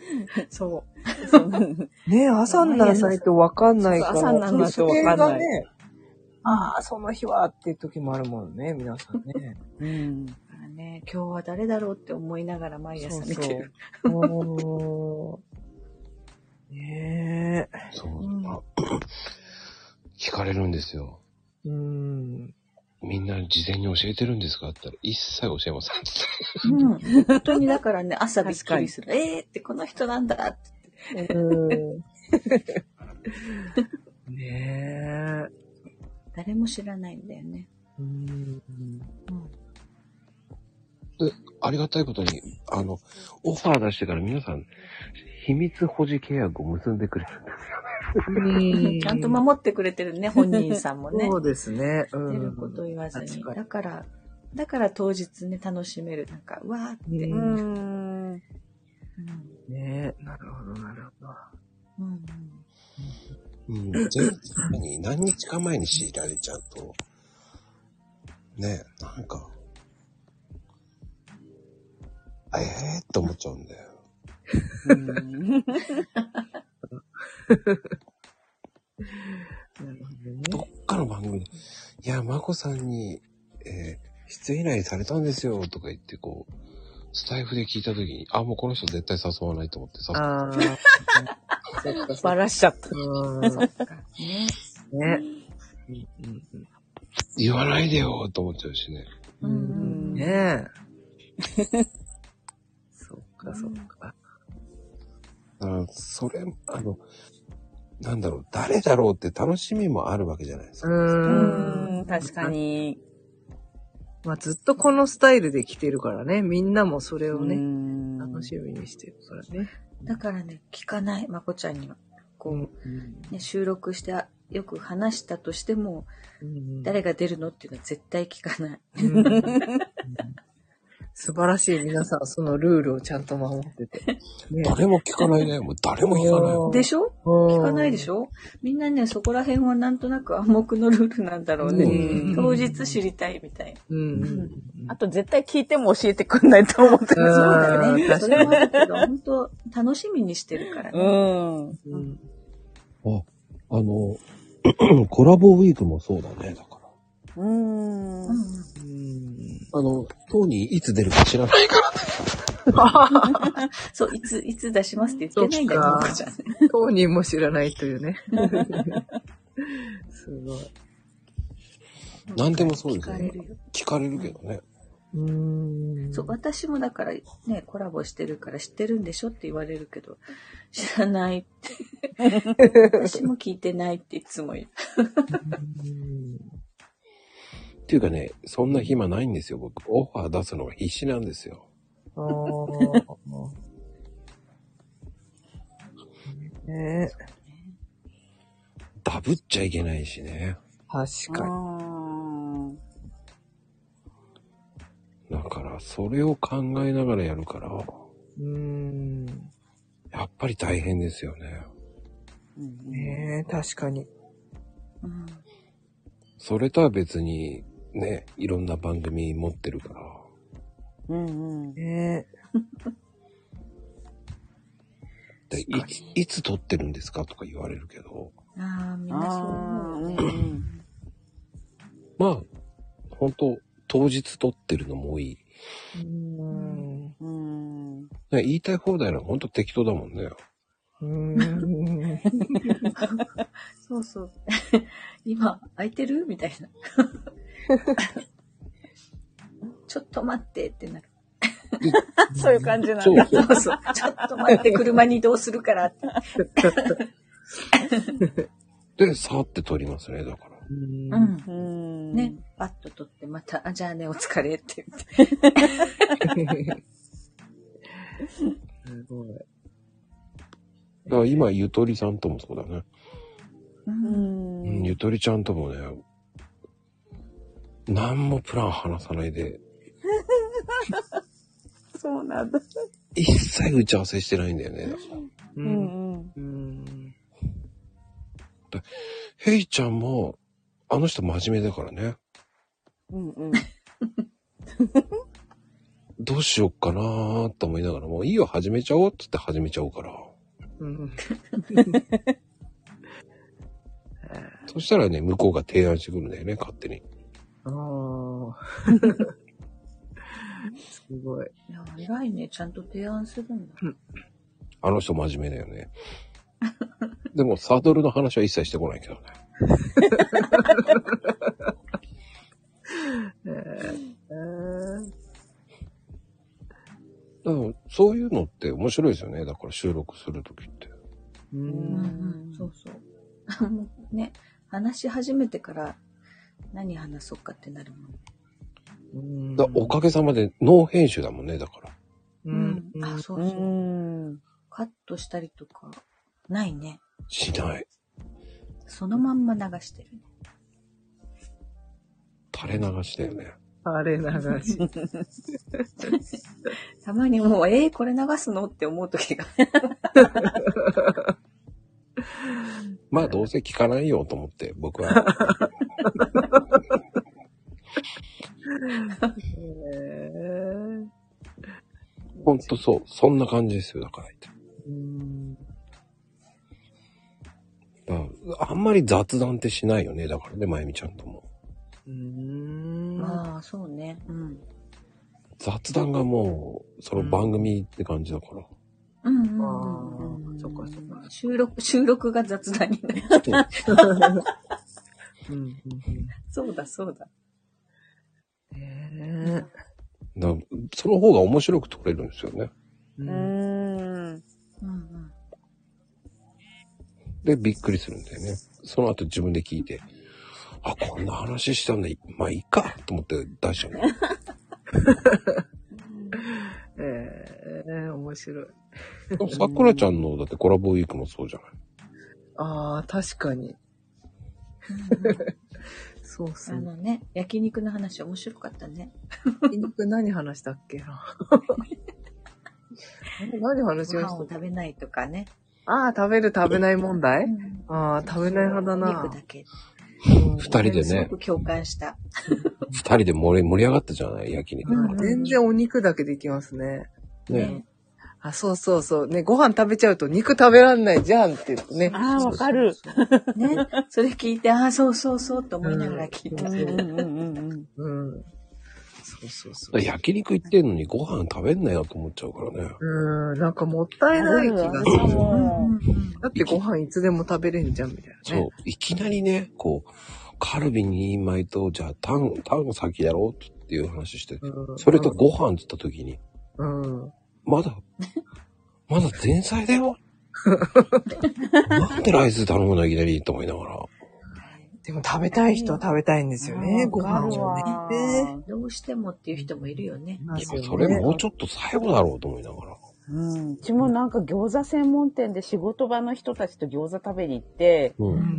そう。そうなの
ねえ、朝にならないとわかんないから。
そうそう朝にならないと
そ
わ
れ
かんない
がね、ああ、その日はっていう時もあるもんね、皆さんね。
うん。
だからね、今日は誰だろうって思いながら毎朝見てる。
そうそう。おーねえ。
そう。あ聞かれるんですよ。
うん。
みんな事前に教えてるんですかって言ったら、一切教えませんって。
うん。本当にだからね、朝びっくりする。えーってこの人なんだって。
うん。ねえ。
誰も知らないんだよね。
うん。
で、ありがたいことに、あの、オファー出してから皆さん、秘密保持契約を結んでくれるんですよね。
ちゃんと守ってくれてるね、本人さんもね。
そうですね。う
出
ん。
ること言わずに
確か。に
だから、だから当日ね、楽しめる。なんか、わーって。
う
うんん。うん。
ねえ。なるほど、なるほど。
うんうん
うん、前日前に何日か前に知られちゃうと、ねえ、なんか、ええー、って思っちゃうんだよ。
なるほどね。
どっかの番組で、いや、まこさんに、えー、出演依頼されたんですよ、とか言って、こう、スタイフで聞いたときに、あ、もうこの人絶対誘わないと思って、誘
ああ。そっか、そっ
バラしちゃった。
か。
ね
うん。ね。うんうんうん
言わないでよ、と思っちゃうしね。
うんうんうん。
ねえ。そっかそっか。
だからそれ、あの、なんだろう、誰だろうって楽しみもあるわけじゃないですか。
うー。
うんん、確かに。
まあずっとこのスタイルで来てるからね、みんなもそれをね、
ね
楽しみにしてるからね。
だからね、聞かない、まこちゃんには。こう、
うん
ね、収録して、あよく話したとしても、誰が出るのっていうのは絶対聞かない。
うん素晴らしい皆さん、そのルールをちゃんと守ってて。ね
誰も聞かないね。もう誰も聞かない。
でしょ聞かないでし
ょ
ょみんなね、そこら辺はなんとなく暗黙のルールなんだろうね。
うん
当日知りたいみたいな。
うん。うん
あと絶対聞いても教えてくんないと思ってる。
そうだよ
う
ね。
ん
それもあるけど、本当楽しみにしてるからね。
うん。
うん
あ、あの、 コラボウィークもそうだね。だから。
うん。
うん
うん
あの、当にいつ出るか知らないから。
そう、いつ、いつ出しますって言ってないんだよ、
そっか
まこちゃん。
当人も知らないというね。すごい。
何でもそうですよ
聞か
ね
れるよ。
聞かれるけどね。
うーん。
そう、私もだからね、コラボしてるから知ってるんでしょって言われるけど、知らないって。私も聞いてないっていつも言う。
うん
っていうかね、そんな暇ないんですよ。僕、オファー出すのが必死なんですよ。
あーねえ
ダブっちゃいけないしね。
確かに。
うん
だから、それを考えながらやるから、
うーん。
やっぱり大変ですよね。
ねえ、確かに。
うん
それとは別に、ね、いろんな番組持ってるから。
うんうん。
ね
でいつ、いつ撮ってるんですかとか言われるけど。
ああ、みんなそう
あ
思うよね。
ーうん
まあ、本当当日撮ってるのも多い。
え。うー
うん。うん
ね言いたい放題なの本当適当だもんね。
ん。う
そうそう。今、空いてるみたいな。ちょっと待ってってなる。
そういう感じなんだ。
そうそう。
そうそう。ちょっと待って、車に移動するからって。
で、さーって撮りますね、だから。
ーん
う。ん。
うん
ね、パッと取って、また、あ、じゃあね、お疲れって言って。
すごい。
だから今、ゆとりさんともそうだね。
う。
うん
うん、ゆとりちゃんともね、何もプラン話さないで、
そうなんだ。
一切打ち合わせしてないんだよね。
うんうん。
ヘイちゃんも、あの人真面目だからね。
うんうん。
どうしよっかなーって思いながら、もういいよ、始めちゃおうって言って始めちゃうから。そしたらね、向こうが提案してくるんだよね、勝手に。
ああ。 すごい。
いや、偉いね。ちゃんと提案するんだ。
あの人真面目だよね。 でも、サドルの話は一切してこないけどね。
えー
だからそういうのって面白いですよね。だから収録するときって。
うん、そうそう。もう ね、話し始めてから何話そうかってなるもん。
だおかげさまでノー編集だもんね、だから。
うん。あ、そうそう。カットしたりとか、ないね。
しない。
そのまんま流してる。
垂れ流しだよね。
あれ流し。
たまにもう、えー、これ流すのって思う時が。
まあ、どうせ聞かないよと思って、僕は。ほんとそう。そんな感じですよ、だから。だからあんまり雑談ってしないよね、だからね、まゆみちゃんとも。
まあ、そうね。うん。
雑談がもう、その番組って感じだから。
うんうんうんうん。そっかそっか。収録、収録が雑談になる。そうだそうだ。
だからその方が面白く撮れるんですよね。
うん。
で、びっくりするんだよね。その後自分で聞いて、あ、こんな話したんだ、まあいいか、と思って出しちゃうの。
えー、面白い。
で もさくらちゃんの、だってコラボウィークもそうじゃない。
ああ、確かに。そうそ
あ
う。
のね、 焼肉の話面白かったね。
焼肉何話したっ けな何
ご
話しま
飯
し
を食べないとかね。
たああ、食べる食べない問題、ああ、食べない派だ
お
な
肉。だけ。
二人で
それす
ね、
ごく共感した。
二人で盛り盛り上がったじゃない、焼肉。
うん全然お肉だけでいきますね。
ね。
あ、そうそうそう。ね、ご飯食べちゃうと肉食べらんないじゃんって言ってね。
ああ、わかる。
ね。それ聞いて、ああ、そうそうそうと思いながら聞いた。
うん。そうそうそ
だから焼肉行ってんのにご飯食べんなよと思っちゃうからね。
う。うん、なんかもったいない気がする。だってご飯いつでも食べれんじゃん、みたいな
そ
ね
う。。いきなりね、こう、カルビ2枚と、じゃあタン、タン先やろうっていう話して、それとご飯って言った時に、
うん。
まだ、まだ前菜だよ。なんでライス頼むのいきなりと思いながら。
でも食べたい人は食べたいんですよね、ご飯をね。
どうしてもっていう人もいるよね。
いや、それもうちょっと最後だろうと思いながら。
うん、うちもなんか餃子専門店で仕事場の人たちと餃子食べに行って、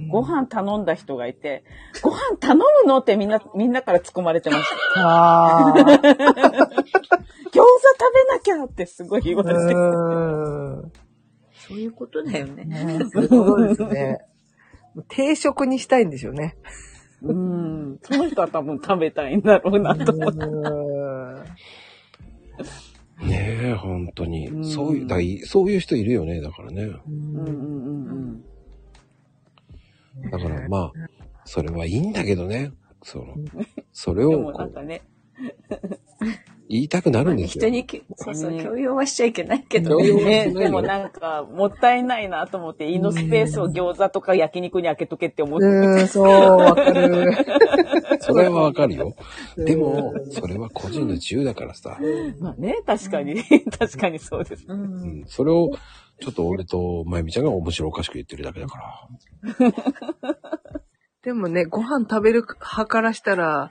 ご飯頼んだ人がいて、ご飯頼むのってみんな、みんなから突っ込まれてました。
あ
餃子食べなきゃってすごい言われて。
うん。
そういうことだよね。
そういうことですね。定食にしたいんでしょうね。
うん。その人は多分食べたいんだろうなと思って。
ねえ、本当に。そういう、だいそういう人いるよね、だからね。
うんうんうん
だからまあ、それはいいんだけどね。その、それをこう
ね。
言いたくなるんです
人
よ。
にき、そうそう、強要はしちゃいけないけど
強要はしない
ね、でもなんか、もったいないなと思って、胃のスペースを餃子とか焼肉に開けとけって思って。
うん、そう、わかる。
それはわかるよ。でも、それは個人の自由だからさ。
まあね、確かに、 確かにそうです。
うんそれを、ちょっと俺とまゆみちゃんが面白おかしく言ってるだけだから。
でもね、ご飯食べる派からしたら、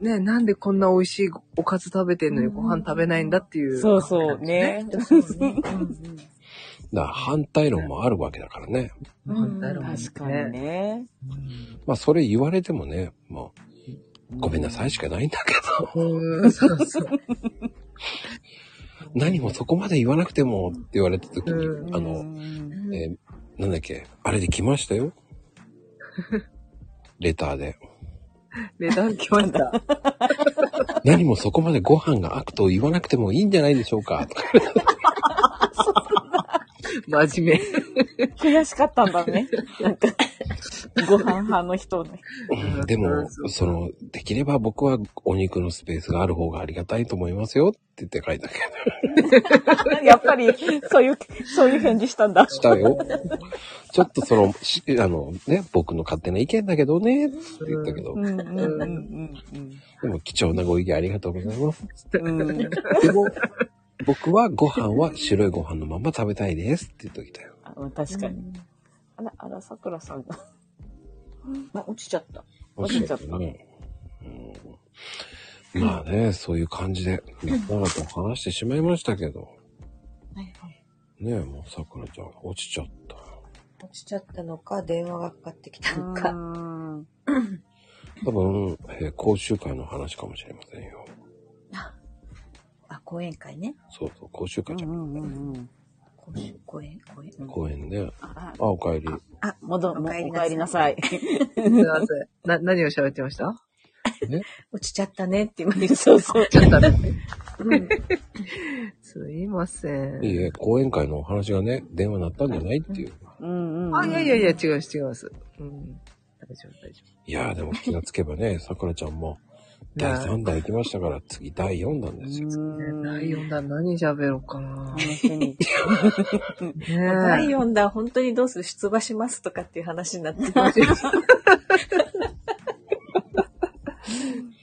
ね、なんでこんな美味しいおかず食べてんのにご飯食べないんだっていう。
そうそう、ね。
だから反対論もあるわけだからね。
うん。なるほど
確かにね。
まあそれ言われてもね、もう、ごめんなさいしかないんだけど、
うん、 そうそう。
何もそこまで言わなくてもって言われた時に、あの、えーなんだっけ、あれで来ましたよ。 レターで。
値段決まった。
何もそこまでご飯が悪と言わなくてもいいんじゃないでしょうか。とか言われて
真面
悔しかったんだね。なんか、ご飯派の人ね。
うんでも、その、できれば僕はお肉のスペースがある方がありがたいと思いますよって言って書いたけ
やっぱり、そういう、そういう返事したんだ。
したよ。ちょっとその、しあのね、僕の勝手な意見だけどね、って言ったけど、
うんうんうん
でも貴重なご意見ありがとうございます。
うんうん。
でも、僕はご飯は白いご飯のまま食べたいですって言っときたよ。
あ確かに。あら、あら、さくらさんが。あ、落ちちゃった。落ちちゃった。
ね。うんまあね、そういう感じで、長と話してしまいましたけど。ねえ、もうさくらちゃん、落ちちゃった。
落ちちゃったのか、電話がかかってきたのか。
多分、えー講習会の話かもしれませんよ。
あ、講演会ね。
そうそう、講習会じゃん。
講演、講演、講演。
公園で、あ、お帰り。
あ、戻
お帰りなさい
お帰りなさい。
すみません。な、何を喋ってました
落ちちゃったねって今言って
そうそう。
ちょっと待ってすいません。
いいえ、講演会のお話がね、電話なったんじゃないっていう。
うんうん。
あ、いやいやいや、違います、違います。うん。大丈夫、大丈
いやーでも気がつけばね、さくらちゃんも、第3弾行きましたから、次第4弾ですよ。
夫。第4弾何喋ろうかな。
第
ね
4弾本当にどうする出馬しますとかっていう話になってます。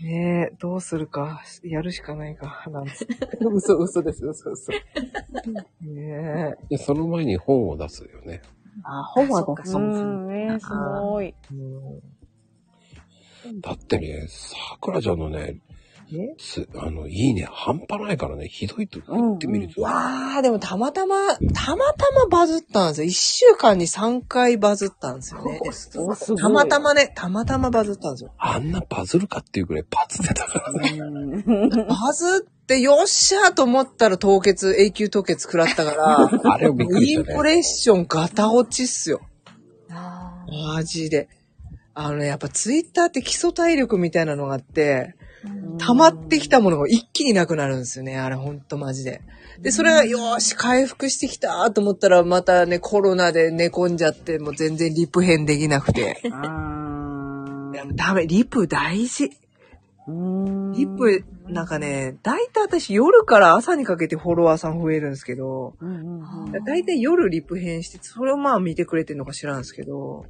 え、 ねえ、どうするか、やるしかないか、なんつって。嘘、嘘です、嘘、嘘。ねえ。
で、その前に本を出すよね。
あ、ほぼ
そうか
だ。う
そ
ん、ね、すごい。
だってね、さくらちゃんのね、
え
す、あの、いいね、半端ないからね、ひどいと言ってみると、
わー、でもたまたま、たまたまバズったんですよ。一週間に3回バズったんですよね。
お、すごい。
たまたまね、たまたまバズったんですよ。
あんなパズルかっていうぐらいパズってたからね。
バズってよっしゃーと思ったら凍結、永久凍結食らったから、
あれをびっくり
イン
した
プ
ね。
レッションガタ落ちっすよ。
あ
マジで。あのね、やっぱツイッターって基礎体力みたいなのがあって、溜まってきたものが一気になくなるんですよね。あれほんとマジで。で、それがよーし、回復してきたと思ったら、またね、コロナで寝込んじゃって、もう全然リプ編できなくて。いやもうダメ、リプ大事。リプ、なんかね、だいたい私夜から朝にかけてフォロワーさん増えるんですけど、だいたい夜リプ編して、それをまあ見てくれてるのか知らんすけど、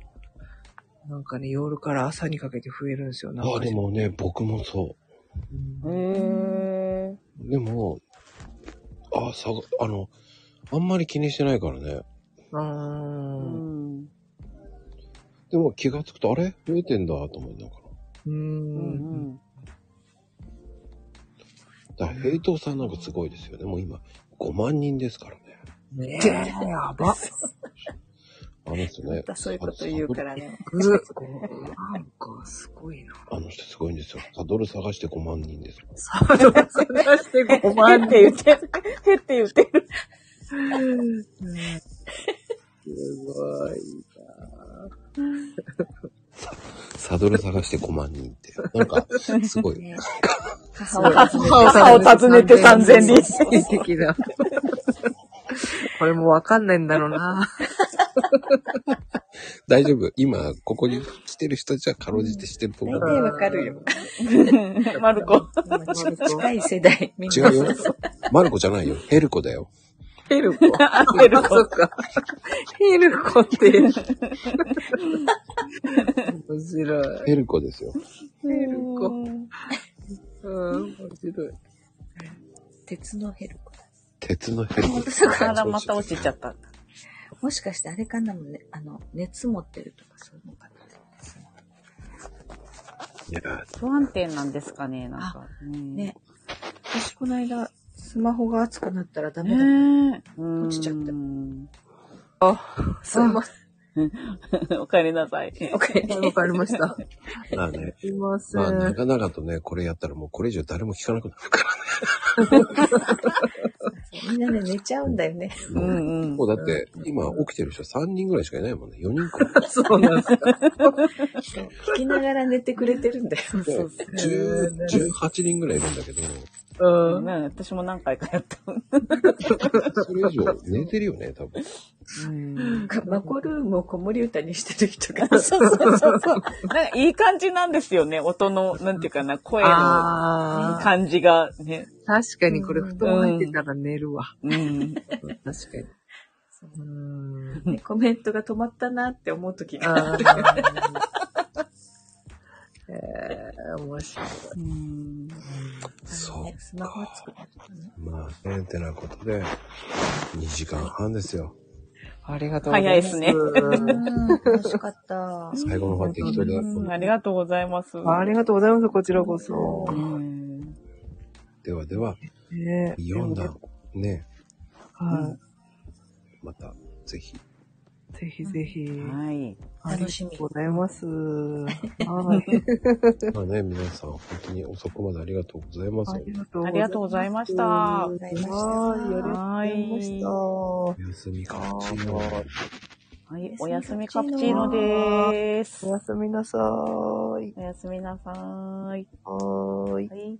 なんかね、夜から朝にかけて増えるんですよ。なんか
あ、でもね、僕もそ
へ
う。でも、あ、さ、あの、あんまり気にしてないからね。
う
ー
ー。
う
う
ん。
ん
でも気がつくと、あれ増えてんだと思いなが
ー。
うんん。
ら。だから、平等さんなんかすごいですよね。もう今、5万人ですからね。
ねえ、やば。
あの人ね。
あ、そういうこと言うからね。
ぐこうなんか、すごいな。
あの人すごいんですよ。サドル探して5万人です。
探してご
お前って言って、手って言ってる。
すごい。
サドル探して5万人って。なん か、すごい。
母親ですね。
母を訪ねて三千里。
的な。 これもわかんないんだろうな。
大丈夫。今、ここに来てる人じゃかろうじてしてると思
大
う。
体わかるよ。
マルコ。
近い世代。みん
違
な
うよ。マルコじゃないよ。ヘルコだよ。
ヘルコ。
ヘルコ
そっか。ヘルコって言う。面白い。
ヘルコですよ。
ヘルコ。うん、面白い。
鉄のヘルコ。
鉄のヘルコです。
からまた落ちちゃった。
もしかしてあれかなもんね、あの、熱持ってるとかそういうのかな。
いや、
不安定なんですかね、なんか。うん
ね。私この間、スマホが熱くなったらダメだ。
ねえ。
落ちちゃった
うん
すいません。
お帰りなさい。
お帰り。わかりました。
まあね。
すいません。
まあ、なかなかとね、これやったらもうこれ以上誰も聞かなくなる
みんなね、寝ちゃうんだよね。
うんうん。もうだって、今起きてる人3人ぐらいしかいないもんね。4人 くらい。
そうなんです
か。聞きながら寝てくれてるんだよ。
そう10 18人ぐらいいるんだけど、
うん。ね私も何回かやった。
それ以上寝てるよね、多分。
なんかマコルームを子守歌にしてる人が。
そうそうそうそう。なんかいい感じなんですよね。音の、なんていうかな、声の
あー
感じがね。
確かにこれ布団入ってたら寝るわ。
うん。
確かに。
ねコメントが止まったなって思う時が
あ
ある。
えー、面白い。
そう。
スマホは作った
まあね、てなことで、2時間半ですよ。
ありがとうございます。
早いですね。
楽しかった。
最後の方は適当で。
うんありがとうございます。
ありがとうございます、こちらこそ。
ではでは、
ね
イオンダン、ね、
は
また、ぜひ。
い。ぜひぜひ。
はい。
楽しみ
ありがとうございます。はい。
まあね、皆さん、本当に遅くまでありがとうございます。
ありがとうございました。は
ございました
はい、ありがとうございました。お
おやすみカプチーノ
い。おやすみカプチーノでーす。
やすみなさーい。
おやすみなさーい。
はーい。
はい。